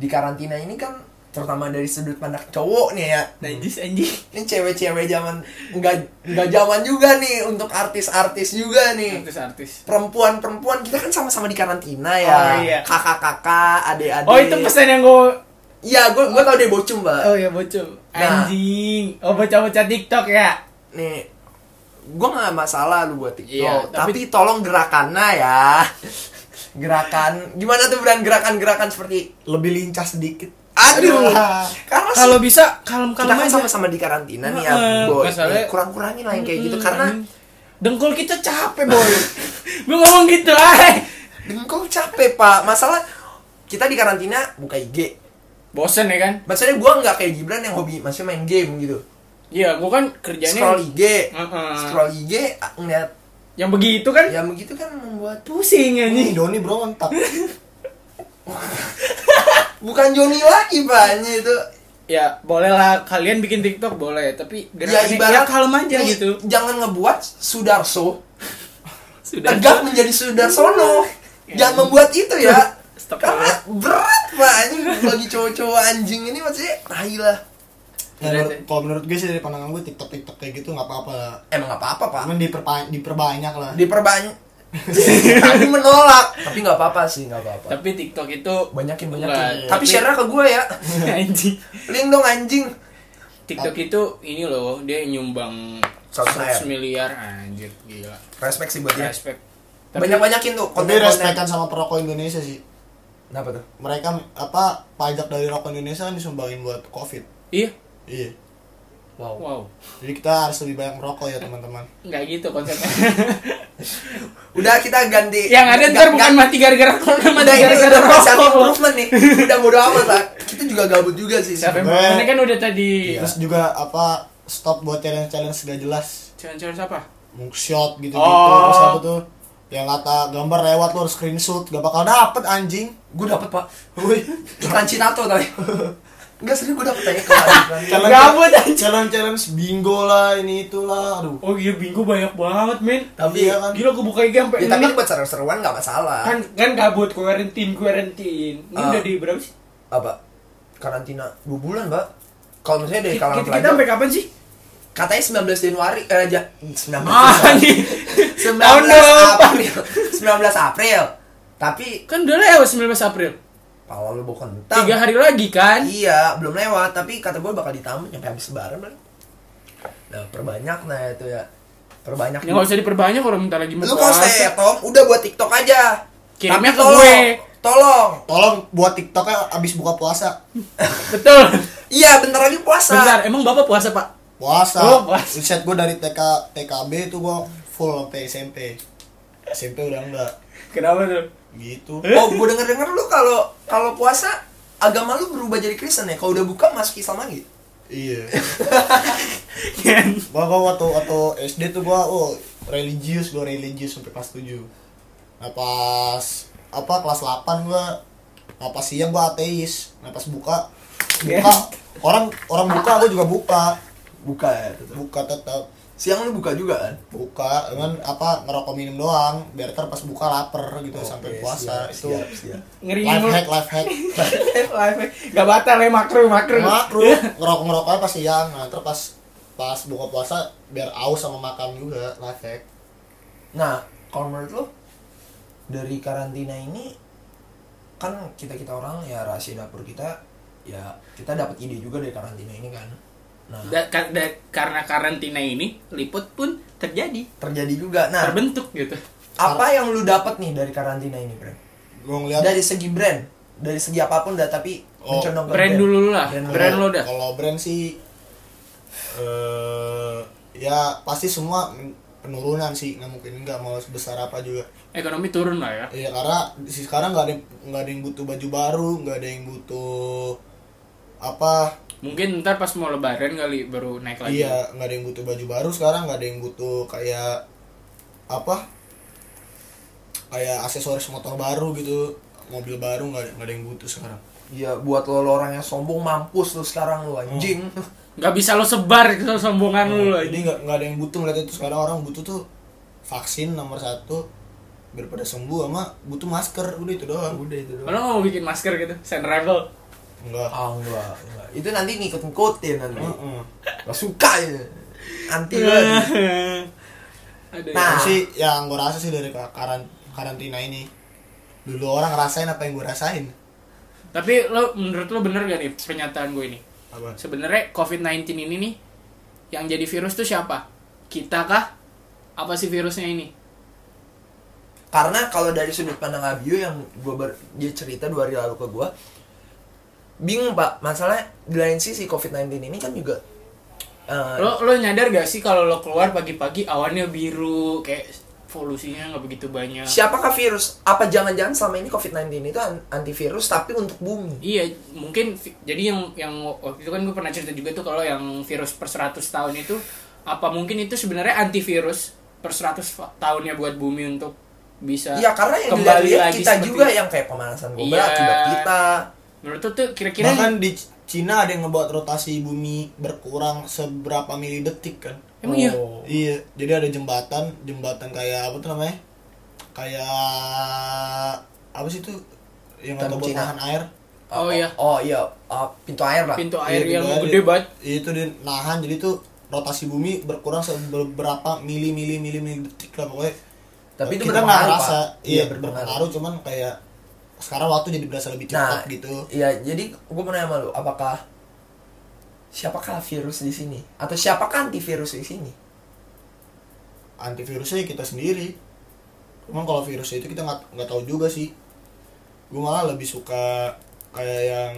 B: di karantina ini kan terutama dari sudut pandang cowok nih ya.
A: najis anjing
B: Ini cewek-cewek zaman nggak nggak zaman juga nih untuk artis-artis juga nih.
A: artis artis
B: Perempuan-perempuan kita kan sama-sama di karantina ya.
A: Oh, iya.
B: Kakak-kakak, adik-adik.
A: oh itu pesan yang gue
B: Iya, gue gue tau dia bocum, Mbak.
A: oh ya bocah
B: Nah.
A: anjing oh bocah bocah tiktok ya
B: Nih, gue nggak masalah lu buat TikTok,
A: Iya,
B: tapi...
A: tapi-
B: tolong gerakannya ya. (laughs) gerakan, gimana tuh Bran gerakan-gerakan seperti
C: Lebih lincah sedikit.
B: Aduh,
C: Aduh.
B: karena
A: kalau
B: sih,
A: bisa kalem
B: kita
A: kalem
B: kan
A: aja
B: sama-sama di karantina nih ya,
A: Heeh,
B: boy.
A: masalahnya-
B: Eh, Kurang-kurangin lah yang kayak gitu
A: Hmm,
B: karena
A: anjing. dengkul kita capek
B: (laughs)
A: boy gue ngomong gitu ay
B: dengkul capek pak. Masalah kita di karantina buka IG.
A: bosen ya kan
B: Maksudnya gua nggak kayak Gibran yang hobi masih main game gitu.
A: iya gue kan kerjanya
B: Scroll IG,
A: Heeh.
B: scroll IG, ah, ngeliat
A: yang begitu kan
B: ya begitu kan membuat
A: pusing
C: Ini
A: anjing
C: Doni berontak.
B: bukan Joni lagi pak ini itu
A: ya boleh lah kalian bikin tiktok boleh tapi
B: ya
A: gerakannya
B: ibarat
A: ya kalem aja
B: nih,
A: gitu
B: jangan ngebuat Sudarso
A: sudah
B: tegak menjadi
A: (laughs)
B: Sudarsono jangan
A: Ya.
B: membuat itu ya
A: Stop.
B: karena berat pak anjing bagi cowok-cowok anjing ini maksudnya tai lah
C: Nah, menurut- kalau menurut gue sih dari pandangan gue TikTok TikTok kayak gitu nggak apa-apa lah.
B: emang nggak apa-apa pak
C: Cuman diperpa- diperbanyak lah.
A: (laughs)
B: diperbanyak tadi menolak tapi nggak apa-apa sih nggak apa-apa
A: tapi tiktok itu
B: banyakin
A: Enggak,
B: banyakin tapi
A: tapi-
B: share ke gue ya
A: anjing
B: link dong anjing
A: tiktok itu ini loh dia nyumbang 100
B: 100
A: miliar anjir gila
B: respect sih buat dia
A: respect Tapi-
B: banyak-banyakin tuh
C: Tapi
B: konten-konten
C: respekan sama perokok Indonesia sih.
B: kenapa tuh
C: Mereka apa pajak dari rokok Indonesia kan disumbangin buat COVID.
A: iya
C: Iya.
B: wow
A: wow
C: Jadi kita harus lebih banyak merokok ya teman-teman.
A: nggak gitu
B: (laughs)
A: konsepnya
B: udah kita ganti
A: yang ada
B: ga-
A: ntar
B: ga-
A: bukan mati gara-gara corona mati
B: Udah ini
A: gara-gara
B: udah self
A: rokok
B: improvement nih. Udah bodo amat lah. Kita juga gabut juga sih.
A: siapa yang
C: Gue-
A: Ini kan udah
B: Iya.
A: tadi
C: Terus juga apa stop buat challenge-challenge gak jelas.
A: cewek-cewek siapa
C: Mugshot gitu-gitu
A: Oh.
C: terus apa tuh? Yang kata gambar lewat lo harus screenshot, gak bakal dapet anjing.
B: Gue dapet pak.
C: Wih,
B: Iklan Cinato tadi. (laughs) Enggak serius gue dapet aja kemarin.
A: Gabut, anjing.
C: Challenge-challenge bingo lah ini itulah. Aduh.
A: oh gila bingo banyak banget men
B: Tapi
C: Iya kan.
A: gila gue buka IG sampai
B: ya, tapi
A: enak.
B: buat seru-seruan gak masalah.
A: kan kan kabut kuarantin kuarantin ini
B: Ah.
A: udah di berapa sih
B: Apa? Karantina 2 bulan, Mbak. Eh, Kalau misalnya dari
A: kita,
B: kalangan
A: kita
B: pelajar,
A: sampai kapan sih
B: katanya 19 Januari eh ja, 19
A: ah (laughs)
B: sorry.
A: nih
B: 19
A: Tahun depan.
B: April. 19 April. Tapi
A: kan udah lewat 19 April
B: pala lu bukan kentang.
A: tiga hari lagi kan
B: Iya, belum lewat, tapi kata gue bakal ditambah sampai habis lebaran. Bang. Nah, perbanyak nah itu ya. perbanyak
A: Ya nggak usah diperbanyak orang minta lagi
B: lu konsep Tom udah buat tiktok aja
A: Kirimnya
B: Tapi
A: ke
B: tolong,
A: gue.
B: tolong
C: Tolong buat TikToknya abis buka puasa.
A: Betul.
B: iya (laughs) bentar lagi puasa
A: Bentar, emang Bapak puasa, Pak?
C: Puasa.
A: Oh, puasa.
C: Riset gue dari TK TKB itu gue full sampai SMP. SMP udah enggak
A: Kenapa tuh?
C: gitu.
B: oh gue denger denger lu kalau kalau puasa agama lu berubah jadi Kristen ya kalau udah buka masuk Islam lagi
C: Iya. Gua gua waktu waktu SD tuh gua oh religius, gua religius sampai kelas 7. Nah, pas apa kelas 8 gua nah, pas siang gua ateis. Nah, pas buka buka orang orang buka gua juga buka.
B: buka ya tetap
C: Buka tetap
B: siang lu buka juga kan
C: buka cuman apa ngerokok minum doang biar ntar pas buka lapar gitu sampai
B: Oke, Oh, iya,
C: puasa
B: siap,
C: itu
B: siap, siap.
A: Ngeri
C: life
A: mulu.
C: hack life hack
A: Gak batal ya makro makro.
C: makro ngerokok ngerokok pas siang nah terus pas pas buka puasa biar aus sama makan juga life hack
B: Nah, kalau menurut lo dari karantina ini kan kita kita orang ya rahasia dapur kita ya kita dapat ide juga dari karantina ini kan. Nah,
A: Da- ka- da- karena karantina ini liput pun terjadi
B: terjadi juga. Nah,
A: terbentuk gitu
B: apa yang lu dapat nih dari karantina ini, Bro?
C: gue ngeliat
B: Dari segi brand, dari segi apapun dah tapi
C: Oh,
B: mencondong ke
A: brand dulu lah
B: Brand
A: brand,
B: dulu.
A: lo dah
C: kalau brand sih eh ya pasti semua men- penurunan sih nggak mungkin nggak mau sebesar apa juga
A: ekonomi turun lah ya
C: Iya karena di- sekarang nggak ada nggak ada yang butuh baju baru nggak ada yang butuh apa
A: mungkin ntar pas mau lebaran kali baru naik lagi
C: Iya, nggak ada yang butuh baju baru sekarang, nggak ada yang butuh kayak apa? Kayak aksesoris motor baru gitu, mobil baru nggak ada, nggak ada yang butuh sekarang.
B: Ya buat lo, lo orang yang sombong mampus lu sekarang lu anjing.
A: nggak bisa lo sebar gitu, kesombongan
B: Oh,
A: lo loh
C: Jadi nggak nggak ada yang butuh melihat itu sekarang orang butuh tuh vaksin nomor satu daripada sembuh sama butuh masker udah itu doang.
B: Udah itu doang.
A: lo mau bikin masker gitu send rebel (laughs)
C: Enggak.
B: (laughs) Ah, enggak, enggak. Itu nanti ngikut-ngikutin nanti.
C: Heeh.
B: Gak suka ya. Anti
A: Eh.
B: banget.
A: Aduh.
B: Nah.
C: Itu sih yang gue rasa sih dari ka- karan karantina ini. Dulu orang ngerasain apa yang gue rasain.
A: tapi lo menurut lo bener gak nih pernyataan gue ini
C: Apa?
A: sebenarnya covid 19 ini nih yang jadi virus tuh siapa kita kah apa sih virusnya ini
B: karena kalau dari sudut pandang Abiu yang gua ber- dia cerita dua hari lalu ke gua bingung pak masalahnya di lain sisi COVID-19 ini kan juga eh,
A: lo lo nyadar gak sih kalau lo keluar pagi-pagi awannya biru kayak polusinya nggak begitu banyak
B: siapakah virus apa jangan-jangan selama ini COVID-19 itu an- antivirus tapi untuk bumi
A: Iya, mungkin vi- jadi yang yang waktu itu kan gue pernah cerita juga tuh kalau yang virus per 100 tahun itu apa mungkin itu sebenarnya antivirus per 100 fa- tahunnya buat bumi untuk bisa
B: Iya karena yang
A: kembali
B: dilihat
A: lagi
B: kita
A: seperti-
B: juga ya. yang kayak pemanasan global
A: Iya.
B: akibat kita
A: menurut lu tuh kira-kira
C: Bahkan di C- Cina ada yang ngebuat rotasi bumi berkurang seberapa mili detik kan.
A: emang iya
B: Oh.
C: Iya, jadi ada jembatan, jembatan kayak apa tuh namanya? Kayak apa sih itu yang
B: Tanam
C: atau buat
B: Cina.
C: nahan air?
A: Oh, iya.
B: oh iya Ah, pintu air lah
A: pintu air yang
C: Iya, pintu air.
A: gede banget
C: Iya, Itu dia nahan, jadi tuh rotasi bumi berkurang seberapa mili mili mili mili detik lah pokoknya.
B: tapi itu
C: kita nggak
B: berpengaruh
C: ngerasa,
B: Pak.
C: iya berpengaruh, cuman kayak sekarang waktu jadi berasa lebih cepat gitu.
B: Iya, jadi gue mau nanya sama lu, apakah siapakah virus di sini atau siapakah antivirus di sini?
C: antivirusnya ya kita sendiri cuman kalau virusnya itu kita nggak nggak tahu juga sih gue malah lebih suka kayak yang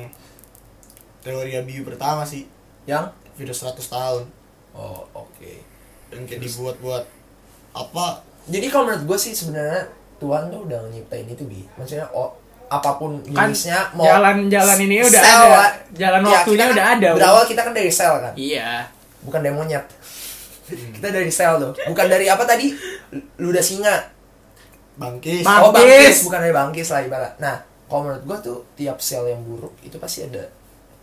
C: teori bio pertama sih
B: Yang
C: virus 100 tahun
B: Oh, oke.
C: yang kayak dibuat-buat apa
B: Jadi kalau menurut gue sih sebenarnya Tuhan tuh udah nyiptain itu bi. Maksudnya oh, apapun
A: kan
B: jenisnya mau
A: jalan-jalan ini udah
B: sel,
A: ada
B: Wak.
A: jalan
B: Ya,
A: waktunya
B: kita kan
A: udah ada Wak.
B: Berawal kita kan dari sel kan,
A: iya
B: bukan dari monyet.
A: Hmm.
B: (laughs) kita dari sel tuh, bukan dari apa tadi? Ludah singa.
C: bangkis
A: Bang-
B: Oh
A: Bangkis.
B: bangkis, bukan dari bangkis lah ibarat. Nah, kalau menurut gue tuh tiap sel yang buruk itu pasti ada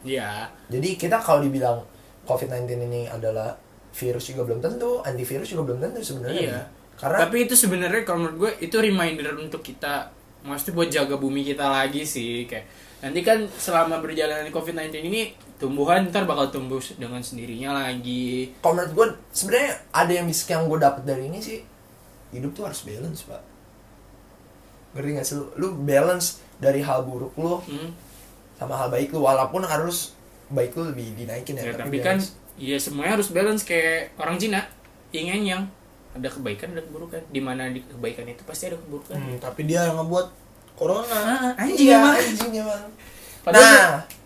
A: iya
B: Jadi kita kalau dibilang COVID-19 ini adalah virus juga belum tentu, antivirus juga belum tentu sebenarnya.
A: Iya.
B: Karena
A: tapi itu sebenarnya kalau menurut gue itu reminder untuk kita maksudnya buat jaga bumi kita lagi sih kayak nanti kan selama berjalannya COVID-19 ini tumbuhan ntar bakal tumbuh dengan sendirinya lagi
B: kalau menurut gue sebenarnya ada yang bisa yang gue dapat dari ini sih hidup tuh harus balance pak. Ngerti gak sih lu? Lu balance dari hal buruk lu
A: Hmm.
B: sama hal baik lu walaupun harus baik lu lebih dinaikin ya.
A: Ya, tapi kan
B: balance.
A: ya semuanya harus balance kayak orang Cina yang yang ada kebaikan ada keburukan di mana di kebaikan itu pasti ada keburukan
C: Hmm, tapi dia yang ngebuat corona.
A: ah, anjing
B: Iya,
A: emang
B: anjing emang.
A: Padahal
B: Nah.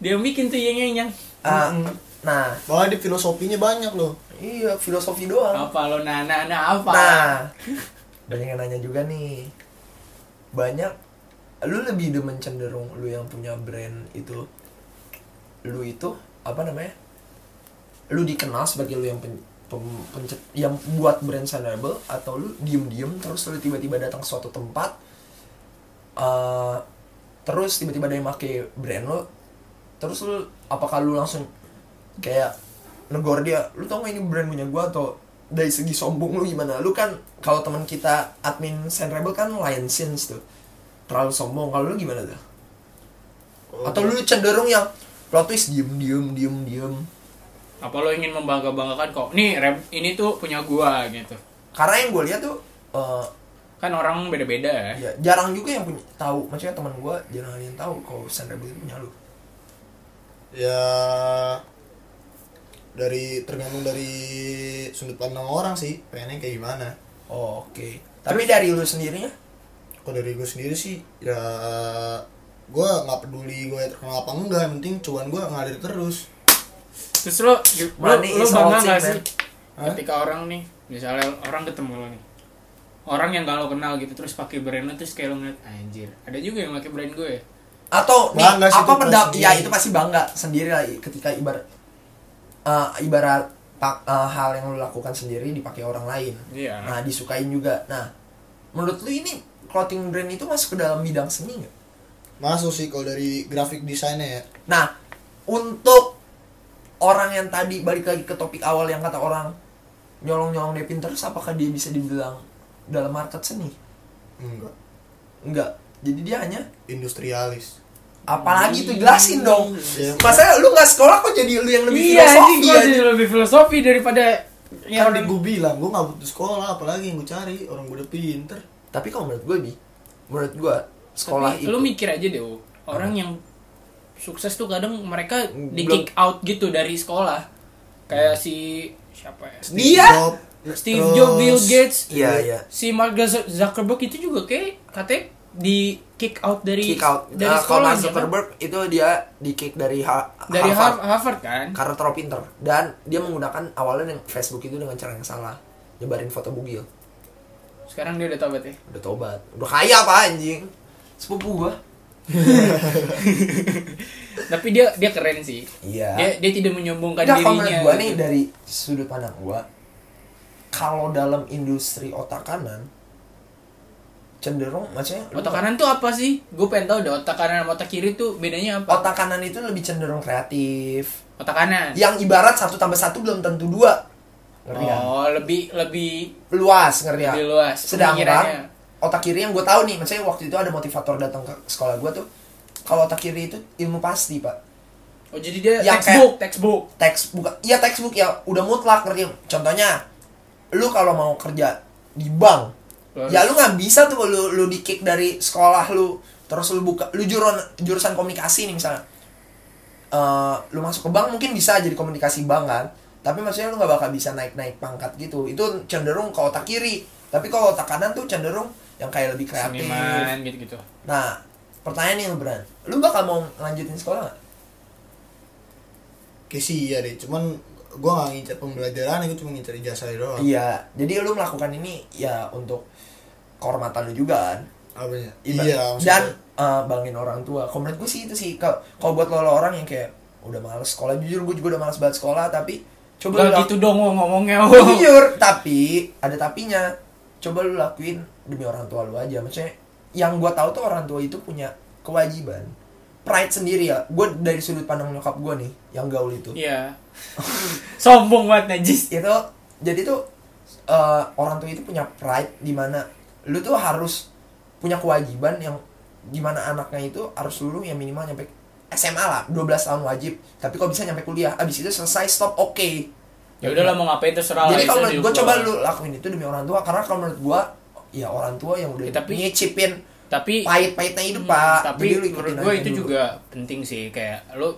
A: dia, dia bikin tuh yang yang yang
B: Ah, nah,
C: Malah di filosofinya banyak loh.
B: iya filosofi doang.
A: apa lo nana nana apa
B: Nah, banyak yang nanya juga nih. Banyak lu lebih demen cenderung lu yang punya brand itu lu itu apa namanya? Lu dikenal sebagai lu yang pen, pem- pencet- yang buat brand Sanable atau lu diem-diem terus lu tiba-tiba datang ke suatu tempat eh terus tiba-tiba ada yang make brand lo terus lu apakah lu langsung kayak negor dia lu tau gak ini brand punya gua atau dari segi sombong lu gimana lu kan kalau teman kita admin Saint Rebel kan lion sins tuh terlalu sombong kalau lu gimana tuh
C: Oh.
B: atau lu cenderung yang plot twist diem diem diem diem
A: apa lo ingin membangga banggakan kok nih rap ini tuh punya gua gitu
B: karena yang gue lihat tuh eh,
A: kan orang beda beda
B: ya jarang juga yang punya tahu maksudnya teman gua jarang ada yang tahu kalau Saint Rebel itu punya lu
C: Ya dari tergantung dari sudut pandang orang sih pengennya kayak gimana
B: oh, oke tapi dari lu sendirinya
C: kalau dari gue sendiri sih ya gue nggak peduli gue terkenal apa enggak yang penting cuan gue ngalir terus
A: terus lo lo,
B: Money
A: lo
B: is
A: bangga
B: all
A: gak
B: thing,
A: sih
B: man.
C: Hah?
A: ketika orang nih misalnya orang ketemu lo nih orang yang gak lo kenal gitu terus pakai brand lo terus kayak lo ngeliat anjir ada juga yang pakai brand gue ya
B: atau nih,
C: Bangga sih
B: apa
C: itu
B: pendapat
C: pasti.
B: ya itu pasti bangga sendiri lah i- ketika ibarat eh, ibarat pak- eh, hal yang lo lakukan sendiri dipakai orang lain
A: Iya.
B: nah disukain juga nah menurut lu ini clothing brand itu masuk ke dalam bidang seni nggak
C: masuk sih kalau dari grafik desainnya ya
B: nah untuk orang yang tadi balik lagi ke topik awal yang kata orang nyolong nyolong dia Pinterest apakah dia bisa dibilang dalam market seni
C: enggak
B: enggak jadi dia hanya
C: industrialis
B: apalagi tuh jelasin dong
C: Iya.
B: masa lu nggak sekolah kok jadi lu yang lebih
A: iya anjing
B: filosofi
A: gue
B: anjing?
A: jadi lebih filosofi daripada
C: ya,
A: yang
C: kan gue bilang gue nggak butuh sekolah apalagi yang gue cari orang gue udah pinter
B: Tapi kalau menurut gue nih, menurut gue sekolah
A: Tapi
B: itu
A: lu mikir aja deh Wo. orang yang sukses tuh kadang mereka di
B: Belum-
A: kick out gitu dari sekolah kayak si siapa ya
B: Dia?
C: Job,
A: Steve
C: terus-
A: Jobs, Bill Gates,
B: Iya, iya.
A: si Mark Zuck- Zuckerberg itu juga kayak katanya di kick out dari
B: kick out.
A: dari
B: Nah, kalau
A: sekolah
B: Mark
A: kan?
B: Zuckerberg itu dia di kick dari, ha-
A: dari Harvard,
B: Harvard
A: Harvard kan
B: karena terlalu pinter dan dia menggunakan awalnya yang Facebook itu dengan cara yang salah nyebarin foto bugil
A: sekarang dia udah tobat ya
B: udah tobat udah kaya apa anjing sepupu gua
A: tapi dia dia keren sih
B: iya
A: dia dia tidak menyombongkan
B: Nggak, kalau
A: dirinya
B: menurut gua nih
A: gitu.
B: dari sudut pandang gua kalau dalam industri otak kanan cenderung maksudnya lu
A: otak kanan tuh apa sih gue pengen tahu deh otak kanan sama otak kiri tuh bedanya apa
B: otak kanan itu lebih cenderung kreatif
A: otak kanan
B: yang ibarat satu tambah satu belum tentu dua ngerti kan?
A: oh Iya. lebih lebih
B: luas ngerti kan?
A: Lebih luas, pemikirannya.
B: sedangkan otak kiri yang gue tahu nih maksudnya waktu itu ada motivator datang ke sekolah gue tuh kalau otak kiri itu ilmu pasti pak
A: oh jadi dia
B: Yang
A: textbook textbook
B: teks bukan iya textbook ya udah mutlak ngerti kan? contohnya lu kalau mau kerja di bank
A: Lu
B: ya
A: harus-
B: lu nggak bisa tuh lu lu di kick dari sekolah lu terus lu buka lu jurusan jurusan komunikasi nih misalnya Eh, lu masuk ke bank mungkin bisa jadi komunikasi bank kan tapi maksudnya lu nggak bakal bisa naik naik pangkat gitu itu cenderung ke otak kiri tapi kalau otak kanan tuh cenderung yang kayak lebih kreatif
A: seniman gitu gitu
B: nah pertanyaan nih Bran lu bakal mau lanjutin sekolah nggak?
C: kayak sih iya deh cuman gue nggak ngincar pembelajaran gue cuma ngincar ijazah doang
B: iya jadi lu melakukan ini ya untuk kehormatan lu juga kan
C: apa ya
B: Ibarat-
C: iya
B: dan
C: maksudnya.
B: eh, bangin orang tua kalau menurut gue sih itu sih kalau kalau buat lo, lo orang yang kayak udah males sekolah jujur gue juga udah males banget sekolah tapi coba
A: Gak
B: lu Iya.
A: gitu dong Wo, ngomongnya Wo.
B: laku- jujur tapi ada tapinya coba lu lakuin demi orang tua lu aja maksudnya yang gue tahu tuh orang tua itu punya kewajiban pride sendiri ya gue dari sudut pandang nyokap gue nih yang gaul itu
A: (laughs)
B: (laughs)
A: Iya. Sombong banget najis.
B: itu jadi tuh eh, orang tua itu punya pride di mana lu tuh harus punya kewajiban yang gimana anaknya itu harus dulu yang minimal nyampe SMA lah 12 tahun wajib tapi kok bisa nyampe kuliah abis itu selesai stop oke
A: Ya udahlah mau ngapain terserah lah,
B: jadi kalau
A: itu
B: menurut
A: hidup
B: gue
A: gua.
B: coba lu lakuin itu demi orang tua karena kalau menurut gue ya orang tua yang udah
A: Ya, tapi-
B: nyicipin
A: tapi
B: pahit-pahitnya hidup
A: Hmm,
B: pak
A: Tapi
B: Jadi lu ikutin
A: menurut
B: aja
A: gue itu
B: dulu.
A: juga penting sih kayak lu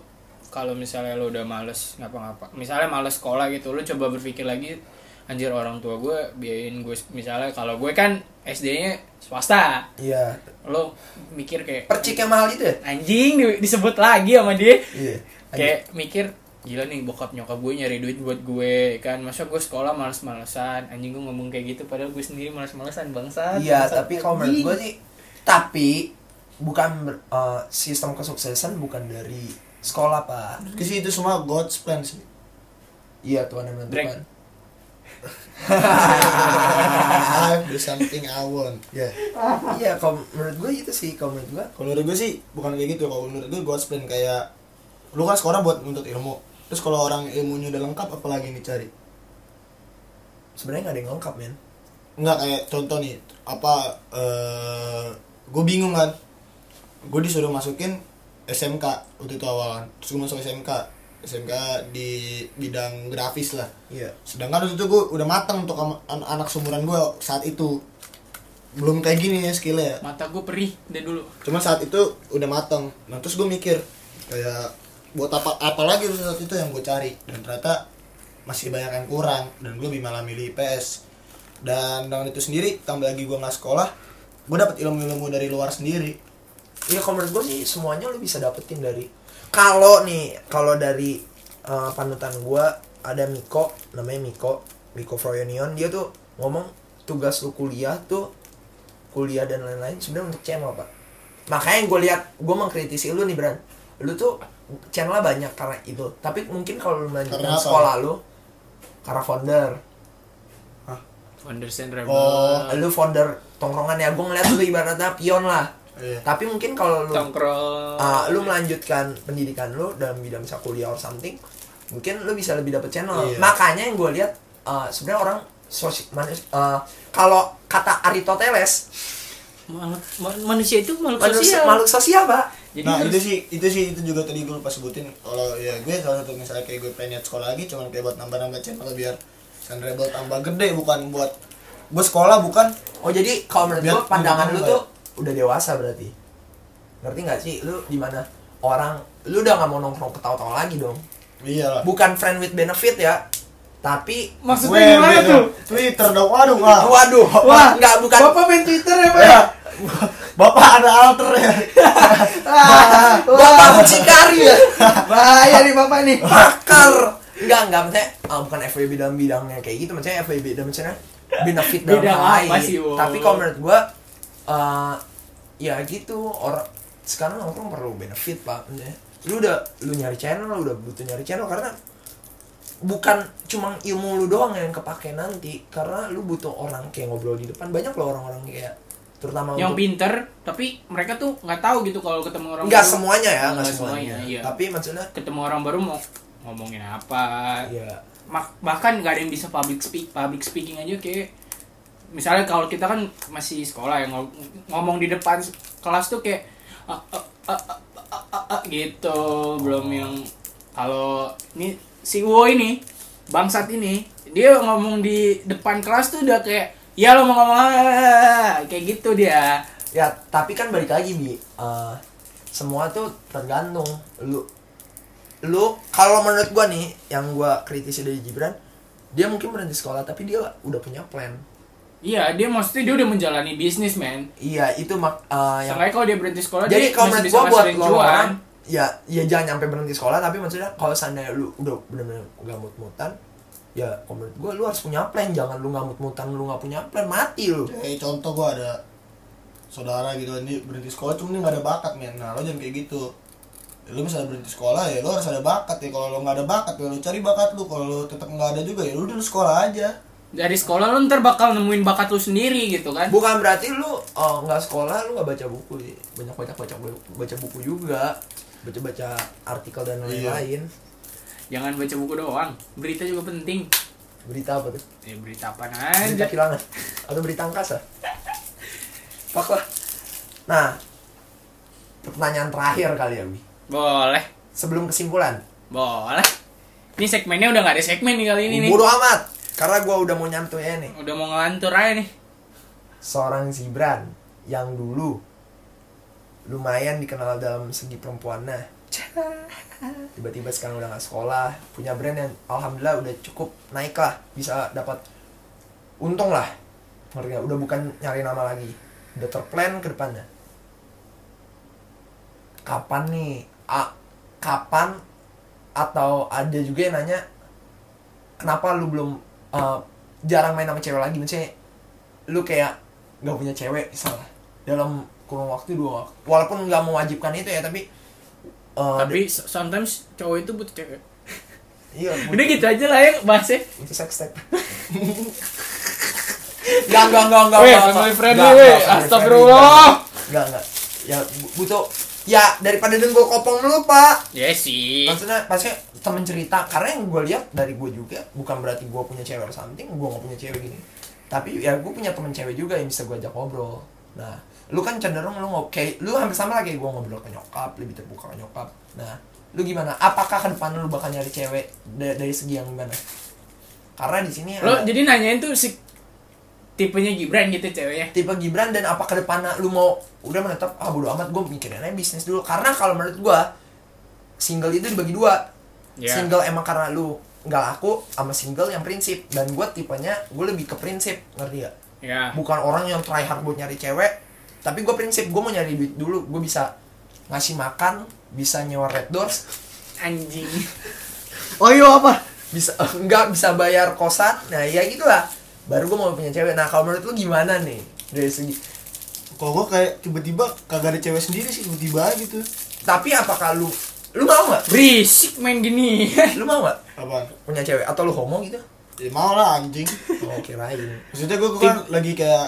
A: kalau misalnya lu udah males ngapa-ngapa, misalnya males sekolah gitu, lu coba berpikir lagi anjir orang tua gue biayain gue misalnya kalau gue kan SD-nya swasta
C: Iya.
A: lo mikir kayak
B: Percik yang mahal itu ya?
A: anjing di- disebut lagi sama dia
C: Iya.
A: kayak mikir gila nih bokap nyokap gue nyari duit buat gue kan masa gue sekolah males-malesan anjing gue ngomong kayak gitu padahal gue sendiri males-malesan bangsa
B: Iya, tapi kalau menurut gue sih, tapi bukan ber- eh, sistem kesuksesan bukan dari sekolah pak.
C: Ke situ semua God's plan sih.
B: Iya Tuhan yang
A: Drake.
B: menentukan.
C: I do something I want. Ya.
B: Iya, kalau menurut gue itu sih, kalau menurut gue.
C: Kalau menurut gue sih bukan kayak gitu. Kalau menurut gue God's plan kayak lu kan sekolah buat menuntut ilmu. Terus kalau orang ilmunya udah lengkap apalagi yang dicari?
B: Sebenarnya nggak ada yang lengkap men.
C: Enggak kayak contoh nih apa eh gue bingung kan. Gue disuruh masukin SMK waktu itu awalan. Terus gue masuk SMK. SMK di bidang grafis lah.
B: Iya.
C: Sedangkan waktu itu gue udah matang untuk am- an- anak seumuran gue saat itu belum kayak gini ya skillnya ya.
A: mata gue perih dari dulu
C: Cuma saat itu udah matang. Nah terus gue mikir kayak buat apa apa lagi terus saat itu yang gue cari dan ternyata masih banyak yang kurang dan gue lebih malah milih IPS dan dengan itu sendiri tambah lagi gue nggak sekolah gue dapet ilmu-ilmu dari luar sendiri
B: Iya, kalau menurut gue sih semuanya lu bisa dapetin dari. Kalau nih, kalau dari eh, panutan gue ada Miko, namanya Miko, Miko Froyonion, dia tuh ngomong tugas lu kuliah tuh kuliah dan lain-lain sebenarnya untuk channel pak. Makanya gue lihat, gue mengkritisi lu nih Bran, lu tuh channelnya banyak karena itu. Tapi mungkin kalau lu melanjutkan
C: Karena apa?
B: sekolah lu karena founder,
A: Anderson Rebel
C: Oh,
B: lu founder tongkrongan ya, gue ngeliat lu ibaratnya pion lah.
C: Iya.
B: Tapi mungkin kalau lu
A: tongkrong
B: Ah, lu melanjutkan pendidikan lu dalam bidang misal kuliah or something mungkin lu bisa lebih dapet channel
C: Iya.
B: makanya yang gue lihat ah, sebenarnya orang sosi manus ah, kalau kata Aristoteles
A: Mal- ma- manusia itu makhluk
B: manusia
A: sosial
B: makhluk sosial pak
A: jadi
C: nah itu
A: harus-
C: sih itu sih itu juga tadi gue lupa sebutin kalau ya gue salah satu misalnya kayak gue pengen niat sekolah lagi cuman kayak buat nambah-nambah channel biar Sun Rebel tambah gede bukan buat gue sekolah bukan
B: oh jadi kalau menurut
C: Biar- ya.
B: gue pandangan lu
C: biar-
B: tuh udah dewasa berarti ngerti nggak sih lu di mana orang lu udah nggak mau nongkrong ketawa-tawa lagi dong
C: iyalah
B: bukan friend with benefit ya tapi
A: maksudnya
C: Weh,
A: gimana
C: weh,
A: tuh
C: Twitter dong, waduh wah.
B: waduh
A: Wah,
B: nggak bukan
A: bapak main Twitter ya pak
C: Ya. Bapak ada alter ya.
B: bapak mucikari ya
A: (laughs) bahaya nih bapak nih
B: pakar enggak enggak maksudnya ah, bukan FWB dalam bidangnya kayak gitu maksudnya FWB dalam maksudnya benefit dalam
A: Bidang
B: hal
A: apa
B: lain.
A: sih, Wo?
B: tapi kalau menurut gua eh, ya gitu orang sekarang orang perlu benefit pak Maksudnya, lu udah lu nyari channel lu udah butuh nyari channel karena bukan cuma ilmu lu doang yang kepake nanti karena lu butuh orang kayak ngobrol di depan banyak loh orang-orang kayak terutama
A: yang
B: untuk-
A: pinter tapi mereka tuh nggak tahu gitu kalau ketemu orang
B: enggak
A: baru.
B: semuanya ya enggak
A: Nggak
B: semuanya,
A: semuanya, iya.
B: tapi maksudnya
A: ketemu orang baru mau ngomongin apa
B: ya
A: Ma- bahkan nggak ada yang bisa public speak public speaking aja kayak misalnya kalau kita kan masih sekolah yang ngomong di depan s- kelas tuh kayak "Ah, ah, ah, ah, ah, ah, ah," gitu belum
B: Oh.
A: yang kalau ini si Wo ini bangsat ini dia ngomong di depan kelas tuh udah kayak ya lo mau ngomong apa?" kayak gitu dia
B: Ya, tapi kan balik lagi Bi. Eh, semua tuh tergantung lu lu kalau menurut gua nih yang gua kritisi dari Gibran, dia mungkin berhenti sekolah tapi dia udah punya plan.
A: iya dia maksudnya dia udah menjalani bisnis man
B: Iya, itu mak eh, yang
A: Seenggaknya kalau dia berhenti sekolah
B: Jadi
A: dia
B: kalau
A: masih
B: menurut
A: bisa
B: gua buat
A: ngasihin
B: lo
A: cuan.
B: orang ya ya jangan sampai berhenti sekolah tapi maksudnya kalau seandainya lu udah bener-bener nggak mut-mutan ya kalau menurut gua lu harus punya plan jangan lu nggak mut-mutan lu nggak punya plan mati lu
C: Kayak contoh gua ada saudara gitu ini berhenti sekolah cuma dia nggak ada bakat men. Nah, lo jangan kayak gitu. Ya, Lu misalnya berhenti sekolah ya lo harus ada bakat ya. Kalau lo nggak ada bakat ya lo cari bakat lu. Kalau lo tetap nggak ada juga ya lo udah lu sekolah aja.
A: dari sekolah lu ntar bakal nemuin bakat lu sendiri gitu kan
B: bukan berarti lu eh, nggak sekolah lu nggak baca buku sih banyak baca baca bu- baca buku juga baca baca artikel dan lain-lain
A: jangan baca buku doang berita juga penting
B: berita apa tuh
A: ya berita apa
B: berita
A: aja
B: kilangan atau berita angkasa pak lah nah pertanyaan terakhir kali ya Wi
A: boleh
B: sebelum kesimpulan
A: boleh ini segmennya udah nggak ada segmen nih kali ini nih
B: bodo amat karena gua udah mau nyantuy aja nih
A: udah mau ngelantur aja nih
B: seorang Zibran yang dulu lumayan dikenal dalam segi perempuannya tiba-tiba sekarang udah nggak sekolah punya brand yang alhamdulillah udah cukup naik lah bisa dapat untung lah ngerti nggak? udah bukan nyari nama lagi udah terplan ke depannya kapan nih A, kapan atau ada juga yang nanya kenapa lu belum eh, jarang main sama cewek lagi maksudnya lu kayak nggak punya cewek misalnya dalam kurun waktu dua waktu walaupun nggak mewajibkan itu ya tapi eh,
A: Tapi s- sometimes cowok itu butuh cewek.
B: iya
A: Udah gitu aja lah ya bahasnya.
B: itu sex tape (laughs) Enggak, enggak, enggak, enggak
A: Weh,
B: enggak,
A: family
B: enggak,
A: friendly,
B: enggak,
A: weh.
B: enggak, family
A: Astagfirullah.
B: friendly, Enggak, enggak Ya, bu- butuh Ya, daripada dengkul kopong lu, Pak
A: Ya sih.
B: Maksudnya, maksudnya temen cerita Karena yang gue lihat dari gue juga Bukan berarti gue punya cewek or something Gue gak punya cewek gini Tapi ya gue punya temen cewek juga yang bisa gue ajak ngobrol Nah, lu kan cenderung lu ngob- kayak Lu hampir sama lagi gue ngobrol ke nyokap Lebih terbuka ke nyokap Nah, lu gimana? Apakah ke depan lu bakal nyari cewek da- dari segi yang gimana? Karena di sini
A: Lo
B: ada-
A: jadi nanyain tuh si tipenya Gibran gitu ceweknya.
B: tipe Gibran dan apa ke depannya lu mau udah menetap ah bodo amat gue mikirin aja bisnis dulu karena kalau menurut gue single itu dibagi dua
A: Ya.
B: single emang karena lu nggak laku sama single yang prinsip dan gue tipenya gue lebih ke prinsip ngerti gak
A: Ya.
B: bukan orang yang try hard buat nyari cewek tapi gue prinsip gue mau nyari duit dulu gue bisa ngasih makan bisa nyewa red doors
A: Anjing.
C: Oh iya apa?
B: bisa (laughs) enggak bisa bayar kosan nah ya gitulah baru gue mau punya cewek nah kalau menurut lu gimana nih dari segi
C: Kalau gua kayak tiba-tiba kagak ada cewek sendiri sih tiba-tiba aja gitu.
B: tapi apakah lu lu mau nggak
A: Berisik main gini.
B: lu mau nggak
C: Apa?
B: punya cewek atau lu homo gitu
C: Ya mau lah anjing.
B: oh kirain
C: Maksudnya gua, gua kan lagi kayak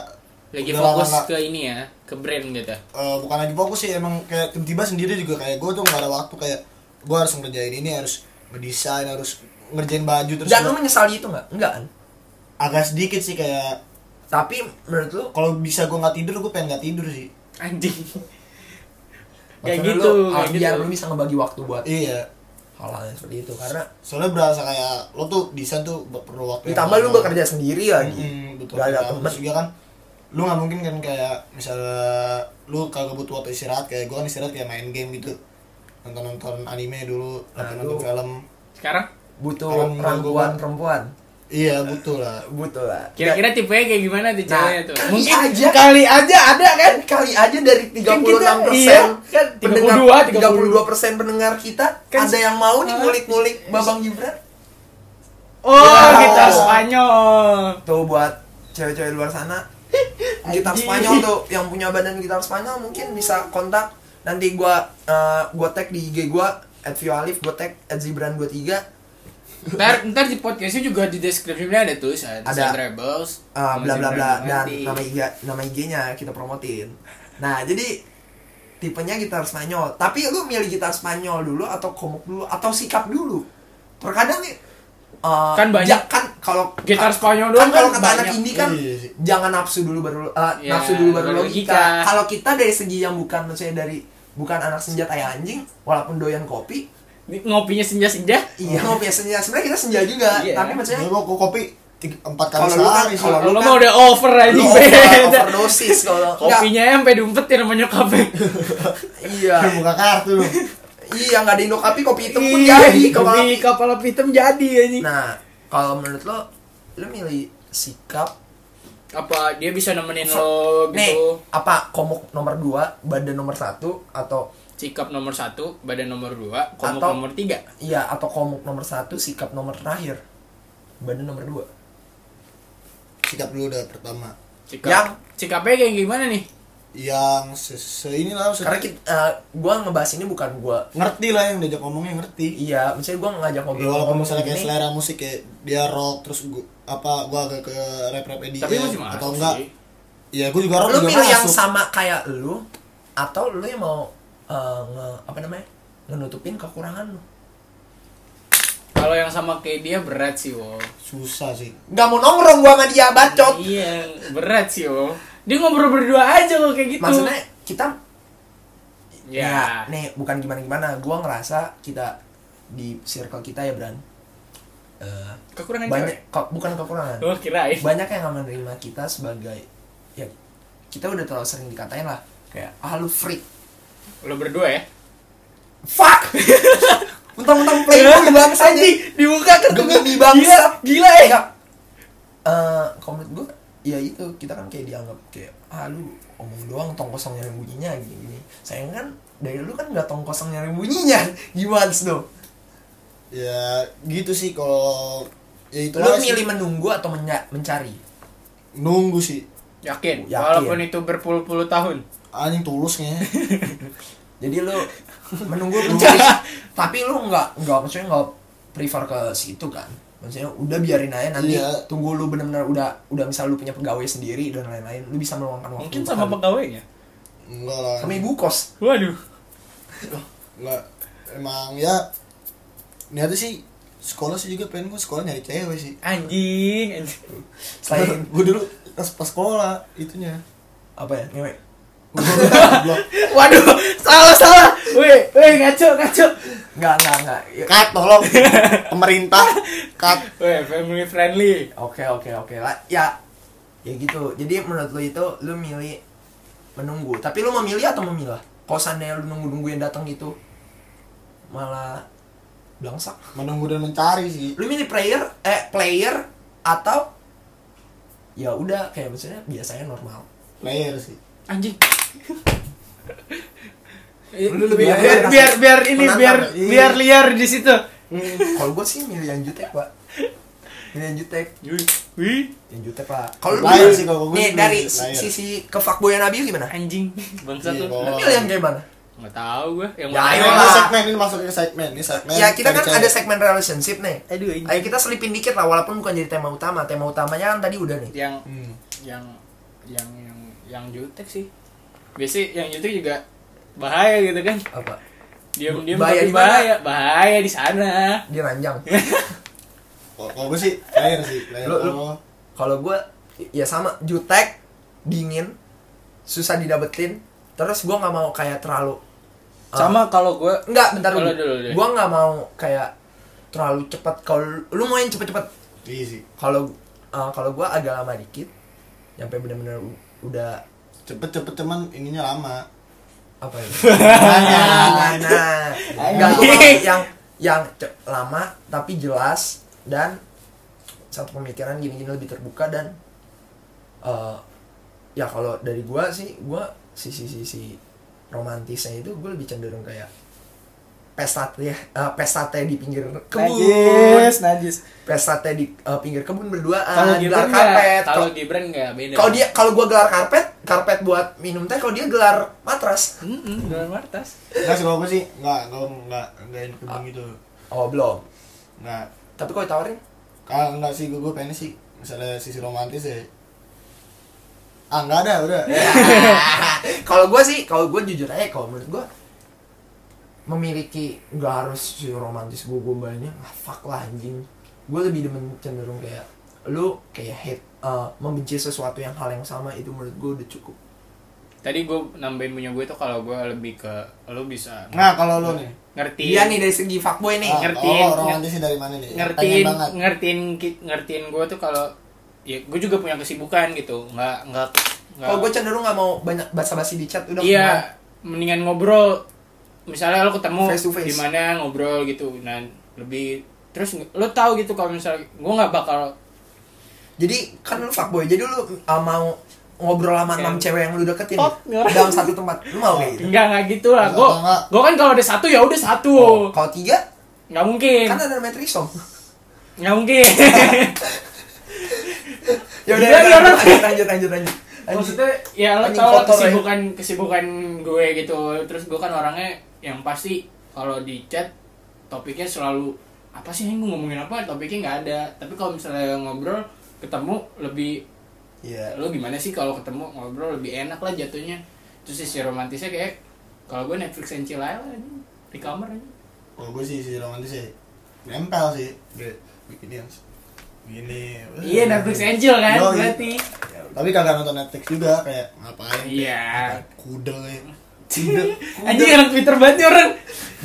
A: Lagi
C: Udah
A: fokus
C: lama nggak-
A: ke ini ya, ke brand gitu.
C: eh, bukan lagi fokus sih emang kayak tiba-tiba sendiri juga kayak gua tuh nggak ada waktu kayak gua harus ngerjain ini harus ngedesain harus ngerjain baju terus
B: dan lu
C: gua-
B: menyesali itu nggak enggak kan
C: agak sedikit sih kayak
B: tapi menurut lu
C: kalau bisa gua nggak tidur gua pengen nggak tidur sih
A: Anjing. Kayak
B: maksudnya
A: gitu,
B: lu, ah,
A: kayak
B: biar
A: gitu.
B: lu bisa ngebagi waktu buat
C: iya
B: hal-hal yang seperti itu karena
A: Iya.
C: soalnya berasa kayak lo tuh desain tuh ber- perlu waktu yang
B: ditambah lu
C: lama.
B: bekerja sendiri lagi
C: Mm, betul
B: Nggak ada
C: Nah,
B: temen.
C: terus juga kan lu nggak mungkin kan kayak misalnya lu kagak butuh waktu istirahat kayak gua kan istirahat kayak main game gitu nonton nonton anime dulu
B: Nah,
C: nonton nonton
B: lu-
C: film
A: Sekarang
B: butuh
C: Kalau menurut
B: perempuan
C: gua-
B: perempuan
C: iya butuh lah
B: butuh lah
A: kan. kira-kira tipenya kayak gimana tuh ceweknya tuh?
B: kali
A: Mungkin
B: Nah, aja kali aja ada kan kali aja dari 36%
A: kita- iya, kan,
B: pendengar
A: 32,
B: 32% pendengar kita
A: Kan-
B: ada yang mau nih ngulik-ngulik Babang Gibran
A: Oh,
B: Wow.
A: kita Spanyol.
B: tuh buat cewek-cewek luar
A: (laughs)
B: sana gitar
A: Anjing.
B: Spanyol tuh yang punya badan gitar Spanyol mungkin bisa kontak nanti gua eh, gua tag di IG gua at Alif gua tag at Zibran gua tiga
A: Ntar, ntar di podcastnya juga di description-nya ada tulisan
B: Ada.
A: Sound Rebels
B: eh, bla bla bla
A: Musik
B: dan
A: Rebels.
B: nama IG nama IG-nya kita promotin nah jadi tipenya gitar Spanyol tapi lu milih gitar Spanyol dulu atau komuk dulu atau sikap dulu terkadang nih eh,
A: Kan banyak.
B: ja- kan kalau
A: Gitar
B: kan-
A: Spanyol
B: kan
A: doang
B: kalau
A: kan
B: kata anak
A: banyak.
B: indie kan
C: Iya sih.
B: jangan nafsu dulu baru eh,
A: Ya,
B: nafsu dulu baru
A: baru
B: logika.
A: logika.
B: Kalau kita dari segi yang bukan maksudnya dari bukan anak senja tai anjing, walaupun doyan kopi,
A: Ini Ngopinya senja-senja
B: iya
C: Oh.
B: mau punya senja. Sebenarnya kita senja juga,
A: Iya.
B: tapi maksudnya
C: Gue mau gua kopi tiga- empat kali
B: Kalau lu kan-
C: sehari sih.
B: kalau
A: Kalau
B: lu
A: lo
B: kan-
A: mah udah over aja
B: lu over,
A: beda
B: overdosis kalau enggak.
A: Kopinya ya sampai diumpetin sama ya. nyokapnya
B: Iya.
C: Lu buka (laughs) kartu lu.
B: Iya, nggak ada Indo kopi, kopi hitam pun
A: Iya,
B: jadi kepala
A: kopi kepala hitam jadi anjing.
B: Nah, kalau menurut lo lo milih sikap
A: Apa dia bisa nemenin lo
B: nih
A: gitu
B: apa komuk nomor 2 badan nomor satu atau
A: Sikap nomor satu, badan nomor dua, komuk
B: Atau-
A: nomor tiga
B: iya atau komuk nomor satu sikap nomor terakhir badan nomor 2
C: Sikap lu udah pertama.
A: Sikap
B: Yang-
A: Sikapnya kayak gimana nih?
C: Yang se, se inilah se-
B: karena kita eh, gua ngebahas ini bukan gua
C: ngerti lah yang diajak ngomongnya ngerti.
B: iya misalnya gua ngajak
C: Ya,
B: ngobrol
C: walaupun
B: ngomong
C: misalnya kayak
B: gini,
C: selera musik kayak dia rock terus gua, apa gua agak ke rap rap EDM
B: Iya,
A: Tapi masih masuk
C: atau enggak?
A: sih.
C: Iya, gua juga rock
B: lu
C: juga
B: milih yang
C: masuk.
B: sama kayak lu atau lu yang mau eh, nge- apa namanya ngenutupin kekurangan lu
A: Kalau yang sama kayak dia berat sih, wo.
C: Susah sih.
B: nggak mau nongkrong gua sama dia bacot
A: Iya, berat sih, wo. Dia ngobrol berdua aja kok kayak gitu.
B: maksudnya kita
A: ya.
B: ya, nih bukan gimana gimana gua ngerasa kita di circle kita ya Bran eh,
A: Kekurangan cewek.
B: banyak ke- bukan kekurangan
A: Gua kirain.
B: banyak yang nggak menerima kita sebagai ya kita udah terlalu sering dikatain lah kayak ah lu freak
A: Lo berdua ya?
B: Fuck! (laughs) Untung-untung playboy bangsa
A: (laughs) Anjing,
B: anjing.
A: dibuka kan? ketemu
B: Gemini bangsa.
A: Gila, gila eh.
B: Enggak. eh kalau menurut gue ya itu kita kan kayak dianggap kayak ah lu omong doang tong kosong nyari bunyinya gini gini sayang kan dari lu kan nggak tong kosong nyari bunyinya (laughs) gimana sih dong
C: ya gitu sih kalau ya itu
B: lu milih menunggu atau menya- mencari
C: nunggu sih
A: Yakin,
B: Yakin.
A: walaupun itu berpuluh-puluh tahun.
C: anjing tulus kayaknya (laughs)
B: jadi lu (laughs) menunggu mencari tapi lu nggak nggak maksudnya nggak prefer ke situ kan maksudnya udah biarin aja nanti
C: Iya.
B: tunggu lu benar-benar udah udah misal lu punya pegawai sendiri dan lain-lain lu bisa meluangkan waktu
A: Mungkin sama
B: buat-
A: pegawainya.
C: enggak lah
B: sama ibu kos
A: Waduh.
C: enggak emang ya niatnya sih sekolah sih juga pengen gue sekolah nyari cewek sih
A: Anjing, anjing.
B: selain
C: (laughs) gue dulu pas, pas sekolah itunya
B: apa ya ngewe (laughs)
C: Gua goblok.
B: waduh salah salah
A: Weh, weh ngaco, ngaco.
B: nggak nggak nggak Ya,
C: cut tolong pemerintah cut
A: Weh, family friendly.
B: oke oke oke lah ya ya gitu jadi menurut lu itu lu milih menunggu tapi lu memilih atau memilah kalau seandainya lu nunggu nunggu yang datang gitu malah belangsak
C: menunggu dan mencari sih
B: lu milih player eh player atau ya udah kayak maksudnya biasanya normal
C: player sih
A: Anjing.
B: (laughs)
A: Iya,
B: Lu lebih
A: biar,
B: apa?
A: biar, biar, biar ini
B: Menantang,
A: biar
B: ya? Iya.
A: biar liar di situ.
B: kalau gue sih milih yang jutek pak milih yang jutek
A: Wih,
B: yang jutek pak kalau lu
C: Player
B: milih-
C: sih kalau gua
B: nih
C: milih
B: dari
C: player.
B: sisi kefakboyan Nabil gimana
A: anjing. Bangsa
C: Iya,
A: tuh.
C: kalau-
B: lu milih yang kayak mana
A: Enggak tahu gua yang
B: Ya,
A: mana.
B: ayo
C: ini
B: lah.
C: segmen ini masuk ke segmen ini segmen
B: ya kita
C: cari
B: kan
C: cewek.
B: ada segmen relationship nih
A: Aduh, anjing.
B: ayo kita selipin dikit lah walaupun bukan jadi tema utama tema utamanya kan tadi udah nih
A: yang
C: Hmm.
A: yang yang yang yang jutek sih. Biasanya yang jutek juga bahaya gitu kan.
B: apa
A: Diam-diam
B: Bahaya
A: tapi
B: di mana? Ah.
A: bahaya, bahaya di sana.
B: dia ranjang
C: Kalau- kalau gue sih player sih player
B: Lu- lu-
C: Kalau-
B: kalau gue ya sama jutek dingin susah didapetin terus gue nggak mau kayak terlalu Ah.
A: Sama kalau gua
B: Enggak, bentar dulu.
A: Kalau dulu deh.
B: Gua nggak mau kayak terlalu cepat kalau lu mau yang cepet-cepet.
C: iya sih
B: Kalau uh, kalau gua agak lama dikit, nyampe bener-bener u- udah
C: cepet cepet cuman ininya lama
B: apa ya?
C: Tanya.
B: nah, nah. Enggak, gua mau yang yang ce- lama tapi jelas dan satu pemikiran gini-gini lebih terbuka dan uh, ya kalau dari gua sih gua sisi sisi romantisnya itu gue lebih cenderung kayak pesta teh eh, pesta teh di pinggir kebun
A: najis, najis.
B: pesta teh di eh, pinggir kebun berduaan
A: Kalau
B: gelar
A: Gibran
B: karpet
A: enggak, kalau Gibran enggak beda.
B: kalau dia kalau gua gelar karpet karpet buat minum teh kalau dia gelar matras
A: Heeh, gelar martas.
C: Enggak sih kalau gue sih enggak, gue enggak enggak yang kebun gitu.
B: oh belum
C: Enggak.
B: tapi kalau ditawarin (laughs)
C: Kalau enggak sih gue gue pengen sih misalnya sisi romantis ya. Ah, enggak ada, udah.
B: kalau gua sih kalau gua jujur aja kalau menurut gua memiliki nggak harus si romantis gue gue banyak ah, fuck lah anjing gue lebih demen cenderung kayak lu kayak hate eh, membenci sesuatu yang hal yang sama itu menurut gue udah cukup
A: Tadi gue nambahin punya gue tuh kalau gue lebih ke lo bisa
C: Nah, kalau lu nih.
A: ngerti
B: iya nih dari segi fuckboy nih
C: Ah,
A: ngertiin.
C: Oh, romantisnya dari mana nih?
A: ngertiin
C: Pengen banget.
A: ngertiin ki- ngertiin gue tuh kalau ya gue juga punya kesibukan gitu nggak nggak nggak
B: Kalau gue cenderung gak mau banyak basa-basi di chat udah
A: iya mendingan ngobrol misalnya lo ketemu
B: Face to face.
A: di mana ngobrol gitu nah lebih terus nge- lo tahu gitu kalau misalnya gue nggak bakal
B: Jadi kan lu fuckboy, jadi lu uh, mau ngobrol sama enam
A: Yang-
B: cewek yang lu deketin
A: Top,
B: ya?
A: nggak.
B: dalam satu tempat. Lu mau kayak gitu?
A: enggak enggak gitu lah
C: Nggak,
A: gue
C: nggak.
A: gue kan kalau ada satu ya udah satu
B: Oh, Kalau tiga,
A: nggak mungkin
B: kan ada metrisom.
A: nggak mungkin (laughs)
B: Ya udah,
A: Iya, iya,
B: lanjut,
A: iya.
B: lanjut, lanjut, lanjut. Lanjut.
A: maksudnya ya lo
B: Anjing
A: tau lah
B: kotor, ya.
A: kesibukan kesibukan gue gitu terus gue kan orangnya yang pasti kalau di chat topiknya selalu apa sih ini gue ngomongin apa topiknya nggak ada tapi kalau misalnya ngobrol ketemu lebih "Eh,
B: Iya.
A: lo gimana sih kalau ketemu ngobrol lebih enak lah jatuhnya terus sisi romantisnya kayak kalau gue Netflix and chill aja lah anjing. di kamar aja
C: Kalau gue sih sisi romantis ya nempel sih. Gue begini yang gini.
B: Eh.
A: iya Netflix
B: ya.
A: and chill kan
C: Yoi.
A: berarti
C: Ya, Tapi kagak nonton Netflix juga kayak ngapain?
A: Iya.
C: Kayak Kudel ya. Kudel.
A: (laughs) anjing orang Twitter banget nih orang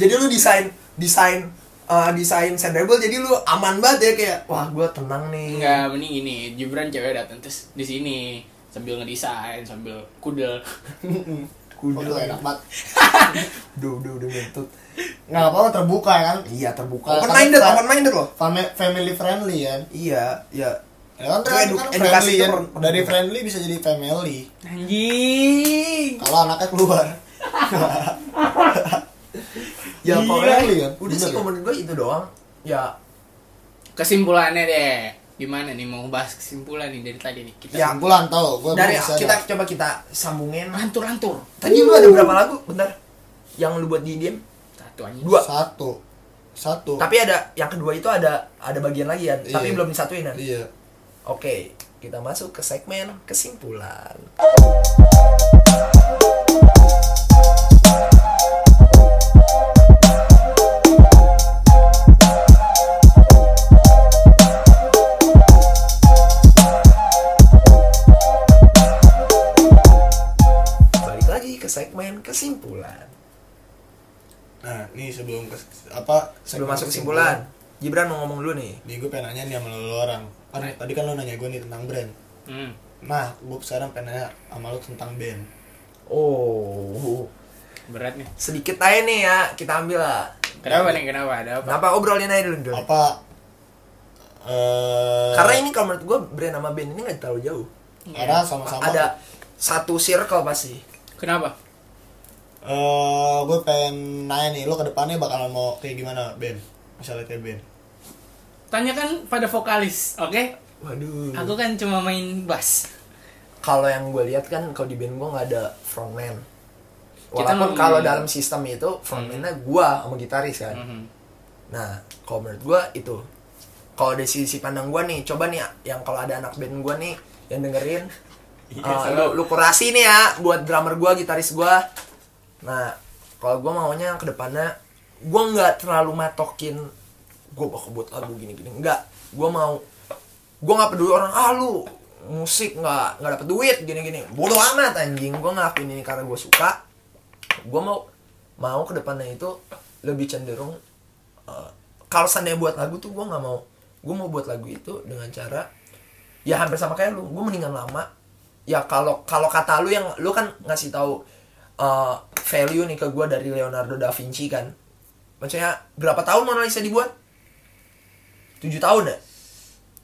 B: Jadi lu desain, desain, uh, desain sendable, jadi lu aman banget ya kayak, wah gue tenang nih.
A: Enggak, mending ini Gibran cewek datang terus di sini sambil ngedesain sambil
B: (laughs)
A: kudel.
B: Oh,
C: Kudel enak banget.
B: Duh, duh, duh, ngentut.
C: Nggak apa-apa terbuka kan.
B: Iya terbuka.
C: Kalau
B: Open minded,
C: sama-
B: open minded loh.
C: Fami- Family friendly kan.
B: Iya, ya.
C: Ya kan
B: Itu edu- edukasi
C: friendly
B: itu
C: kan.
B: per-
C: Dari friendly bisa jadi family.
A: Anjing.
C: Kalau anaknya keluar.
B: ya
C: Gila,
B: pokoknya
C: iya.
B: udah
C: Bener
B: sih
C: ya?
B: kalau menurut gue itu doang ya
A: Kesimpulannya deh. Gimana nih mau bahas kesimpulan nih dari tadi nih kita.
B: Ya.
C: Kesimpulan tau, gue
B: dari kita coba kita sambungin
A: Lantur-lantur.
B: tadi lu ada berapa lagu bentar yang lu buat di diem
A: Satu anjing.
B: dua
C: satu, satu.
B: tapi ada yang kedua itu ada ada bagian lagi ya tapi
C: Iya.
B: belum disatuin kan
C: Iya.
B: oke kita masuk ke segmen kesimpulan balik lagi ke segmen kesimpulan
C: Nah, ini sebelum ke, apa?
B: sebelum masuk kesimpulan Gibran mau ngomong dulu nih
C: Nih gue pengen nanya nih sama lo, lo orang. Kan
A: Right.
C: tadi kan lo nanya gue nih tentang brand.
A: Hmm.
C: Nah, gue sekarang pengen nanya sama lo tentang band.
B: oh
A: Berat nih.
B: sedikit aja nih ya kita ambil lah
A: Kenapa nih? Kenapa? Ada apa?
B: kenapa obrolin aja dulu dulu
C: Apa? eh
B: karena ini kalau menurut gue brand sama band ini nggak terlalu jauh
C: karena sama-sama
B: ada satu circle pasti
A: Kenapa?
C: eh gue pengen nanya nih lo kedepannya bakalan mau kayak gimana band misalnya kayak band
A: Tanyakan pada vokalis, oke?
B: waduh
A: Aku kan cuma main bass.
B: kalau yang gue lihat kan kalau di band gue nggak ada frontman
A: Kita
B: walaupun
A: ngomongin-
B: kalau dalam sistem itu frontman-nya gue sama gitaris kan
A: Mhm.
B: nah kalau menurut gue itu kalau dari sisi pandang gue nih coba nih yang kalau ada anak band gue nih yang dengerin
A: Iya,
B: eh,
A: selalu.
B: lu, lu kurasi nih ya buat drummer gue gitaris gue nah kalau gue maunya ke depannya gue nggak terlalu matokin gue bakal buat lagu gini gini nggak gue mau gue nggak peduli orang ah lu musik nggak nggak dapet duit gini gini bodoh amat anjing gue ngelakuin ini karena gue suka gue mau mau ke depannya itu lebih cenderung eh, kalau seandainya buat lagu tuh gue nggak mau gue mau buat lagu itu dengan cara ya hampir sama kayak lu gue mendingan lama ya kalau kalau kata lu yang lu kan ngasih tahu eh, value nih ke gue dari Leonardo da Vinci kan maksudnya berapa tahun Mona Lisa dibuat tujuh tahun ya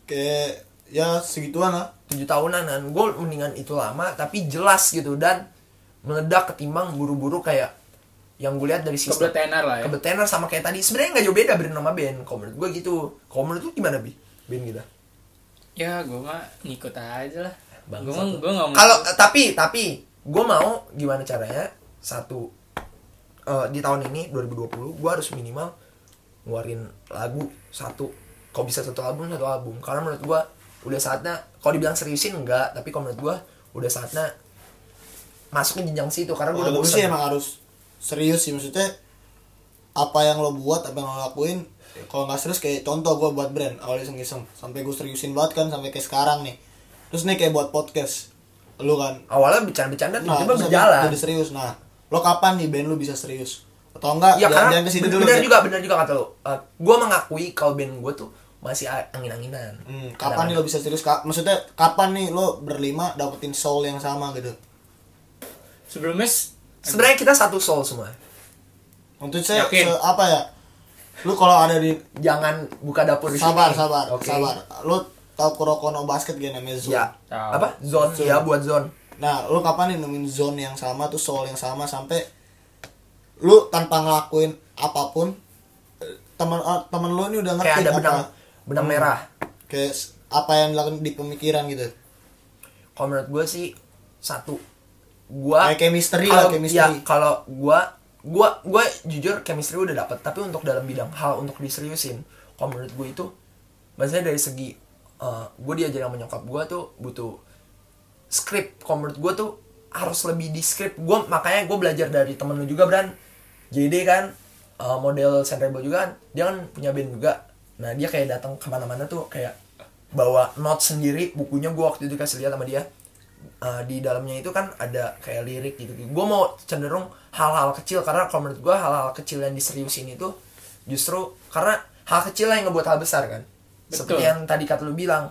C: kayak ya segituan lah
B: tujuh tahunan gue mendingan itu lama tapi jelas gitu dan meledak ketimbang buru-buru kayak yang gue lihat dari sistem
A: Kebetenar
C: Iya.
A: lah ya.
B: kebetenar sama kayak tadi sebenarnya nggak jauh beda brand sama band kalau menurut gue gitu kalau menurut lu gimana bi band kita
A: ya gue mah ngikut aja lah.
B: Bangsat.
A: Gue mah gue nggak mau.
B: kalau eh, tapi tapi gue mau gimana caranya satu eh, di tahun ini 2020 gue harus minimal ngeluarin lagu satu kalau bisa satu album satu album karena menurut gue udah saatnya kalau dibilang seriusin enggak tapi kalau menurut gue udah saatnya masuk ke jenjang situ karena gue udah
C: kalau gue
B: bosan
C: Kan sih emang harus serius sih maksudnya apa yang lo buat apa yang lo lakuin kalau nggak serius kayak contoh gue buat brand awalnya iseng iseng sampai gue seriusin banget kan sampai kayak sekarang nih terus nih kayak buat podcast lo kan Nah,
B: awalnya bercanda-bercanda tiba-tiba
C: terus
B: Nah, berjalan
C: jadi serius nah lo kapan nih band lo bisa serius atau enggak
B: ya karena
C: jangan-jangan kesini dulu
B: benar
C: Band.
B: juga benar juga kata lo gue mengakui kalau band gue tuh masih a- angin-anginan
C: Hmm, kapan nih lo bisa serius? Ka- maksudnya kapan nih lo berlima dapetin soul yang sama gitu?
A: Sebelumnya s-
B: sebenarnya kita satu soul semua
C: Untuk saya
A: Yakin.
C: se- apa ya? Lo kalau ada di
B: jangan buka dapur di
C: sabar
B: sini.
C: sabar
B: Oke.
C: sabar. Lo tau Kurokono basket gak namanya zone?
B: Ya.
A: Tahu.
B: Apa? Zone.
C: Zone.
B: Ya buat zone.
C: Nah, lo kapan nih nemuin zone yang sama tuh soul yang sama sampai lo tanpa ngelakuin apapun eh, temen eh, temen lo ini udah ngerti Hmm.
B: Kayak ada benang
C: apa
B: benang merah.
C: kayak s- apa yang dilakukan di pemikiran gitu.
B: Kalau menurut gue sih satu. Gua
C: Kayak chemistry lah,
B: kalau,
C: chemistry.
B: ya, kalau gua gua gua jujur chemistry udah dapet tapi untuk dalam bidang hal untuk diseriusin kalau menurut gue itu maksudnya dari segi gue diajarin sama nyokap gue tuh butuh script kalau menurut gue tuh harus lebih di script gue makanya gue belajar dari temen lu juga Bran JD kan eh, model Sandrebel juga kan dia kan punya band juga nah dia kayak datang kemana-mana tuh kayak bawa note sendiri bukunya gue waktu itu kasih lihat sama dia Eh, di dalamnya itu kan ada kayak lirik gitu gue mau cenderung hal-hal kecil karena kalau menurut gue hal-hal kecil yang diseriusin itu justru karena hal kecil lah yang ngebuat hal besar kan
A: Betul.
B: seperti yang tadi kata lu bilang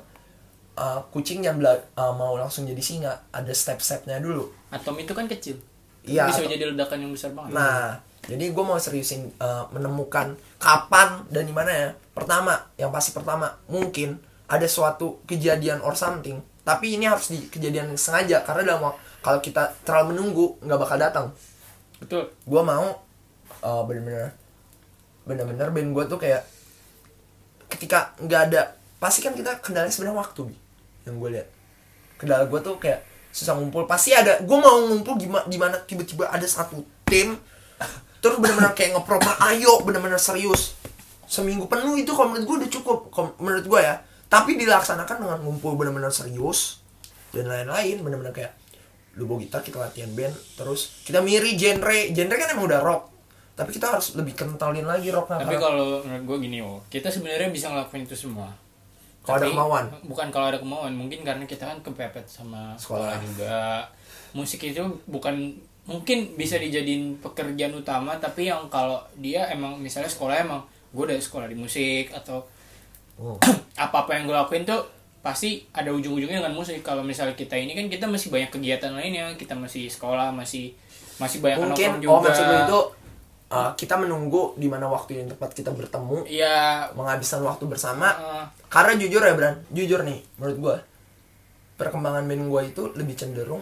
B: uh, kucing yang bela- uh, mau langsung jadi singa ada step-stepnya dulu
A: atom itu kan kecil.
B: Iya,
A: Bisa
B: atom.
A: jadi ledakan yang besar banget.
B: nah jadi gue mau seriusin eh, uh, menemukan kapan dan di mana ya pertama yang pasti pertama mungkin ada suatu kejadian or something tapi ini harus di kejadian yang sengaja karena dalam wak- kalau kita terlalu menunggu nggak bakal datang
A: betul
B: gue mau eh, bener-bener bener-bener band gue tuh kayak ketika nggak ada pasti kan kita kendala sebenarnya waktu Bi, yang gue lihat kendala gue tuh kayak susah ngumpul pasti ada gue mau ngumpul gimana gimana tiba-tiba ada satu tim terus bener-bener kayak ngeproper ayo bener-bener serius seminggu penuh itu kalau menurut gue udah cukup kalau menurut gue ya tapi dilaksanakan dengan ngumpul bener-bener serius dan lain-lain bener-bener kayak lu bawa gitar kita latihan band terus kita miri genre genre kan emang udah rock tapi kita harus lebih kentalin lagi rocknya
A: tapi
B: karena-
A: kalau menurut gue gini oh kita sebenarnya bisa ngelakuin itu semua
B: Kalau ada
A: Tapi-
B: kemauan.
A: bukan kalau ada kemauan mungkin karena kita kan kepepet sama
B: Sekolah.
A: sekolah, juga musik itu bukan mungkin bisa dijadiin pekerjaan utama tapi yang kalau dia emang misalnya sekolah emang gue udah sekolah di musik atau (clears throat)
B: Oh.
A: apa apa yang gue lakuin tuh pasti ada ujung-ujungnya dengan musik kalau misalnya kita ini kan kita masih banyak kegiatan lainnya kita masih sekolah masih masih banyak
B: mungkin
A: nongkrong
B: oh maksud lu itu uh, kita menunggu di mana waktu yang tepat kita bertemu
A: Iya,
B: menghabiskan waktu bersama
A: eh,
B: karena jujur ya Bran jujur nih menurut gue perkembangan band gue itu lebih cenderung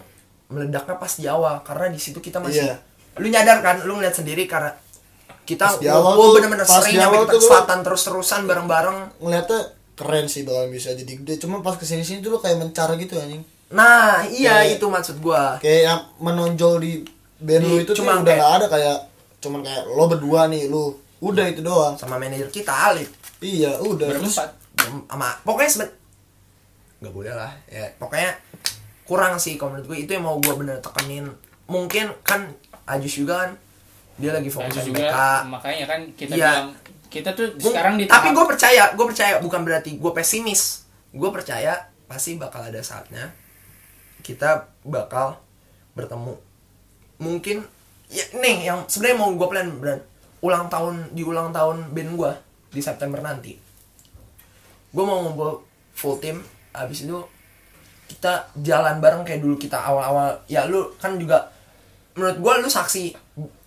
B: meledaknya pas di awal karena di situ kita masih
C: Iya.
B: lu nyadar kan lu ngeliat sendiri karena kita
C: Pas di awal
B: gua
C: tuh-
B: bener-bener
C: pas
B: sering
C: di
B: nyampe
C: awal
B: kita
C: tuh gua-
B: kesempatan terus-terusan bareng-bareng
C: ngeliatnya keren sih bakal bisa jadi gede cuma pas kesini sini tuh lu kayak mencar gitu anjing
B: nah iya
C: Kayak-
B: itu maksud gue
C: kayak yang menonjol di band
B: Di-
C: lu itu
B: cuma
C: tuh udah
B: kayak-
C: gak ada kayak cuman kayak lo berdua nih lu
B: Iya.
C: udah itu doang
B: sama manajer kita Alif
C: iya udah Terus
A: berempat.
B: sama pokoknya seben nggak boleh lah ya pokoknya kurang sih kalau menurut gue itu yang mau gue bener tekenin mungkin kan Ajus juga kan dia lagi
A: Nah,
B: fokus
A: itu
B: MBK
A: juga makanya kan kita
B: kan Iya.
A: bilang kita tuh sekarang di
B: tapi
A: tahap-
B: gue percaya gue percaya bukan berarti gue pesimis gue percaya pasti bakal ada saatnya kita bakal bertemu mungkin ya, nih yang sebenarnya mau gue plan Bran, ulang tahun di ulang tahun band gue di September nanti gue mau ngumpul full team abis itu kita jalan bareng kayak dulu kita awal-awal ya lu kan juga menurut gua lu saksi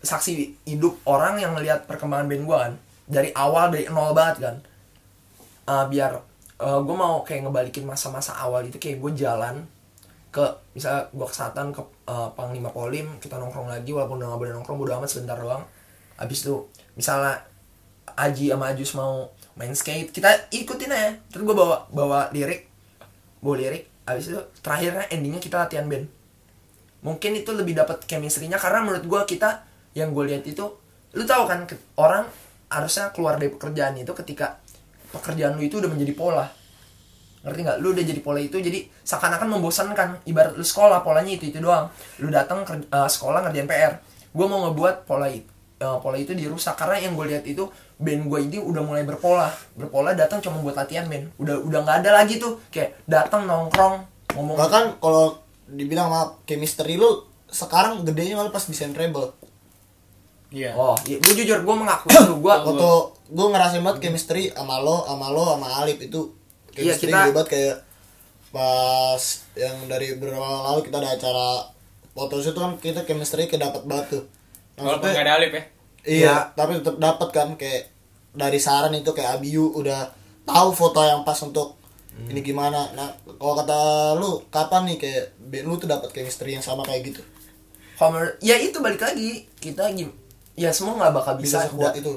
B: saksi hidup orang yang ngelihat perkembangan band gua kan dari awal dari nol banget kan Eh, biar eh, gua mau kayak ngebalikin masa-masa awal itu kayak gue jalan ke misalnya gua kesatan ke eh, panglima polim kita nongkrong lagi walaupun udah gak boleh nongkrong bodo amat sebentar doang abis itu misalnya Aji sama Ajus mau main skate kita ikutin aja terus gua bawa bawa lirik bawa lirik abis itu terakhirnya endingnya kita latihan band mungkin itu lebih dapat chemistry-nya karena menurut gua kita yang gue lihat itu lu tahu kan ke- orang harusnya keluar dari pekerjaan itu ketika pekerjaan lu itu udah menjadi pola ngerti nggak lu udah jadi pola itu jadi seakan-akan membosankan ibarat lu sekolah polanya itu itu doang lu datang ke eh, sekolah ngerjain PR gue mau ngebuat pola itu pola itu dirusak karena yang gue lihat itu band gue ini udah mulai berpola berpola datang cuma buat latihan band udah udah nggak ada lagi tuh kayak datang nongkrong ngomong
C: bahkan kalau dibilang maaf chemistry lu sekarang gedenya malah pas di Rebel
A: Iya.
B: Oh, iya, gue jujur, gue mengakui itu gue
C: waktu gue ngerasain banget chemistry sama lo sama lo sama Alip itu
B: Iya,
C: chemistry
B: kita-
C: gede banget kayak pas yang dari beberapa waktu lalu kita ada acara foto shoot tuh kan kita chemistry kayak dapat banget tuh
A: Walaupun
C: Maksudnya-
A: nggak ada alip ya.
B: Iya.
C: Iya, tapi tetap dapat kan kayak dari saran itu kayak Abiu udah tahu foto yang pas untuk ini gimana. Nah, kalau kata lu kapan nih kayak band lu tuh dapat chemistry yang sama kayak gitu?
B: Homer, ya itu balik lagi kita gim, ya semua nggak bakal
C: Bisa
B: bisa.
C: sekuat itu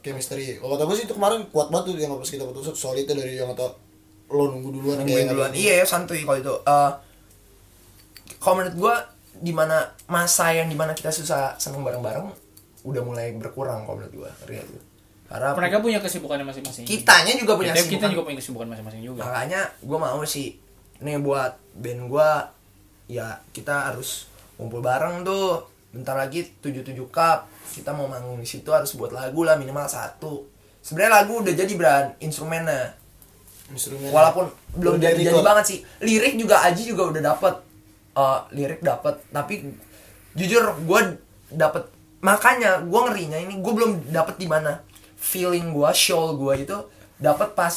C: chemistry. Kalau kata gue sih itu kemarin kuat banget tuh yang pas kita putus solidnya dari yang kata lo nunggu duluan
B: Nungguin
C: kayak
B: duluan.
C: kata-
B: Iya, ya, santuy kalau itu. Eh, kalau menurut gue, di mana masa yang dimana kita susah seneng bareng-bareng udah mulai berkurang kalau menurut gue, ngerti gak lu? Karena
A: Mereka punya kesibukan masing-masing.
B: kitanya juga punya
A: kita, kita
B: kesibukan. Ah.
A: juga punya kesibukan masing-masing juga.
B: makanya gue mau sih nih buat band gue ya kita harus ngumpul bareng tuh bentar lagi 77 cup kita mau manggung di situ harus buat lagu lah minimal satu sebenarnya lagu udah jadi brand instrumennya
C: Instrumen.
B: walaupun belum
C: Udah
B: jadi jadi
C: record.
B: banget sih lirik juga Aji juga udah dapet Eh, lirik dapet tapi jujur gue dapet makanya gue ngerinya ini gue belum dapet di mana feeling gue show gue itu dapet pas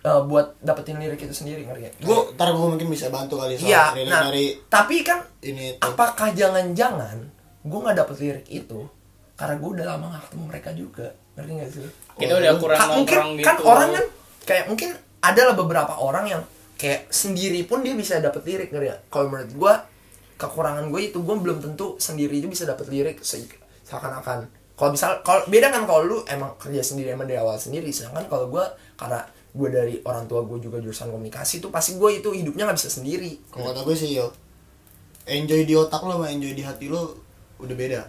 B: eh, buat dapetin lirik itu sendiri ngeri gue
C: Gua- ntar gue mungkin bisa bantu kali soal
B: iya
C: relate
B: nah
C: dari
B: tapi kan
C: ini tuh.
B: apakah jangan-jangan gue nggak dapet lirik itu karena gue udah lama gak ketemu mereka juga ngerti gak sih
A: Kita udah kurang
B: Ka- mungkin
A: nongkrong gitu.
B: kan orang kan kayak mungkin adalah beberapa orang yang kayak sendiri pun dia bisa dapet lirik ngerti nggak? kalau menurut gue kekurangan gue itu gue belum tentu sendiri itu bisa dapet lirik se- seakan-akan kalau misal kalau beda kan kalau lu emang kerja sendiri emang dari awal sendiri sedangkan kalau gue karena gue dari orang tua gue juga jurusan komunikasi tuh pasti gue itu hidupnya nggak bisa sendiri
C: Kalau kata gue sih yo, enjoy di otak lo sama enjoy di hati lo udah beda.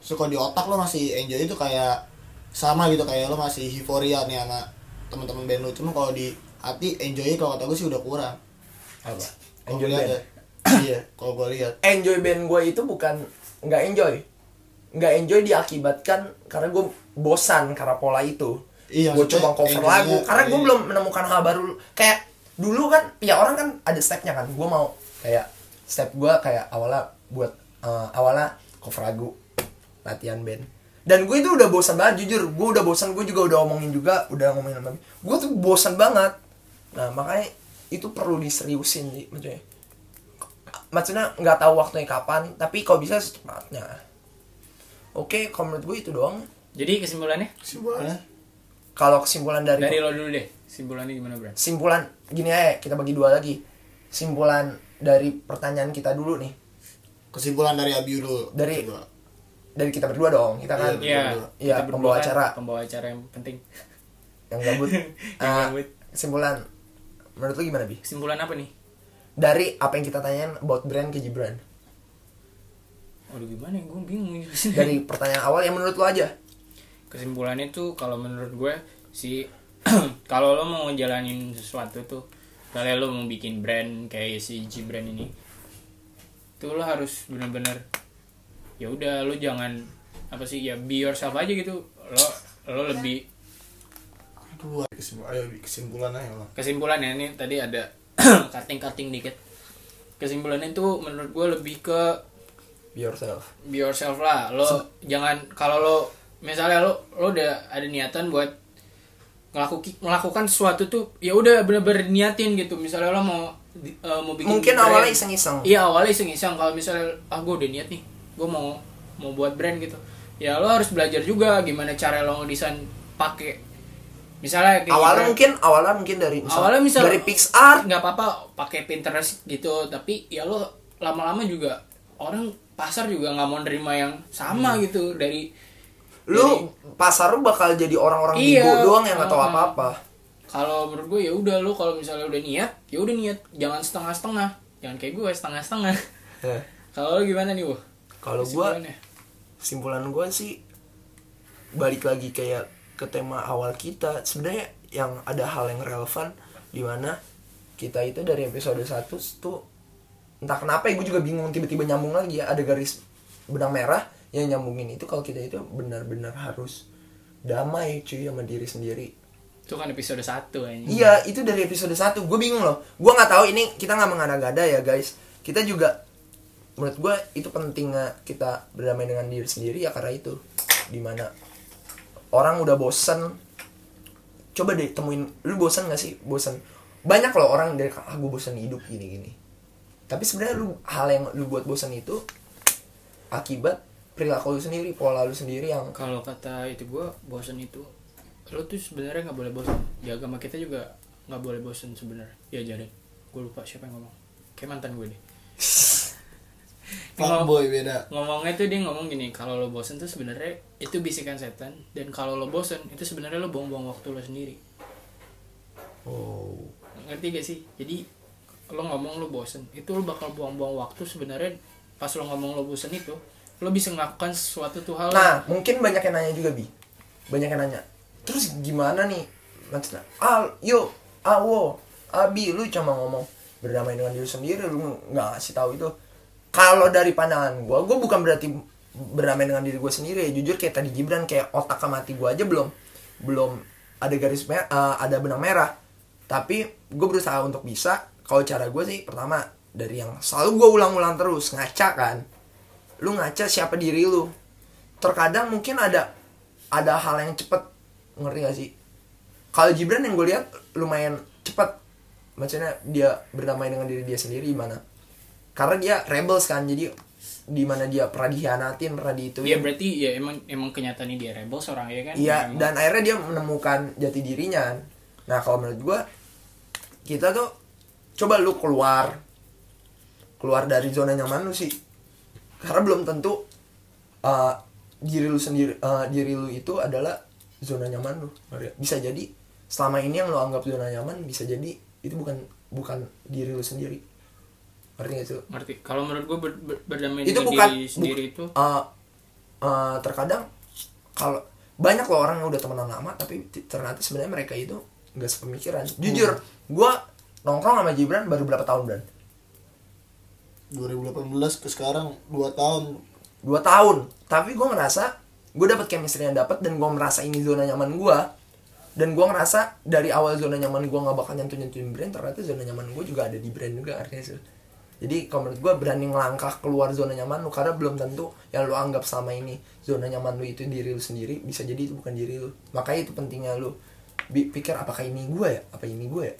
C: So kalau di otak lo masih enjoy itu kayak sama gitu kayak lo masih euforia nih sama teman-teman band lo. Cuma kalau di hati enjoy kalau kata gue sih udah kurang.
B: apa
C: Kalau
B: enjoy
C: gue lihat
B: band
C: ya. iya, kalau gue lihat.
B: enjoy band gue itu bukan nggak enjoy nggak enjoy diakibatkan karena gue bosan karena pola itu
C: Iya,
B: gue
C: maksudnya
B: coba cover
C: enjoy-nya,
B: lagu karena gue
C: iya.
B: belum menemukan hal baru kayak dulu kan ya orang kan ada stepnya kan gue mau kayak step gue kayak awalnya buat eh, awalnya cover lagu latihan band dan gue itu udah bosan banget jujur gue udah bosan gue juga udah omongin juga udah ngomongin sama gue tuh bosan banget nah makanya itu perlu diseriusin sih maksudnya maksudnya nggak tahu waktunya kapan tapi kalau bisa secepatnya oke kalau menurut gue itu doang
A: Jadi kesimpulannya
C: Kesimpulannya
B: kalau kesimpulan dari,
A: dari lo dulu deh. Kesimpulannya gimana, Bran?
B: simpulan gini aja kita bagi dua lagi simpulan dari pertanyaan kita dulu nih
C: kesimpulan dari Abiu dulu.
B: Dari-
C: Coba.
B: dari kita berdua dong kita kan
C: Iya.
B: Iya,
A: kita berdua
B: pembawa
A: kan,
B: acara.
A: Pembawa acara yang penting.
B: yang
A: (laughs)
B: gabut
A: Yang
B: Ah,
A: gabut.
B: simpulan menurut lu gimana bi
A: Kesimpulan apa nih?
B: dari apa yang kita tanyain about brand ke Gibran
A: Aduh gimana ya, gue bingung jelasin.
B: (laughs)
A: (laughs)
B: dari pertanyaan awal yang menurut lu aja
A: kesimpulannya tuh kalau menurut gue si (clears throat) kalau lo mau ngejalanin sesuatu tuh kalau lo mau bikin brand kayak si G brand ini tuh lo harus bener-bener ya udah lo jangan apa sih ya be yourself aja gitu lo lo lebih
C: Aduh, kesimpulan ayo Bi, kesimpulan aja lah.
A: kesimpulannya ini tadi ada (clears throat) cutting cutting dikit kesimpulannya tuh menurut gue lebih ke
B: be yourself
A: be yourself lah lo jangan kalau lo misalnya lo lo udah ada niatan buat ngelakuki- melakukan sesuatu tuh ya udah bener-bener niatin gitu misalnya lo mau di- eh, mau bikin
B: mungkin
A: brand.
B: awalnya iseng-iseng
A: iya awalnya iseng-iseng kalau misalnya ah gue udah niat nih gue mau mau buat brand gitu ya lo harus belajar juga gimana cara lo ngedesain pakai misalnya kayak
B: awalnya
A: gitu.
B: mungkin awalnya mungkin dari misal,
A: awalnya misal
B: dari PixArt
A: nggak apa-apa pakai Pinterest gitu tapi ya lo lama-lama juga orang pasar juga nggak mau nerima yang sama
B: Hmm.
A: gitu dari
B: lu pasar lu bakal jadi orang-orang
A: Iya.
B: bigo doang yang nggak tahu
A: Ah.
B: apa-apa
A: kalau menurut gue ya udah lo kalau misalnya udah niat ya udah niat jangan setengah-setengah jangan kayak gue setengah-setengah (laughs) kalau lo gimana nih wah
B: kalau gua
A: Kesimpulannya.
B: simpulan gue sih balik lagi kayak ke tema awal kita sebenarnya yang ada hal yang relevan di mana kita itu dari episode 1 tuh entah kenapa ya gue juga bingung tiba-tiba nyambung lagi ya ada garis benang merah yang nyambungin itu kalau kita itu benar-benar harus damai cuy sama diri sendiri
A: itu kan episode 1 aja
B: Iya, itu dari episode 1. Gue bingung loh. Gue nggak tahu ini kita nggak mengada-gada ya, guys. Kita juga menurut gue itu pentingnya kita berdamai dengan diri sendiri ya karena itu dimana orang udah bosen coba deh temuin lu bosen gak sih bosen banyak loh orang dari ah gue bosen hidup gini gini tapi sebenarnya lu hal yang lu buat bosen itu akibat perilaku lu sendiri pola lu sendiri yang
A: kalau kata itu gue bosen itu lo tuh sebenarnya nggak boleh bosen di agama kita juga nggak boleh bosen sebenarnya ya jadi gue lupa siapa yang ngomong kayak mantan gue deh Kalau-
C: Fuckboy beda.
A: ngomongnya tuh dia ngomong gini kalau lo bosen tuh sebenarnya itu bisikan setan dan kalau lo bosen itu sebenarnya lo buang-buang waktu lo sendiri
B: oh
A: ngerti gak sih jadi lo ngomong lo bosen itu lo bakal buang-buang waktu sebenarnya pas lo ngomong lo bosen itu lo bisa melakukan sesuatu tuh hal
B: Nah, mungkin banyak yang nanya juga, Bi. Banyak yang nanya. Terus gimana nih? Maksudnya, ah, yo, ah, wo, ah, Bi, lu cuma ngomong berdamai dengan diri sendiri, lu nggak ngasih tahu itu. Kalau dari pandangan gua, gua bukan berarti berdamai dengan diri gua sendiri. ya. Jujur kayak tadi Gibran, kayak otak sama hati gua aja belum, belum ada garis merah, ada benang merah. Tapi gue berusaha untuk bisa. Kalau cara gue sih, pertama dari yang selalu gue ulang-ulang terus ngaca kan lu ngaca siapa diri lu terkadang mungkin ada ada hal yang cepet ngerti gak sih kalau Gibran yang gue lihat lumayan cepet maksudnya dia berdamai dengan diri dia sendiri gimana karena dia rebels kan jadi di mana dia pernah dihianatin pernah diituin
A: ya berarti ya emang emang kenyataannya dia rebel seorang ya kan
B: Iya,
A: Emang-
B: dan akhirnya dia menemukan jati dirinya. Nah, kalau menurut gua kita tuh coba lu keluar keluar dari zona nyaman lu sih karena belum tentu uh, diri lu sendiri uh, diri lu itu adalah zona nyaman lu bisa jadi selama ini yang lu anggap zona nyaman bisa jadi itu bukan bukan diri lu sendiri ngerti gak sih lu?
A: ngerti kalau menurut gue ber, ber- berdamai
B: itu
A: dengan
B: bukan
A: diri sendiri
B: buk-
A: itu
B: uh, uh, terkadang kalau banyak loh orang yang udah temenan lama tapi t- ternyata sebenarnya mereka itu nggak sepemikiran jujur
A: Hmm.
B: gua nongkrong sama Gibran baru berapa tahun Bran
C: 2018 ke sekarang 2 tahun
B: dua tahun tapi gua ngerasa gue dapet chemistry yang dapet dan gua merasa ini zona nyaman gua dan gua ngerasa dari awal zona nyaman gua nggak bakal nyentuh nyentuhin brand ternyata zona nyaman gue juga ada di brand juga artinya sih jadi kalau menurut gue berani ngelangkah keluar zona nyaman lu karena belum tentu yang lu anggap sama ini zona nyaman lu itu diri lu sendiri bisa jadi itu bukan diri lu makanya itu pentingnya lu bi- pikir apakah ini gua ya apa ini gua ya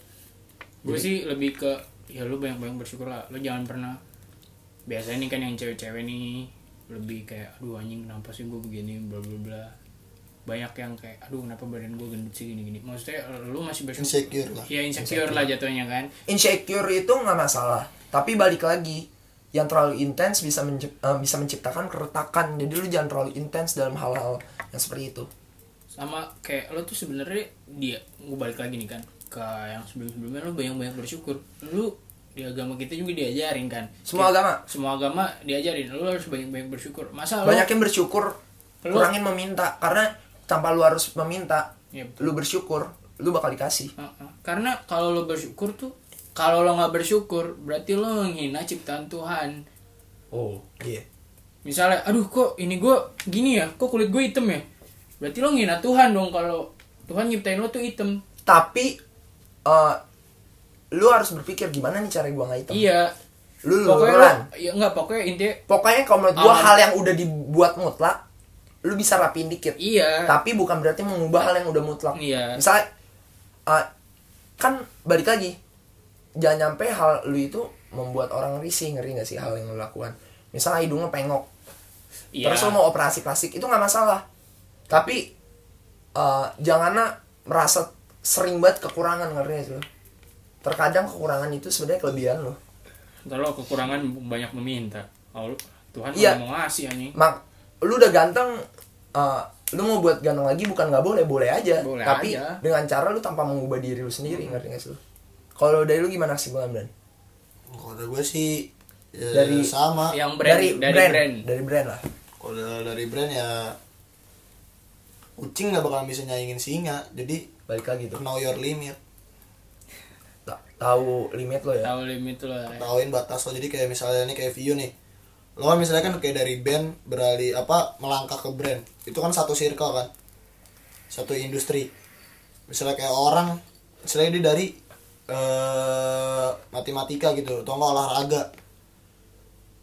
A: gue sih lebih ke ya lu banyak-banyak bersyukur lah lu jangan pernah biasanya nih kan yang cewek-cewek nih lebih kayak aduh anjing kenapa sih gue begini bla bla bla banyak yang kayak aduh kenapa badan gue gendut sih gini gini maksudnya lu masih bersyukur
C: insecure lah
A: ya insecure lah jatuhnya kan
B: insecure itu nggak masalah tapi balik lagi yang terlalu intens bisa menci- eh, bisa menciptakan keretakan jadi lu jangan terlalu intens dalam hal-hal yang seperti itu
A: sama kayak lo tuh sebenarnya dia gue balik lagi nih kan ke yang sebelum-sebelumnya lo banyak-banyak bersyukur lu di agama kita juga diajarin kan
B: semua
A: Kayak-
B: agama
A: semua agama diajarin lu harus banyak-banyak bersyukur masa lu
B: banyakin bersyukur
A: Lu-
B: kurangin meminta karena tanpa lu harus meminta
A: Iya, betul.
B: lu bersyukur lu bakal dikasih
A: Uh-uh. karena kalau lo bersyukur tuh kalau lo nggak bersyukur berarti lo menghina ciptaan Tuhan
B: oh iya
A: misalnya aduh kok ini gue gini ya kok kulit gue hitam ya berarti lo menghina Tuhan dong kalau Tuhan nyiptain lo tuh hitam
B: tapi eh, lu harus berpikir gimana nih cara gua nggak hitam
A: iya
B: lu
A: pokoknya lo,
B: luluran
A: ya nggak pokoknya intinya
B: pokoknya kalau menurut gua
A: Aman.
B: hal yang udah dibuat mutlak lu bisa rapiin dikit
A: iya
B: tapi bukan berarti mengubah hal yang udah mutlak
A: Iya.
B: misalnya uh, kan balik lagi jangan nyampe hal lu itu membuat orang risih ngeri gak sih hal yang lu lakukan misalnya hidungnya pengok
A: iya
B: terus lu mau operasi plastik itu nggak masalah tapi uh, janganlah merasa sering banget kekurangan ngerti gak sih lu? terkadang kekurangan itu sebenarnya kelebihan lo
A: Ntar lo kekurangan banyak meminta kalau lo- Tuhan
B: Iya.
A: nggak mau ngasih anjing
B: mak lu udah ganteng uh, lu mau buat ganteng lagi bukan nggak boleh boleh aja
A: Boleh
B: tapi
A: aja. Hmm.
B: dengan cara lu tanpa mengubah diri lu sendiri ngerti nggak sih lu kalau dari lu gimana sih bang Amran
C: kalau gue sih ya,
B: Dari-
C: sama
A: yang brand dari, brand,
B: dari brand lah
C: kalau dari brand ya kucing nggak bakal bisa nyaingin singa jadi
B: balik lagi tuh
C: know your limit
B: Ta- tahu limit lo ya
A: tahu limit lo lah ya.
C: tahuin batas lo jadi kayak misalnya nih kayak view nih lo kan misalnya kan kayak dari band beralih apa melangkah ke brand itu kan satu circle kan satu industri misalnya kayak orang misalnya dia dari eh matematika gitu atau enggak olahraga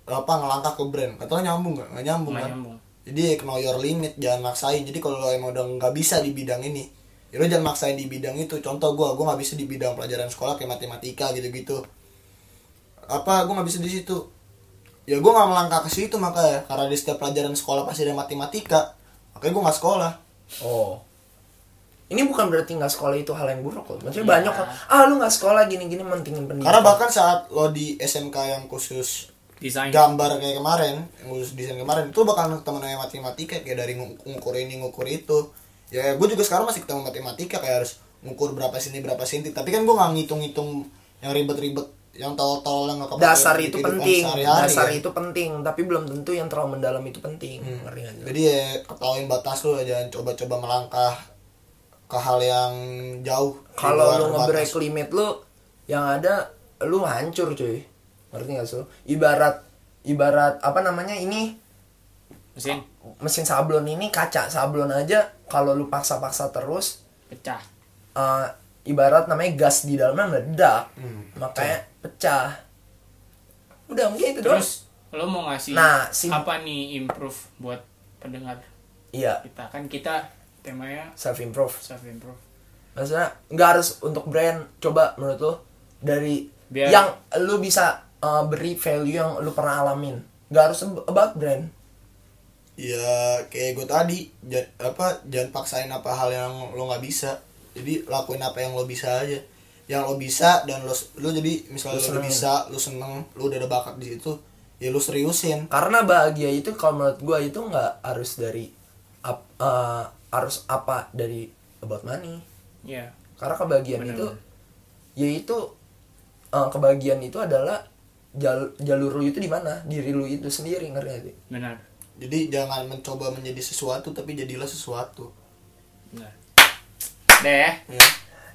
C: apa ngelangkah ke brand atau nyambung nggak nggak nyambung
A: Nggak
C: kan
A: nyambung.
C: jadi ya know your limit jangan maksain jadi kalau lo emang udah nggak bisa di bidang ini ya lo jangan maksain di bidang itu contoh gue gue nggak bisa di bidang pelajaran sekolah kayak matematika gitu gitu apa gue nggak bisa di situ ya gue nggak melangkah ke situ makanya karena di setiap pelajaran sekolah pasti ada matematika makanya gue nggak sekolah
B: oh ini bukan berarti nggak sekolah itu hal yang buruk loh
A: Iya.
B: maksudnya banyak kan ah lu nggak sekolah gini gini mentingin pendidikan
C: karena bahkan saat lo di SMK yang khusus
A: desain
C: gambar kayak kemarin yang khusus desain kemarin itu bakal temen yang matematika kayak dari ngu- ngukur ini ngukur itu ya gue juga sekarang masih ketemu matematika kayak harus ngukur berapa sini berapa senti tapi kan gue nggak ngitung-ngitung yang ribet-ribet yang tol-tol yang nggak kepake
B: dasar
C: di
B: itu
C: kehidupan
B: penting
C: sehari-hari,
B: dasar
C: kan.
B: itu penting tapi belum tentu yang terlalu mendalam itu penting ngerti nggak sih lu?
C: Jadi ya ketahuin batas lu jangan coba-coba melangkah ke hal yang jauh. di
B: kalau
C: luar
B: lu nge-break
C: batas.
B: limit lu yang ada lu hancur cuy ngerti gak sih lu? ibarat ibarat apa namanya ini
A: mesin
B: mesin sablon ini kaca sablon aja kalau lu paksa-paksa terus
A: pecah
B: eh, ibarat namanya gas di dalamnya meledak makanya pecah udah mungkin itu doang
A: terus lo mau ngasih
B: Nah, sim-
A: apa nih improve buat pendengar
B: iya
A: kita kan kita temanya
B: self improve
A: self improve
B: maksudnya nggak harus untuk brand coba menurut lo dari
A: Biar-
B: yang lu bisa eh, beri value yang lu pernah alamin nggak harus ab- about brand
C: Ya kayak gue tadi ja- apa jangan paksain apa hal yang lo nggak bisa. Jadi lakuin apa yang lo bisa aja. yang lo bisa dan lo lo jadi
B: Lo
C: misalnya lo udah
B: seneng.
C: bisa lo seneng lo udah ada bakat di situ ya lo seriusin
B: karena bahagia itu kalau menurut gue itu nggak harus dari ap- eh, harus apa dari about money
A: Iya.
B: karena kebahagiaan
A: Bener,
B: itu yaitu eh, kebahagiaan itu adalah jal- jalur lu itu di mana diri lu itu sendiri ngerti gak sih?
A: Benar.
C: jadi jangan mencoba menjadi sesuatu tapi jadilah sesuatu
A: Benar. Deh.
C: ya.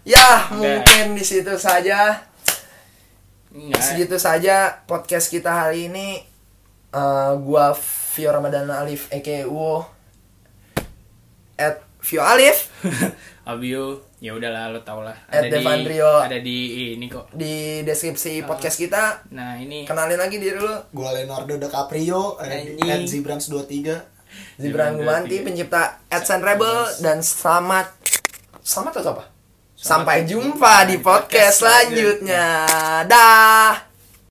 B: ya mungkin di situ saja
A: Enggak.
B: segitu saja podcast kita hari ini Eh, gua Vio Ramadan Alif aka Uwo at Vio Alif
A: (laughs) Abio, ya udahlah lo tau lah.
B: At
A: Ada di
B: Devandrio.
A: ada di ini kok.
B: di deskripsi podcast kita
A: Nah, ini
B: kenalin lagi diri lu
C: gue Leonardo da Caprio
A: Anjing.
C: at Zibrans 23
B: Zibran Gumanti pencipta Adsense Rebel dan selamat selamat atau apa? Sampai jumpa di podcast selanjutnya. Dah.